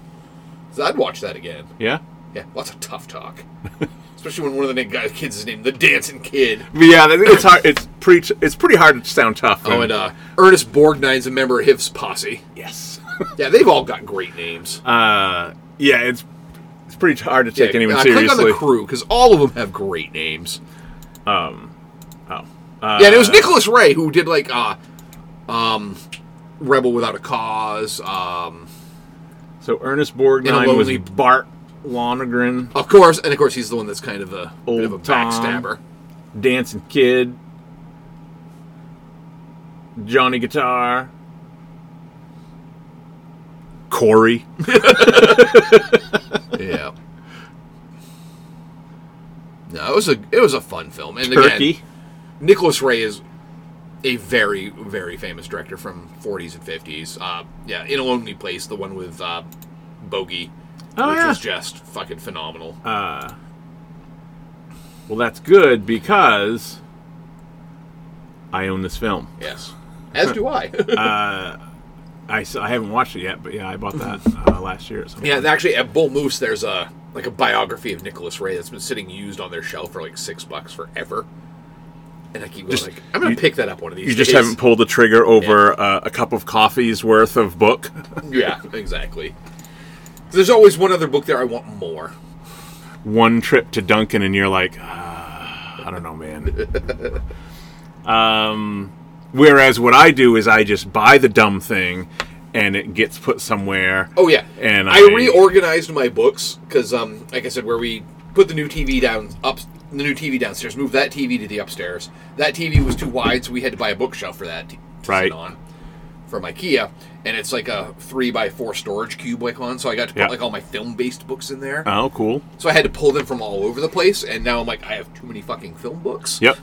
Speaker 8: So I'd watch that again.
Speaker 7: Yeah?
Speaker 8: Yeah, lots of tough talk, especially when one of the guys, kids is named the Dancing Kid.
Speaker 7: But yeah, that- it's hard. It's pretty. It's pretty hard to sound tough.
Speaker 8: Oh, and uh, Ernest Borgnine's a member of Hiv's posse.
Speaker 7: yes,
Speaker 8: Yeah, they've all got great names.
Speaker 7: uh, yeah, it's it's pretty hard to take
Speaker 8: yeah,
Speaker 7: anyone
Speaker 8: uh, Click on
Speaker 7: seriously.
Speaker 8: the crew because all of them have great names. Um,
Speaker 7: Uh,
Speaker 8: oh, yeah, and it was Nicholas Ray who did like uh, um, Rebel Without a Cause. Um,
Speaker 7: so Ernest
Speaker 8: In a
Speaker 7: Borgnine
Speaker 8: lonely-
Speaker 7: was Bart Lonergan,
Speaker 8: of course, and of course, he's the one that's kind of a bit of a
Speaker 7: Old Tom.
Speaker 8: backstabber.
Speaker 7: dancing kid. Johnny Guitar, Corey.
Speaker 8: Yeah. No, it was a it was a fun film, and
Speaker 7: Turkey.
Speaker 8: again, Nicholas Ray is a very very famous director from 40s and 50s. Uh, yeah, in a lonely place, the one with uh, Bogey,
Speaker 7: Oh,
Speaker 8: which
Speaker 7: yeah. Uh,
Speaker 8: was just fucking phenomenal.
Speaker 7: Well, that's good because I own this film.
Speaker 8: yes, as do I.
Speaker 7: I, s- I haven't watched it yet, but yeah, I bought that uh, last year. Or something.
Speaker 8: yeah, actually, at Bull Moose, there's a like a biography of Nicholas Ray that's been sitting used on their shelf for like six bucks forever. And I keep going
Speaker 7: Just-
Speaker 8: like, I'm gonna
Speaker 7: you-
Speaker 8: pick that up one of these.
Speaker 7: You just
Speaker 8: days.
Speaker 7: haven't pulled the trigger over uh, a cup of coffee's worth of book.
Speaker 8: Yeah, exactly. There's always one other book there I want more.
Speaker 7: One trip to Duncan, and you're like, ah, I don't know, man. um, whereas what I do is I just buy the dumb thing, and it gets put somewhere.
Speaker 8: Oh yeah,
Speaker 7: And
Speaker 8: I,
Speaker 7: I-
Speaker 8: reorganized my books because, um, like I said, where we put the new TV down up, the new TV downstairs, moved that TV to the upstairs. That TV was too wide, so we had to buy a bookshelf for that t- to
Speaker 7: Right.
Speaker 8: sit on from IKEA, and it's like a three by four storage cube like on. So I got to put
Speaker 7: Yeah.
Speaker 8: like all my film based books in there.
Speaker 7: Oh, cool.
Speaker 8: So I had to pull them from all over the place, and now I'm like, I have too many fucking film books.
Speaker 7: Yep.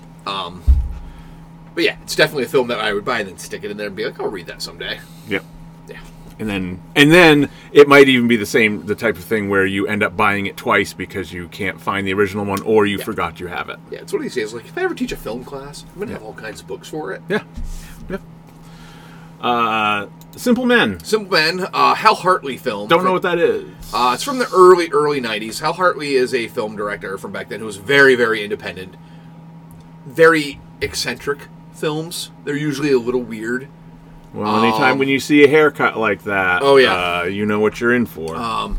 Speaker 8: But yeah, it's definitely a film that I would buy and then stick it in there and be like, I'll read that someday.
Speaker 7: Yep.
Speaker 8: Yeah.
Speaker 7: And then, and then it might even be the same, the type of thing where you end up buying it twice because you can't find the original one, or you forgot you have it.
Speaker 8: Yeah, it's one of these days. Like, if I ever teach a film class, I'm gonna have all kinds of books for it.
Speaker 7: Yeah. Yep. Uh, Simple Men.
Speaker 8: Simple Man, uh, Hal Hartley film.
Speaker 7: Don't
Speaker 8: from,
Speaker 7: know what that is.
Speaker 8: Uh, it's from the early early '90s. Hal Hartley is a film director from back then who was very very independent, very eccentric films. They're usually a little weird.
Speaker 7: Well, anytime when you see a haircut like that,
Speaker 8: um, Oh, yeah. Uh,
Speaker 7: uh, you know what you're in for.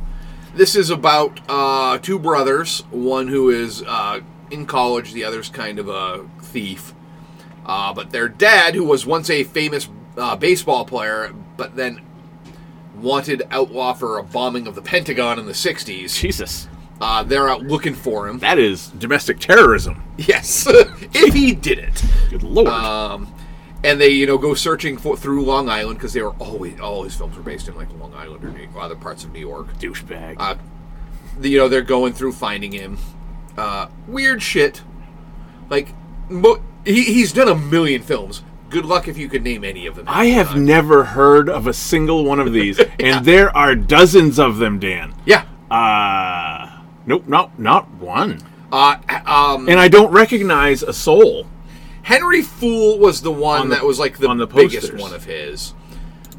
Speaker 8: This is about uh, two brothers, one who is uh, in college, the other's kind of a thief. Uh, but their dad, who was once a famous uh, baseball player, but then wanted outlaw for a bombing of the Pentagon in the 60s,
Speaker 7: Jesus,
Speaker 8: uh, they're out looking for him.
Speaker 7: that is domestic terrorism.
Speaker 8: Yes, if he did it.
Speaker 7: Good lord.
Speaker 8: Um, and they, you know, go searching for, through Long Island because they were always all his films were based in like Long Island or New, other parts of New York.
Speaker 7: Douchebag.
Speaker 8: uh, the- you know they're going through finding him uh, weird shit like mo- he, he's done a million films good luck if you could name any of them
Speaker 7: I have never heard of a single one of these, and there are dozens of them, Dan.
Speaker 8: yeah
Speaker 7: Uh, nope, not not one.
Speaker 8: uh, h- um,
Speaker 7: And I don't recognize a soul.
Speaker 8: henry fool was the one
Speaker 7: On the-
Speaker 8: that was like the,
Speaker 7: on the
Speaker 8: biggest
Speaker 7: posters.
Speaker 8: one of his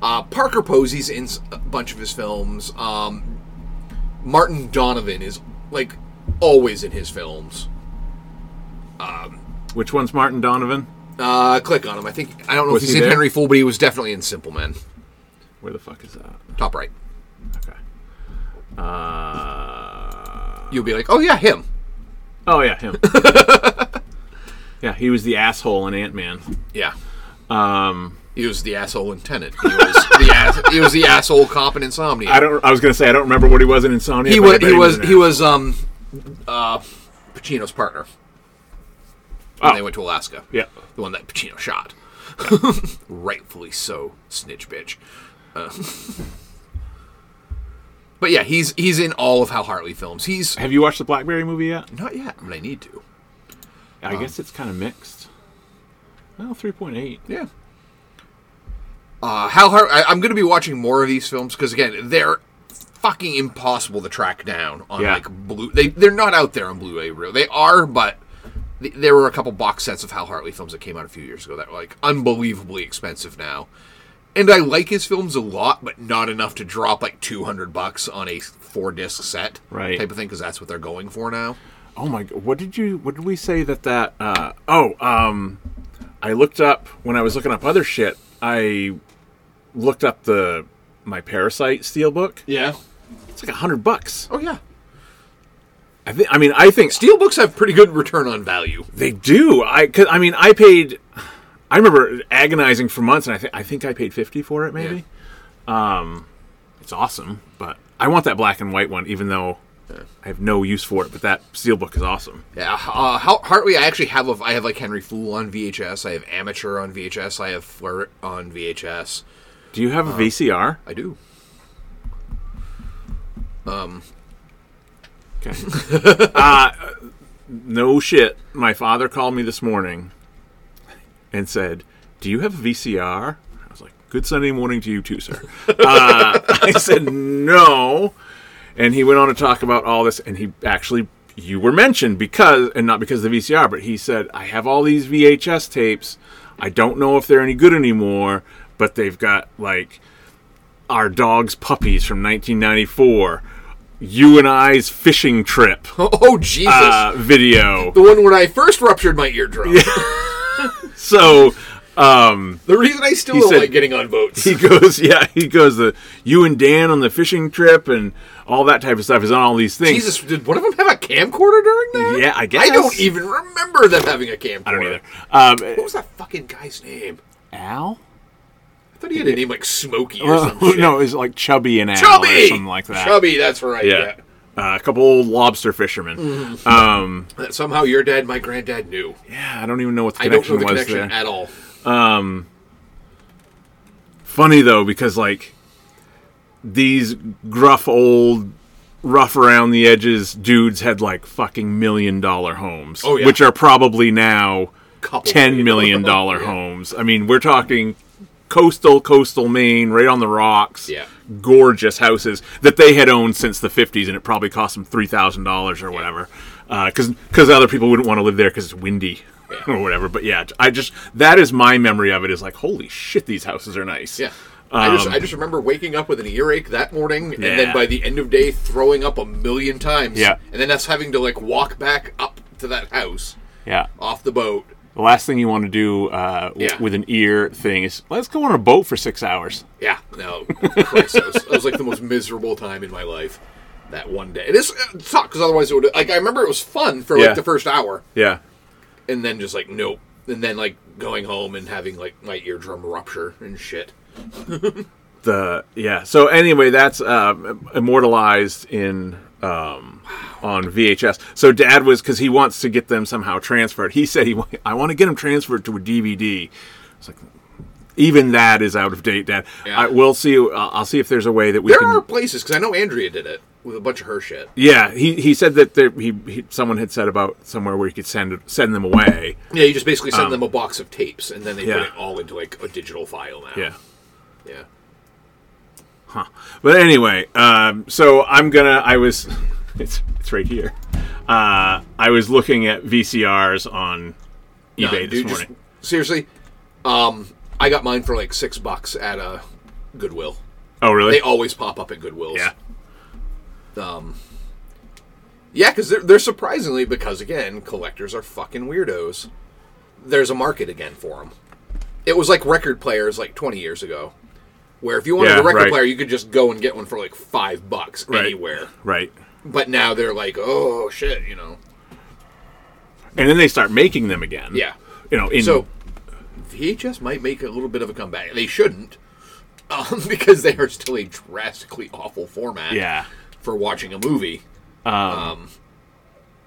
Speaker 8: uh, parker posey's in s- a bunch of his films um, martin donovan is like always in his films
Speaker 7: Which one's Martin Donovan?
Speaker 8: uh, click on him i think i don't know
Speaker 7: Was
Speaker 8: if he's
Speaker 7: he
Speaker 8: in
Speaker 7: there?
Speaker 8: henry fool but he was definitely in simple men
Speaker 7: Where the fuck is that?
Speaker 8: top right
Speaker 7: Okay. Uh,
Speaker 8: you'll be like oh yeah him
Speaker 7: oh yeah, him. yeah, he was the asshole in Ant Man.
Speaker 8: Yeah.
Speaker 7: Um,
Speaker 8: He was the asshole in Tenet. He was the, ass, he was the asshole cop in Insomnia.
Speaker 7: I don't. I was gonna say I don't remember what he was in Insomnia.
Speaker 8: he
Speaker 7: but I
Speaker 8: was
Speaker 7: bet
Speaker 8: he was
Speaker 7: an
Speaker 8: he was um uh Pacino's partner when
Speaker 7: Oh.
Speaker 8: they went to Alaska.
Speaker 7: Yeah.
Speaker 8: The one that Pacino shot. Rightfully so, snitch bitch. Uh, but yeah, he's he's in all of Hal Hartley films. He's
Speaker 7: Have you watched the Blackberry movie yet?
Speaker 8: not yet, but I need to.
Speaker 7: I
Speaker 8: Uh.
Speaker 7: guess it's kind of mixed. Well, three point eight.
Speaker 8: Yeah. Uh, Hal Hart. I, I'm going to be watching more of these films because again, they're fucking impossible to track down on
Speaker 7: Yeah.
Speaker 8: like blue. They they're not out there on Blu-ray. Real. They are, but th- there were a couple box sets of Hal Hartley films that came out a few years ago that were like unbelievably expensive now. And I like his films a lot, but not enough to drop like 200 bucks on a four disc set
Speaker 7: Right.
Speaker 8: type of thing because that's what they're going for now.
Speaker 7: Oh my god! What did you? What did we say that that? Uh, oh, um, I looked up when I was looking up other shit. I looked up the my Parasite steelbook.
Speaker 8: Yeah.
Speaker 7: It's like a hundred bucks.
Speaker 8: Oh yeah.
Speaker 7: I think. I mean, I think
Speaker 8: Steelbooks have pretty good return on value.
Speaker 7: They do. I cause, I mean, I paid. I remember agonizing for months, and I think I think I paid fifty for it. Maybe. Um, it's awesome, but I want that black and white one, even though I have no use for it, but that seal book is awesome.
Speaker 8: Yeah, uh, how, Hartley. I actually have. A, I have like Henry Fool on VHS. I have Amateur on VHS. I have Flirt on VHS.
Speaker 7: Do you have a VCR?
Speaker 8: I do.
Speaker 7: Okay. uh, no shit. My father called me this morning and said, "Do you have a VCR?" I was like, "Good Sunday morning to you too, sir." uh, I said, "No," and he went on to talk about all this, and he actually. You were mentioned because, and not because of the VCR, but he said, I have all these VHS tapes. I don't know if they're any good anymore, but they've got like our dog's puppies from 1994, you and I's fishing trip
Speaker 8: Oh Jesus!
Speaker 7: uh, video.
Speaker 8: the one when I first ruptured my eardrum.
Speaker 7: So
Speaker 8: The reason I still
Speaker 7: He
Speaker 8: don't
Speaker 7: said-
Speaker 8: like getting on boats.
Speaker 7: he goes, yeah, he goes the you and Dan on the fishing trip and all that type of stuff is on all these things.
Speaker 8: Jesus, did one of them have a camcorder during that?
Speaker 7: Yeah, I guess.
Speaker 8: I don't even remember them having a camcorder.
Speaker 7: I don't either. Um,
Speaker 8: What was that fucking guy's name?
Speaker 7: Al?
Speaker 8: I thought he had a name like Smokey or
Speaker 7: Uh,
Speaker 8: something.
Speaker 7: no, it's like Chubby and Al
Speaker 8: Chubby,
Speaker 7: or something like that.
Speaker 8: Chubby, that's right. Yeah. Mm-hmm.
Speaker 7: Yeah. Uh, a couple old lobster fishermen.
Speaker 8: That somehow your dad, my granddad knew.
Speaker 7: Yeah, I don't even know what the
Speaker 8: I don't
Speaker 7: connection
Speaker 8: know the
Speaker 7: was
Speaker 8: connection
Speaker 7: there.
Speaker 8: at all.
Speaker 7: Funny though, because like these gruff old, rough around the edges dudes had like fucking million dollar homes,
Speaker 8: Oh, yeah.
Speaker 7: which are probably now
Speaker 8: Couple
Speaker 7: ten million dollar homes. I mean, we're talking coastal, coastal Maine, right on the rocks.
Speaker 8: Yeah.
Speaker 7: gorgeous houses that they had owned since the '50s, and it probably cost them three thousand dollars or whatever, because because other people wouldn't want to live there because it's windy.
Speaker 8: Yeah.
Speaker 7: Or whatever, but yeah, I just that is my memory of it. Is like, holy shit, these houses are nice.
Speaker 8: Yeah. I
Speaker 7: Um,
Speaker 8: just I just remember waking up with an earache that morning, and
Speaker 7: Yeah.
Speaker 8: then by the end of day throwing up a million times.
Speaker 7: Yeah.
Speaker 8: And then us having to like walk back up to that house
Speaker 7: yeah.
Speaker 8: off the boat.
Speaker 7: The last thing you want to do uh, w-
Speaker 8: Yeah.
Speaker 7: with an ear thing is let's go on a boat for six hours.
Speaker 8: Yeah. No. Christ, that, was, that was like the most miserable time in my life. That one day. It is it sucked because otherwise it would like I remember it was fun for like
Speaker 7: Yeah.
Speaker 8: the first hour,
Speaker 7: Yeah,
Speaker 8: and then just like nope, and then like going home and having like my eardrum rupture and shit.
Speaker 7: the yeah. So anyway, that's uh, immortalized in um, on VHS. So Dad was because he wants to get them somehow transferred. He said he wa- I want to get them transferred to a DVD. It's like even that is out of date, Dad.
Speaker 8: Yeah.
Speaker 7: I will see. Uh, I'll see if there's a way that we
Speaker 8: There
Speaker 7: can.
Speaker 8: are places because I know Andrea did it with a bunch of her shit.
Speaker 7: yeah, he, he said that there, he, he someone had said about somewhere where you could send send them away.
Speaker 8: Yeah, you just basically send them a box of tapes, and then they
Speaker 7: Um, yeah.
Speaker 8: put it all into like a digital file now.
Speaker 7: Yeah.
Speaker 8: yeah.
Speaker 7: But anyway, um, so I'm gonna. I was, it's it's right here. Uh, I was looking at VCRs on
Speaker 8: Nah,
Speaker 7: eBay this
Speaker 8: dude, just-
Speaker 7: morning.
Speaker 8: seriously, um, I got mine for like six bucks at a Goodwill.
Speaker 7: oh really?
Speaker 8: They always pop up at Goodwills.
Speaker 7: yeah.
Speaker 8: Um, yeah, because they're, they're surprisingly because again, collectors are fucking weirdos. There's a market again for them. It was like record players like 20 years ago, where if you wanted
Speaker 7: Yeah,
Speaker 8: a record
Speaker 7: right.
Speaker 8: player, you could just go and get one for like five bucks
Speaker 7: Right.
Speaker 8: anywhere.
Speaker 7: Right.
Speaker 8: But now they're like, oh shit, you know.
Speaker 7: And then they start making them again.
Speaker 8: Yeah.
Speaker 7: You know. In,
Speaker 8: So VHS might make a little bit of a comeback. They shouldn't, um, because they are still a drastically awful format.
Speaker 7: Yeah.
Speaker 8: for watching a movie. Um,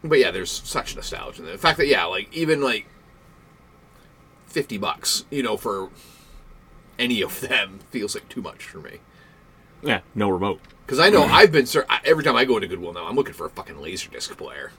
Speaker 8: but yeah, there's such nostalgia. in it. The fact that yeah, like even like fifty bucks, you know, for any of them feels like too much for me.
Speaker 7: Yeah. No remote.
Speaker 8: Because I know I've been ser- I, every time I go into Goodwill now, I'm looking for a fucking laserdisc player.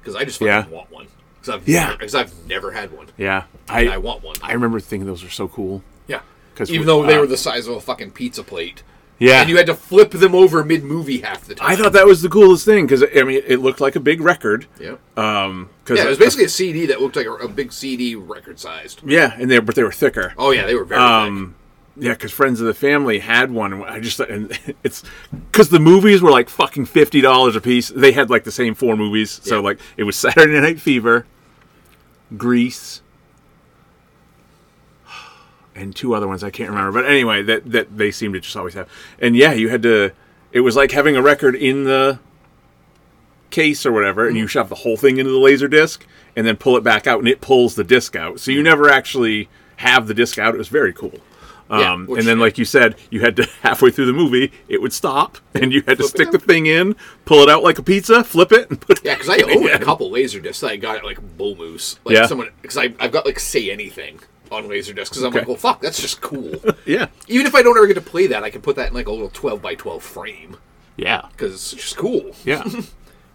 Speaker 8: Because I just fucking
Speaker 7: Yeah.
Speaker 8: want one. Because I've
Speaker 7: Yeah.
Speaker 8: because I've never had one.
Speaker 7: Yeah.
Speaker 8: And I
Speaker 7: I
Speaker 8: want one.
Speaker 7: I remember thinking those were so cool.
Speaker 8: yeah.
Speaker 7: 'Cause
Speaker 8: Even
Speaker 7: we-
Speaker 8: though they
Speaker 7: uh,
Speaker 8: were the size of a fucking pizza plate,
Speaker 7: Yeah.
Speaker 8: and you had to flip them over mid movie half the time.
Speaker 7: I thought that was the coolest thing because I mean it looked like a big record.
Speaker 8: Yeah.
Speaker 7: Um. Cause
Speaker 8: Yeah, it was basically a CD that looked like a, a big CD record sized.
Speaker 7: yeah, and they but they were thicker.
Speaker 8: Oh yeah, they were very.
Speaker 7: Um, yeah, because friends of the family had one. and I just and it's because the movies were like fucking fifty dollars a piece. They had like the same four movies, so
Speaker 8: Yeah.
Speaker 7: like it was Saturday Night Fever, Grease, and two other ones I can't remember. But anyway, that that they seemed to just always have. And yeah, you had to. It was like having a record in the case or whatever, and you
Speaker 8: Mm-hmm.
Speaker 7: shove the whole thing into the laser disc, and
Speaker 8: Mm-hmm.
Speaker 7: then pull it back out, and it pulls the disc out. So you never actually have the disc out. It was very cool.
Speaker 8: Yeah,
Speaker 7: Um,
Speaker 8: which-
Speaker 7: and then, like you said, you had to halfway through the movie, it would stop, and you had to
Speaker 8: Flip it.
Speaker 7: stick the thing in, pull it out like a pizza, flip it, and put it.
Speaker 8: Yeah, because I own
Speaker 7: Yeah.
Speaker 8: a couple laser discs. I got it like Bull Moose. Like
Speaker 7: Yeah.
Speaker 8: someone because I've got like Say Anything on laser discs because I'm
Speaker 7: Okay.
Speaker 8: like, well, fuck, that's just cool.
Speaker 7: Yeah,
Speaker 8: Even if I don't ever get to play that, I can put that in like a little 12 by 12 frame
Speaker 7: yeah,
Speaker 8: because it's just cool.
Speaker 7: yeah.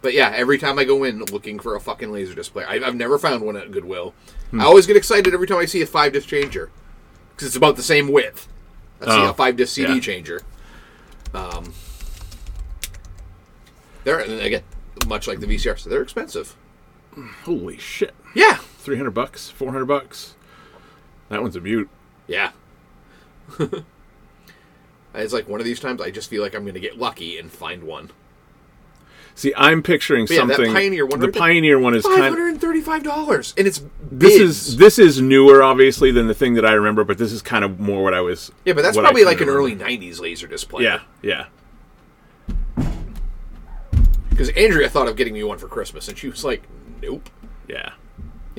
Speaker 8: But yeah, every time I go in looking for a fucking laser disc player, I, I've never found one at Goodwill.
Speaker 7: Hmm.
Speaker 8: I always get excited every time I see a five disc changer because it's about the same width. I see
Speaker 7: Oh,
Speaker 8: a five disc CD
Speaker 7: yeah.
Speaker 8: changer. Um, they're and again much like the VCR, so they're expensive.
Speaker 7: Holy shit!
Speaker 8: Yeah,
Speaker 7: Three hundred bucks, four hundred bucks. That one's a mute.
Speaker 8: yeah. it's like one of these times I just feel like I'm going to get lucky and find one.
Speaker 7: See, I'm picturing
Speaker 8: yeah, that
Speaker 7: something.
Speaker 8: Pioneer one
Speaker 7: the
Speaker 8: right there.
Speaker 7: Pioneer one is
Speaker 8: Five
Speaker 7: kind.
Speaker 8: hundred and thirty-five dollars, and it's
Speaker 7: This
Speaker 8: bids.
Speaker 7: is this is newer, obviously, than the thing that I remember, but this is kind of more what I was.
Speaker 8: yeah, but that's
Speaker 7: what I
Speaker 8: probably
Speaker 7: kinda
Speaker 8: like an
Speaker 7: remember.
Speaker 8: early '90s laser display.
Speaker 7: Yeah, yeah.
Speaker 8: Because Andrea thought of getting me one for Christmas, and she was like, "Nope."
Speaker 7: Yeah.
Speaker 8: Yeah,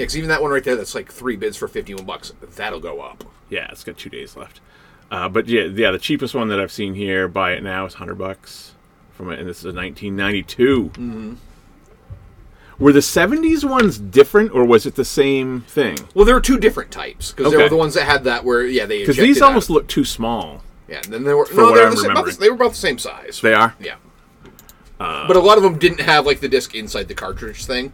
Speaker 8: because even that one right there, that's like three bids for fifty-one bucks. That'll go up.
Speaker 7: Yeah, it's got two days left. Uh, but yeah, yeah, the cheapest one that I've seen here, buy it now, is hundred bucks from it, and this is a 1992.
Speaker 8: Mm-hmm.
Speaker 7: Were the 70s ones different, or was it the same thing?
Speaker 8: Well, there were two different types because there were
Speaker 7: Okay.
Speaker 8: the ones that had that where yeah they
Speaker 7: Because
Speaker 8: ejected
Speaker 7: these
Speaker 8: out
Speaker 7: almost
Speaker 8: of-
Speaker 7: look too small.
Speaker 8: yeah and then they were no
Speaker 7: what
Speaker 8: they were,
Speaker 7: I'm
Speaker 8: the same, about the,
Speaker 7: remembering.
Speaker 8: they were about the same size.
Speaker 7: They are. Uh,
Speaker 8: yeah, but a lot of them didn't have like the disc inside the cartridge thing.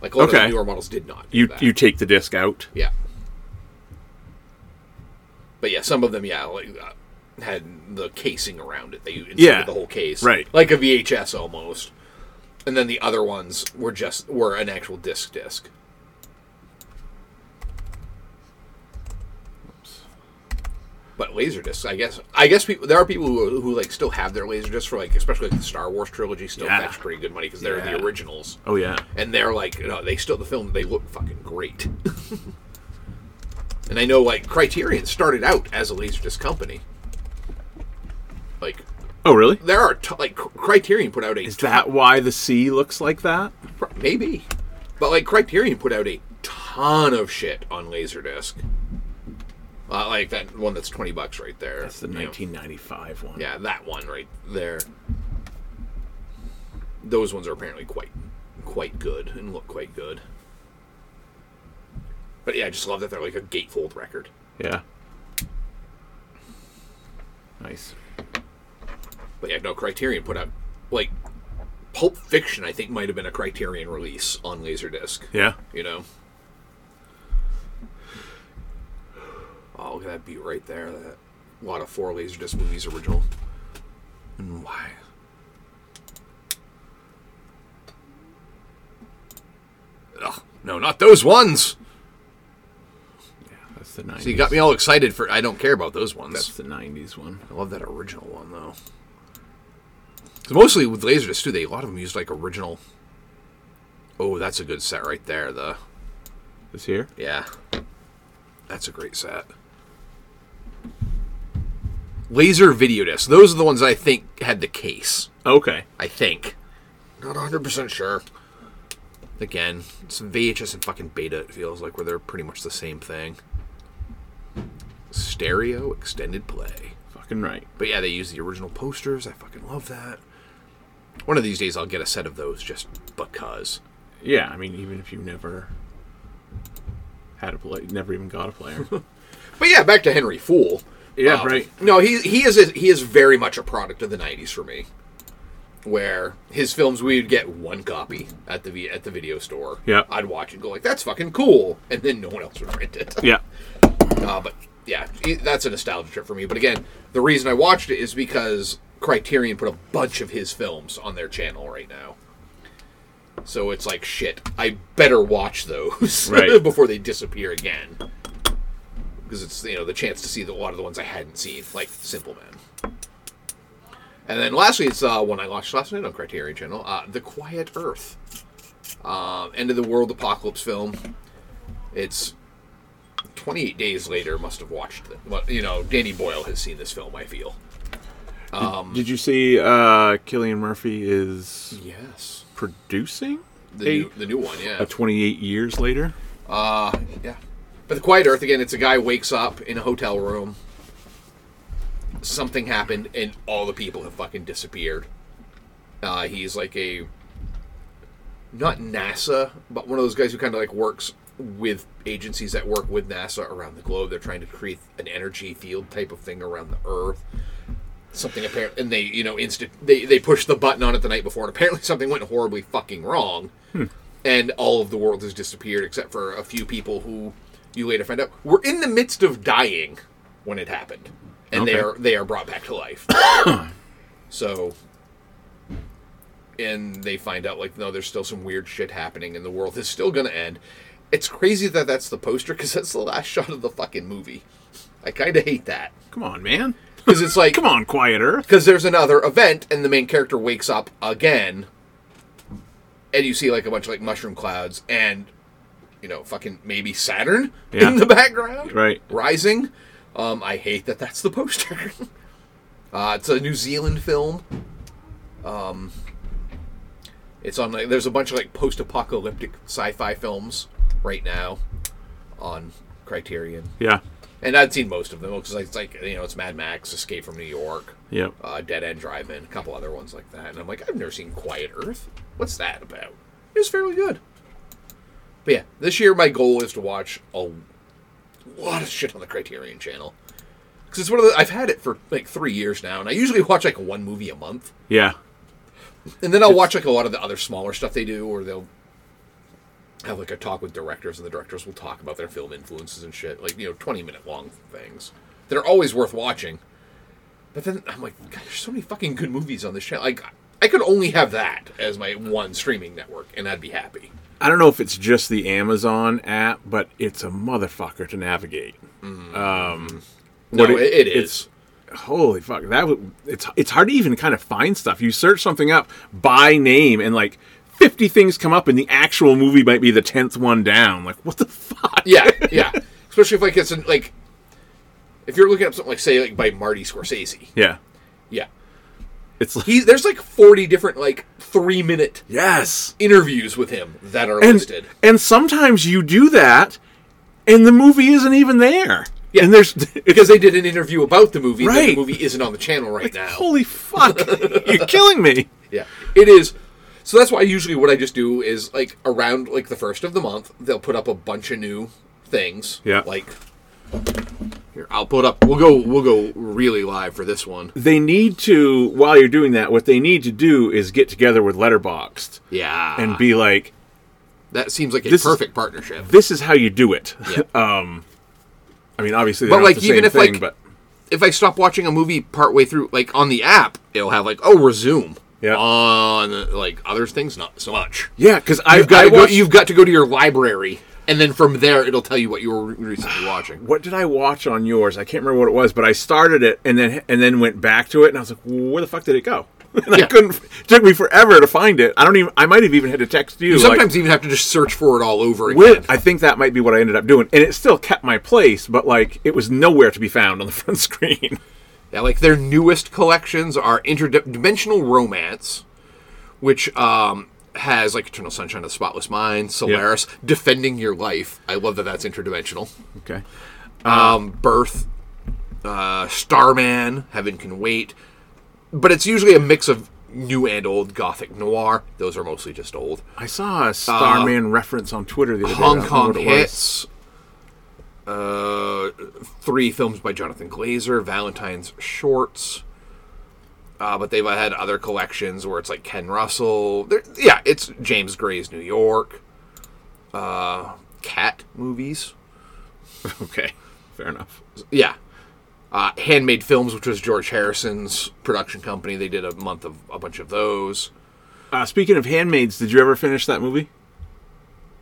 Speaker 8: Like a lot of
Speaker 7: Okay.
Speaker 8: the newer models did not. do
Speaker 7: You
Speaker 8: that.
Speaker 7: you take the disc out.
Speaker 8: yeah. But yeah, some of them yeah like uh, had the casing around it. They inserted
Speaker 7: Yeah,
Speaker 8: the whole case,
Speaker 7: right.
Speaker 8: Like a VHS almost. And then the other ones were just were an actual disc disc. But laser discs, I guess. I guess people, there are people who, who like still have their laser discs for like, especially like the Star Wars trilogy, still
Speaker 7: Yeah.
Speaker 8: fetch pretty good money because they're
Speaker 7: Yeah.
Speaker 8: the originals
Speaker 7: Oh yeah.
Speaker 8: and they're like, you know, they still the film they look fucking great. and I know like Criterion started out as a laserdisc company. Like
Speaker 7: Oh really?
Speaker 8: there are t- like Cr- Criterion put out a
Speaker 7: Is that why the sea looks like that?
Speaker 8: pro- maybe, but like Criterion put out a ton of shit on laserdisc. Uh, like that one that's twenty bucks right there.
Speaker 7: That's the
Speaker 8: You know.
Speaker 7: 1995 one.
Speaker 8: Yeah, that one right there. Those ones are apparently quite quite good and look quite good. But yeah, I just love that they're like a gatefold record.
Speaker 7: Yeah. Nice.
Speaker 8: But yeah, no, Criterion put out like Pulp Fiction. I think might have been a Criterion release on Laserdisc.
Speaker 7: Yeah.
Speaker 8: You know. Oh, look at that beat right there. That a lot of four Laserdisc movies original. And why? Ugh, no, not those ones.
Speaker 7: That's the 90s.
Speaker 8: So you got me all excited for. I don't care about those ones.
Speaker 7: That's the 90s one.
Speaker 8: I love that original one though. 'Cause Mostly with Laserdisc too, they a lot of them used like original. Oh, that's a good set right there. The
Speaker 7: This here?
Speaker 8: yeah, that's a great set. Laser video discs. Those are the ones I think had the case.
Speaker 7: Okay.
Speaker 8: I think. Not 100% sure. Again, some VHS and fucking beta, it feels like, where they're pretty much the same thing. Stereo extended play.
Speaker 7: Fucking right.
Speaker 8: But yeah, they use the original posters. I fucking love that. One of these days, I'll get a set of those just because.
Speaker 7: Yeah, I mean, even if you never had a play, never even got a player.
Speaker 8: But yeah, back to Henry Fool.
Speaker 7: yeah,
Speaker 8: Um,
Speaker 7: right.
Speaker 8: No, he he is a, he is very much a product of the '90s for me, where his films we would get one copy at the vi- at the video store.
Speaker 7: Yeah.
Speaker 8: I'd watch it, and go like, "That's fucking cool," and then no one else would rent it.
Speaker 7: Yeah,
Speaker 8: Uh, but yeah, it- that's a nostalgia trip for me. But again, the reason I watched it is because Criterion put a bunch of his films on their channel right now. So it's like shit. I better watch those
Speaker 7: Right.
Speaker 8: before they disappear again. Because it's you know the chance to see the, a lot of the ones I hadn't seen, like Simple Man. And then lastly, it's uh, one I watched last night on Criterion Channel, uh, The Quiet Earth, um, end of the world apocalypse film. It's 28 days later. Must have watched it. Well, you know, Danny Boyle has seen this film. I feel.
Speaker 7: Did you see uh Killian Murphy is
Speaker 8: Yes.
Speaker 7: producing
Speaker 8: The,
Speaker 7: a,
Speaker 8: new, the new one, yeah.
Speaker 7: a 28 years later?
Speaker 8: Yeah. But the Quiet Earth again, it's a guy wakes up in a hotel room something happened and all the people have fucking disappeared. Uh, he's like a not NASA, but one of those guys who kind of like works with agencies that work with NASA around the globe. They're trying to create an energy field type of thing around the Earth. Something apparent, and they you know instant they they push the button on it the night before, and apparently something went horribly fucking wrong, and all of the world has disappeared except for a few people who you later find out were in the midst of dying when it happened, and they
Speaker 7: Okay.
Speaker 8: are they are brought back to life. so and they find out like no there's still some weird shit happening and the world is still going to end it's crazy that that's the poster because that's the last shot of the fucking movie i kind of hate that
Speaker 7: Come on, man.
Speaker 8: because it's like
Speaker 7: Come on, Quiet Earth.
Speaker 8: because there's another event and the main character wakes up again and you see like a bunch of like mushroom clouds and you know fucking maybe saturn
Speaker 7: Yeah.
Speaker 8: in the background
Speaker 7: Right.
Speaker 8: rising um, i hate that that's the poster uh, it's a new zealand film um, it's on like there's a bunch of like post-apocalyptic sci-fi films right now on criterion
Speaker 7: Yeah.
Speaker 8: and I'd seen most of them because it's like you know it's Mad Max, Escape from New York,
Speaker 7: Yep.
Speaker 8: uh, Dead End Drive-In, a couple other ones like that. And I'm like, I've never seen Quiet Earth. What's that about? It was fairly good. But yeah, this year my goal is to watch a lot of shit on the Criterion Channel because it's one of the I've had it for like three years now, and I usually watch like one movie a month,
Speaker 7: Yeah.
Speaker 8: and then I'll watch like a lot of the other smaller stuff they do, or they'll. Have like a talk with directors, and the directors will talk about their film influences and shit, like you know, twenty minute long things that are always worth watching. But then I'm like, God, there's so many fucking good movies on this channel. Like, I could only have that as my one streaming network, and I'd be happy.
Speaker 7: I don't know if it's just the Amazon app, but it's a motherfucker to navigate.
Speaker 8: No,
Speaker 7: What it-
Speaker 8: it, it
Speaker 7: it's-
Speaker 8: is.
Speaker 7: Holy fuck! That w- it's it's hard to even kind of find stuff. You search something up by name, and like fifty things come up, and the actual movie might be the tenth one down. Like what the fuck?
Speaker 8: Yeah, yeah. Especially if like it's an, like, if you're looking up something like say like by Marty Scorsese.
Speaker 7: Yeah.
Speaker 8: Yeah,
Speaker 7: It's like
Speaker 8: he there's like 40 different like three minute
Speaker 7: yes,
Speaker 8: interviews with him that are
Speaker 7: and
Speaker 8: listed.
Speaker 7: and sometimes you do that, and the movie isn't even there.
Speaker 8: Yeah.
Speaker 7: And there's
Speaker 8: Because they did an interview about the movie, but
Speaker 7: Right.
Speaker 8: the movie isn't on the channel right now.
Speaker 7: holy fuck, you're killing me.
Speaker 8: Yeah, it is. So that's why usually what I just do is like around like the first of the month, they'll put up a bunch of new things.
Speaker 7: Yeah.
Speaker 8: Like here, I'll put up. We'll go. We'll go really live for this one.
Speaker 7: They need to while you're doing that. What they need to do is get together with Letterboxd
Speaker 8: Yeah.
Speaker 7: and be like,
Speaker 8: that seems like a
Speaker 7: this is- uh,
Speaker 8: perfect partnership.
Speaker 7: this is how you do it.
Speaker 8: Yeah.
Speaker 7: I mean, obviously, they
Speaker 8: But,
Speaker 7: don't
Speaker 8: like,
Speaker 7: have the
Speaker 8: even
Speaker 7: same
Speaker 8: if,
Speaker 7: thing,
Speaker 8: like-
Speaker 7: but
Speaker 8: if I stop watching a movie partway through, like on the app, it'll have like oh resume.
Speaker 7: Yeah.
Speaker 8: On like other things, not so much.
Speaker 7: yeah, because I've
Speaker 8: I
Speaker 7: got
Speaker 8: go-
Speaker 7: watched,
Speaker 8: uh, you've got to go to your library, and then from there, it'll tell you what you were recently watching.
Speaker 7: What did I watch on yours? I can't remember what it was, but I started it and then and then went back to it, and I was like, where the fuck did it go? And I
Speaker 8: Yeah.
Speaker 7: couldn't. It took me forever to find it. I don't even. I might have even had to text you.
Speaker 8: You
Speaker 7: like,
Speaker 8: sometimes even have to just search for it all over again.
Speaker 7: where- I think that might be what I ended up doing, and it still kept my place, but like it was nowhere to be found on the front screen.
Speaker 8: Yeah, like their newest collections are Interdimensional Romance, which um, has like Eternal Sunshine of the Spotless Mind, Solaris, Defending Your Life. I love that that's interdimensional.
Speaker 7: okay.
Speaker 8: Um, Birth, uh, Starman, Heaven Can Wait. But it's usually a mix of new and old gothic noir. Those are mostly just old.
Speaker 7: I saw a Starman reference on Twitter the other day. I
Speaker 8: Uh, Hong
Speaker 7: don't
Speaker 8: Kong
Speaker 7: know what it was.
Speaker 8: Hits. Uh, three films by Jonathan Glazer, Valentine's Shorts. Uh, but they've had other collections where it's like Ken Russell. There, yeah, it's James Gray's New York. Uh, cat movies.
Speaker 7: Okay, fair enough.
Speaker 8: Yeah. Uh, Handmade Films, which was George Harrison's production company. They did a month of a bunch of those.
Speaker 7: Uh, speaking of handmaids, did you ever finish that movie?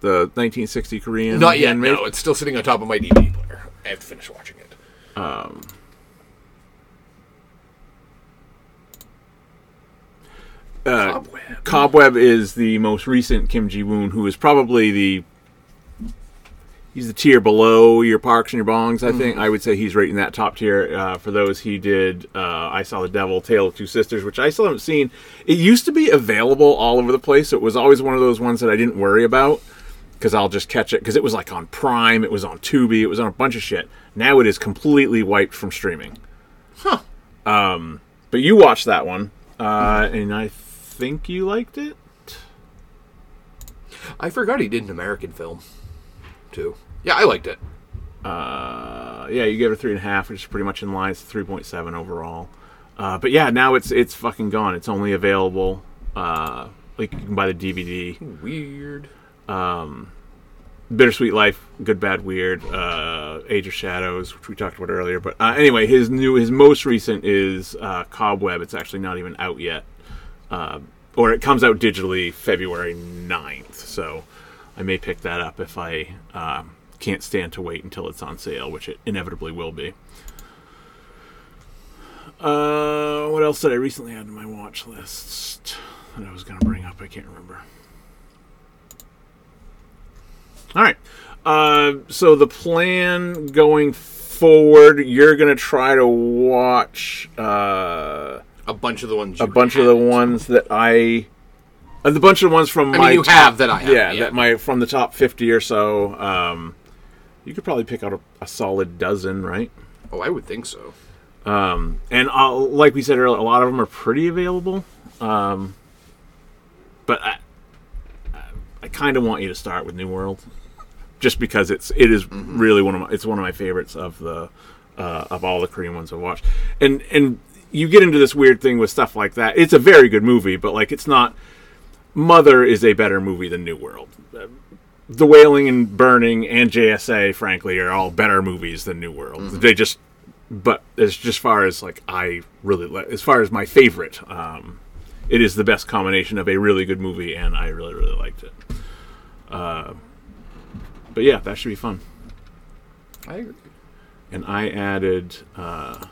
Speaker 7: The 1960 Korean.
Speaker 8: Not yet,
Speaker 7: Handmaid?
Speaker 8: no. It's still sitting on top of my DVD player. I have to finish watching it. Um. Cobweb.
Speaker 7: Cobweb is the most recent Kim Ji Woon, who is probably the he's the tier below your Parks and your Bongs. I think I would say he's right in that top tier. Uh, for those, he did uh, I Saw the Devil, Tale of Two Sisters, which I still haven't seen. It used to be available all over the place. So it was always one of those ones that I didn't worry about because I'll just catch it because it was like on Prime, it was on Tubi, it was on a bunch of shit. Now it is completely wiped from streaming. Huh. Um, But you watched that one, uh, and I think you liked it.
Speaker 8: I forgot he did an American film, too. Yeah, I liked it.
Speaker 7: Uh, yeah, you gave it a three and a half, which is pretty much in line. It's three point seven overall. Uh, but yeah, now it's it's fucking gone. It's only available uh, like you can buy the DVD.
Speaker 8: Weird.
Speaker 7: Bittersweet Life, Good Bad Weird, uh, Age of Shadows, which we talked about earlier. But uh, anyway, his new, his most recent is uh, Cobweb. It's actually not even out yet, uh, or it comes out digitally February 9th. So I may pick that up if I um can't stand to wait until it's on sale, which it inevitably will be. Uh, what else did I recently add to my watch list that I was going to bring up? I can't remember. All right. Uh, so the plan going forward, you're gonna try to watch uh,
Speaker 8: A bunch of the ones.
Speaker 7: a bunch of the ones that I, uh, the bunch of the ones from
Speaker 8: I
Speaker 7: my
Speaker 8: mean, you
Speaker 7: top-
Speaker 8: have that I have.
Speaker 7: yeah, that my from the top fifty or so. Um, you could probably pick out a, a solid dozen, right?
Speaker 8: oh, I would think so.
Speaker 7: and uh, like we said earlier, a lot of them are pretty available. Um, but I, I- I kind of want you to start with New World, just because it's it is really one of my it's one of my favorites of the uh, of all the Korean ones I've watched. And and you get into this weird thing with stuff like that. It's a very good movie, but like it's not. Mother is a better movie than New World. Uh, The Wailing and Burning and JSA, frankly, are all better movies than New World. They just but as just far as like I really like, as far as my favorite, um, it is the best combination of a really good movie and I really really liked it. Uh, but yeah, that should be fun.
Speaker 8: I agree.
Speaker 7: And I added, uh,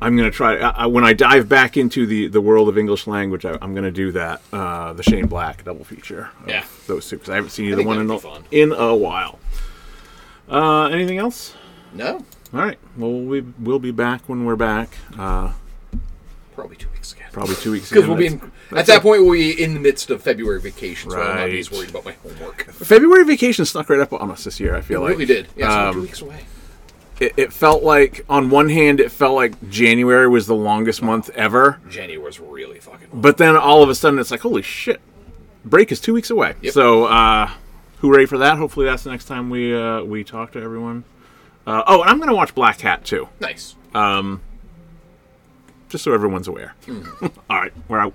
Speaker 7: I'm gonna try I, I, when I dive back into the the world of English language. I, I'm gonna do that. Uh, the Shane Black double feature. of
Speaker 8: Yeah.
Speaker 7: those two because I haven't seen either
Speaker 8: think
Speaker 7: one in
Speaker 8: that'd
Speaker 7: a,
Speaker 8: be fun.
Speaker 7: in a while. Uh, anything else?
Speaker 8: No,
Speaker 7: All right. Well, we we'll be back when we're back. Uh,
Speaker 8: probably two weeks again.
Speaker 7: probably two weeks
Speaker 8: Because
Speaker 7: ago.
Speaker 8: we'll be in, at that point we'll be in the midst of February vacation, so I'll not be as
Speaker 7: Right.
Speaker 8: worried about my homework.
Speaker 7: February vacation snuck right up on us this year. I feel
Speaker 8: It
Speaker 7: like um,
Speaker 8: really did. Yeah, so two weeks away.
Speaker 7: It, it felt like on one hand, it felt like January was the longest month ever,
Speaker 8: January was really fucking.
Speaker 7: but then all of a sudden, it's like holy shit, break is two weeks away.
Speaker 8: Yep.
Speaker 7: So, uh, hooray for that! Hopefully, that's the next time we uh, we talk to everyone. Uh, oh, and I'm gonna watch Black Hat too,
Speaker 8: nice. Hmm.
Speaker 7: just so everyone's aware. all right, we're out.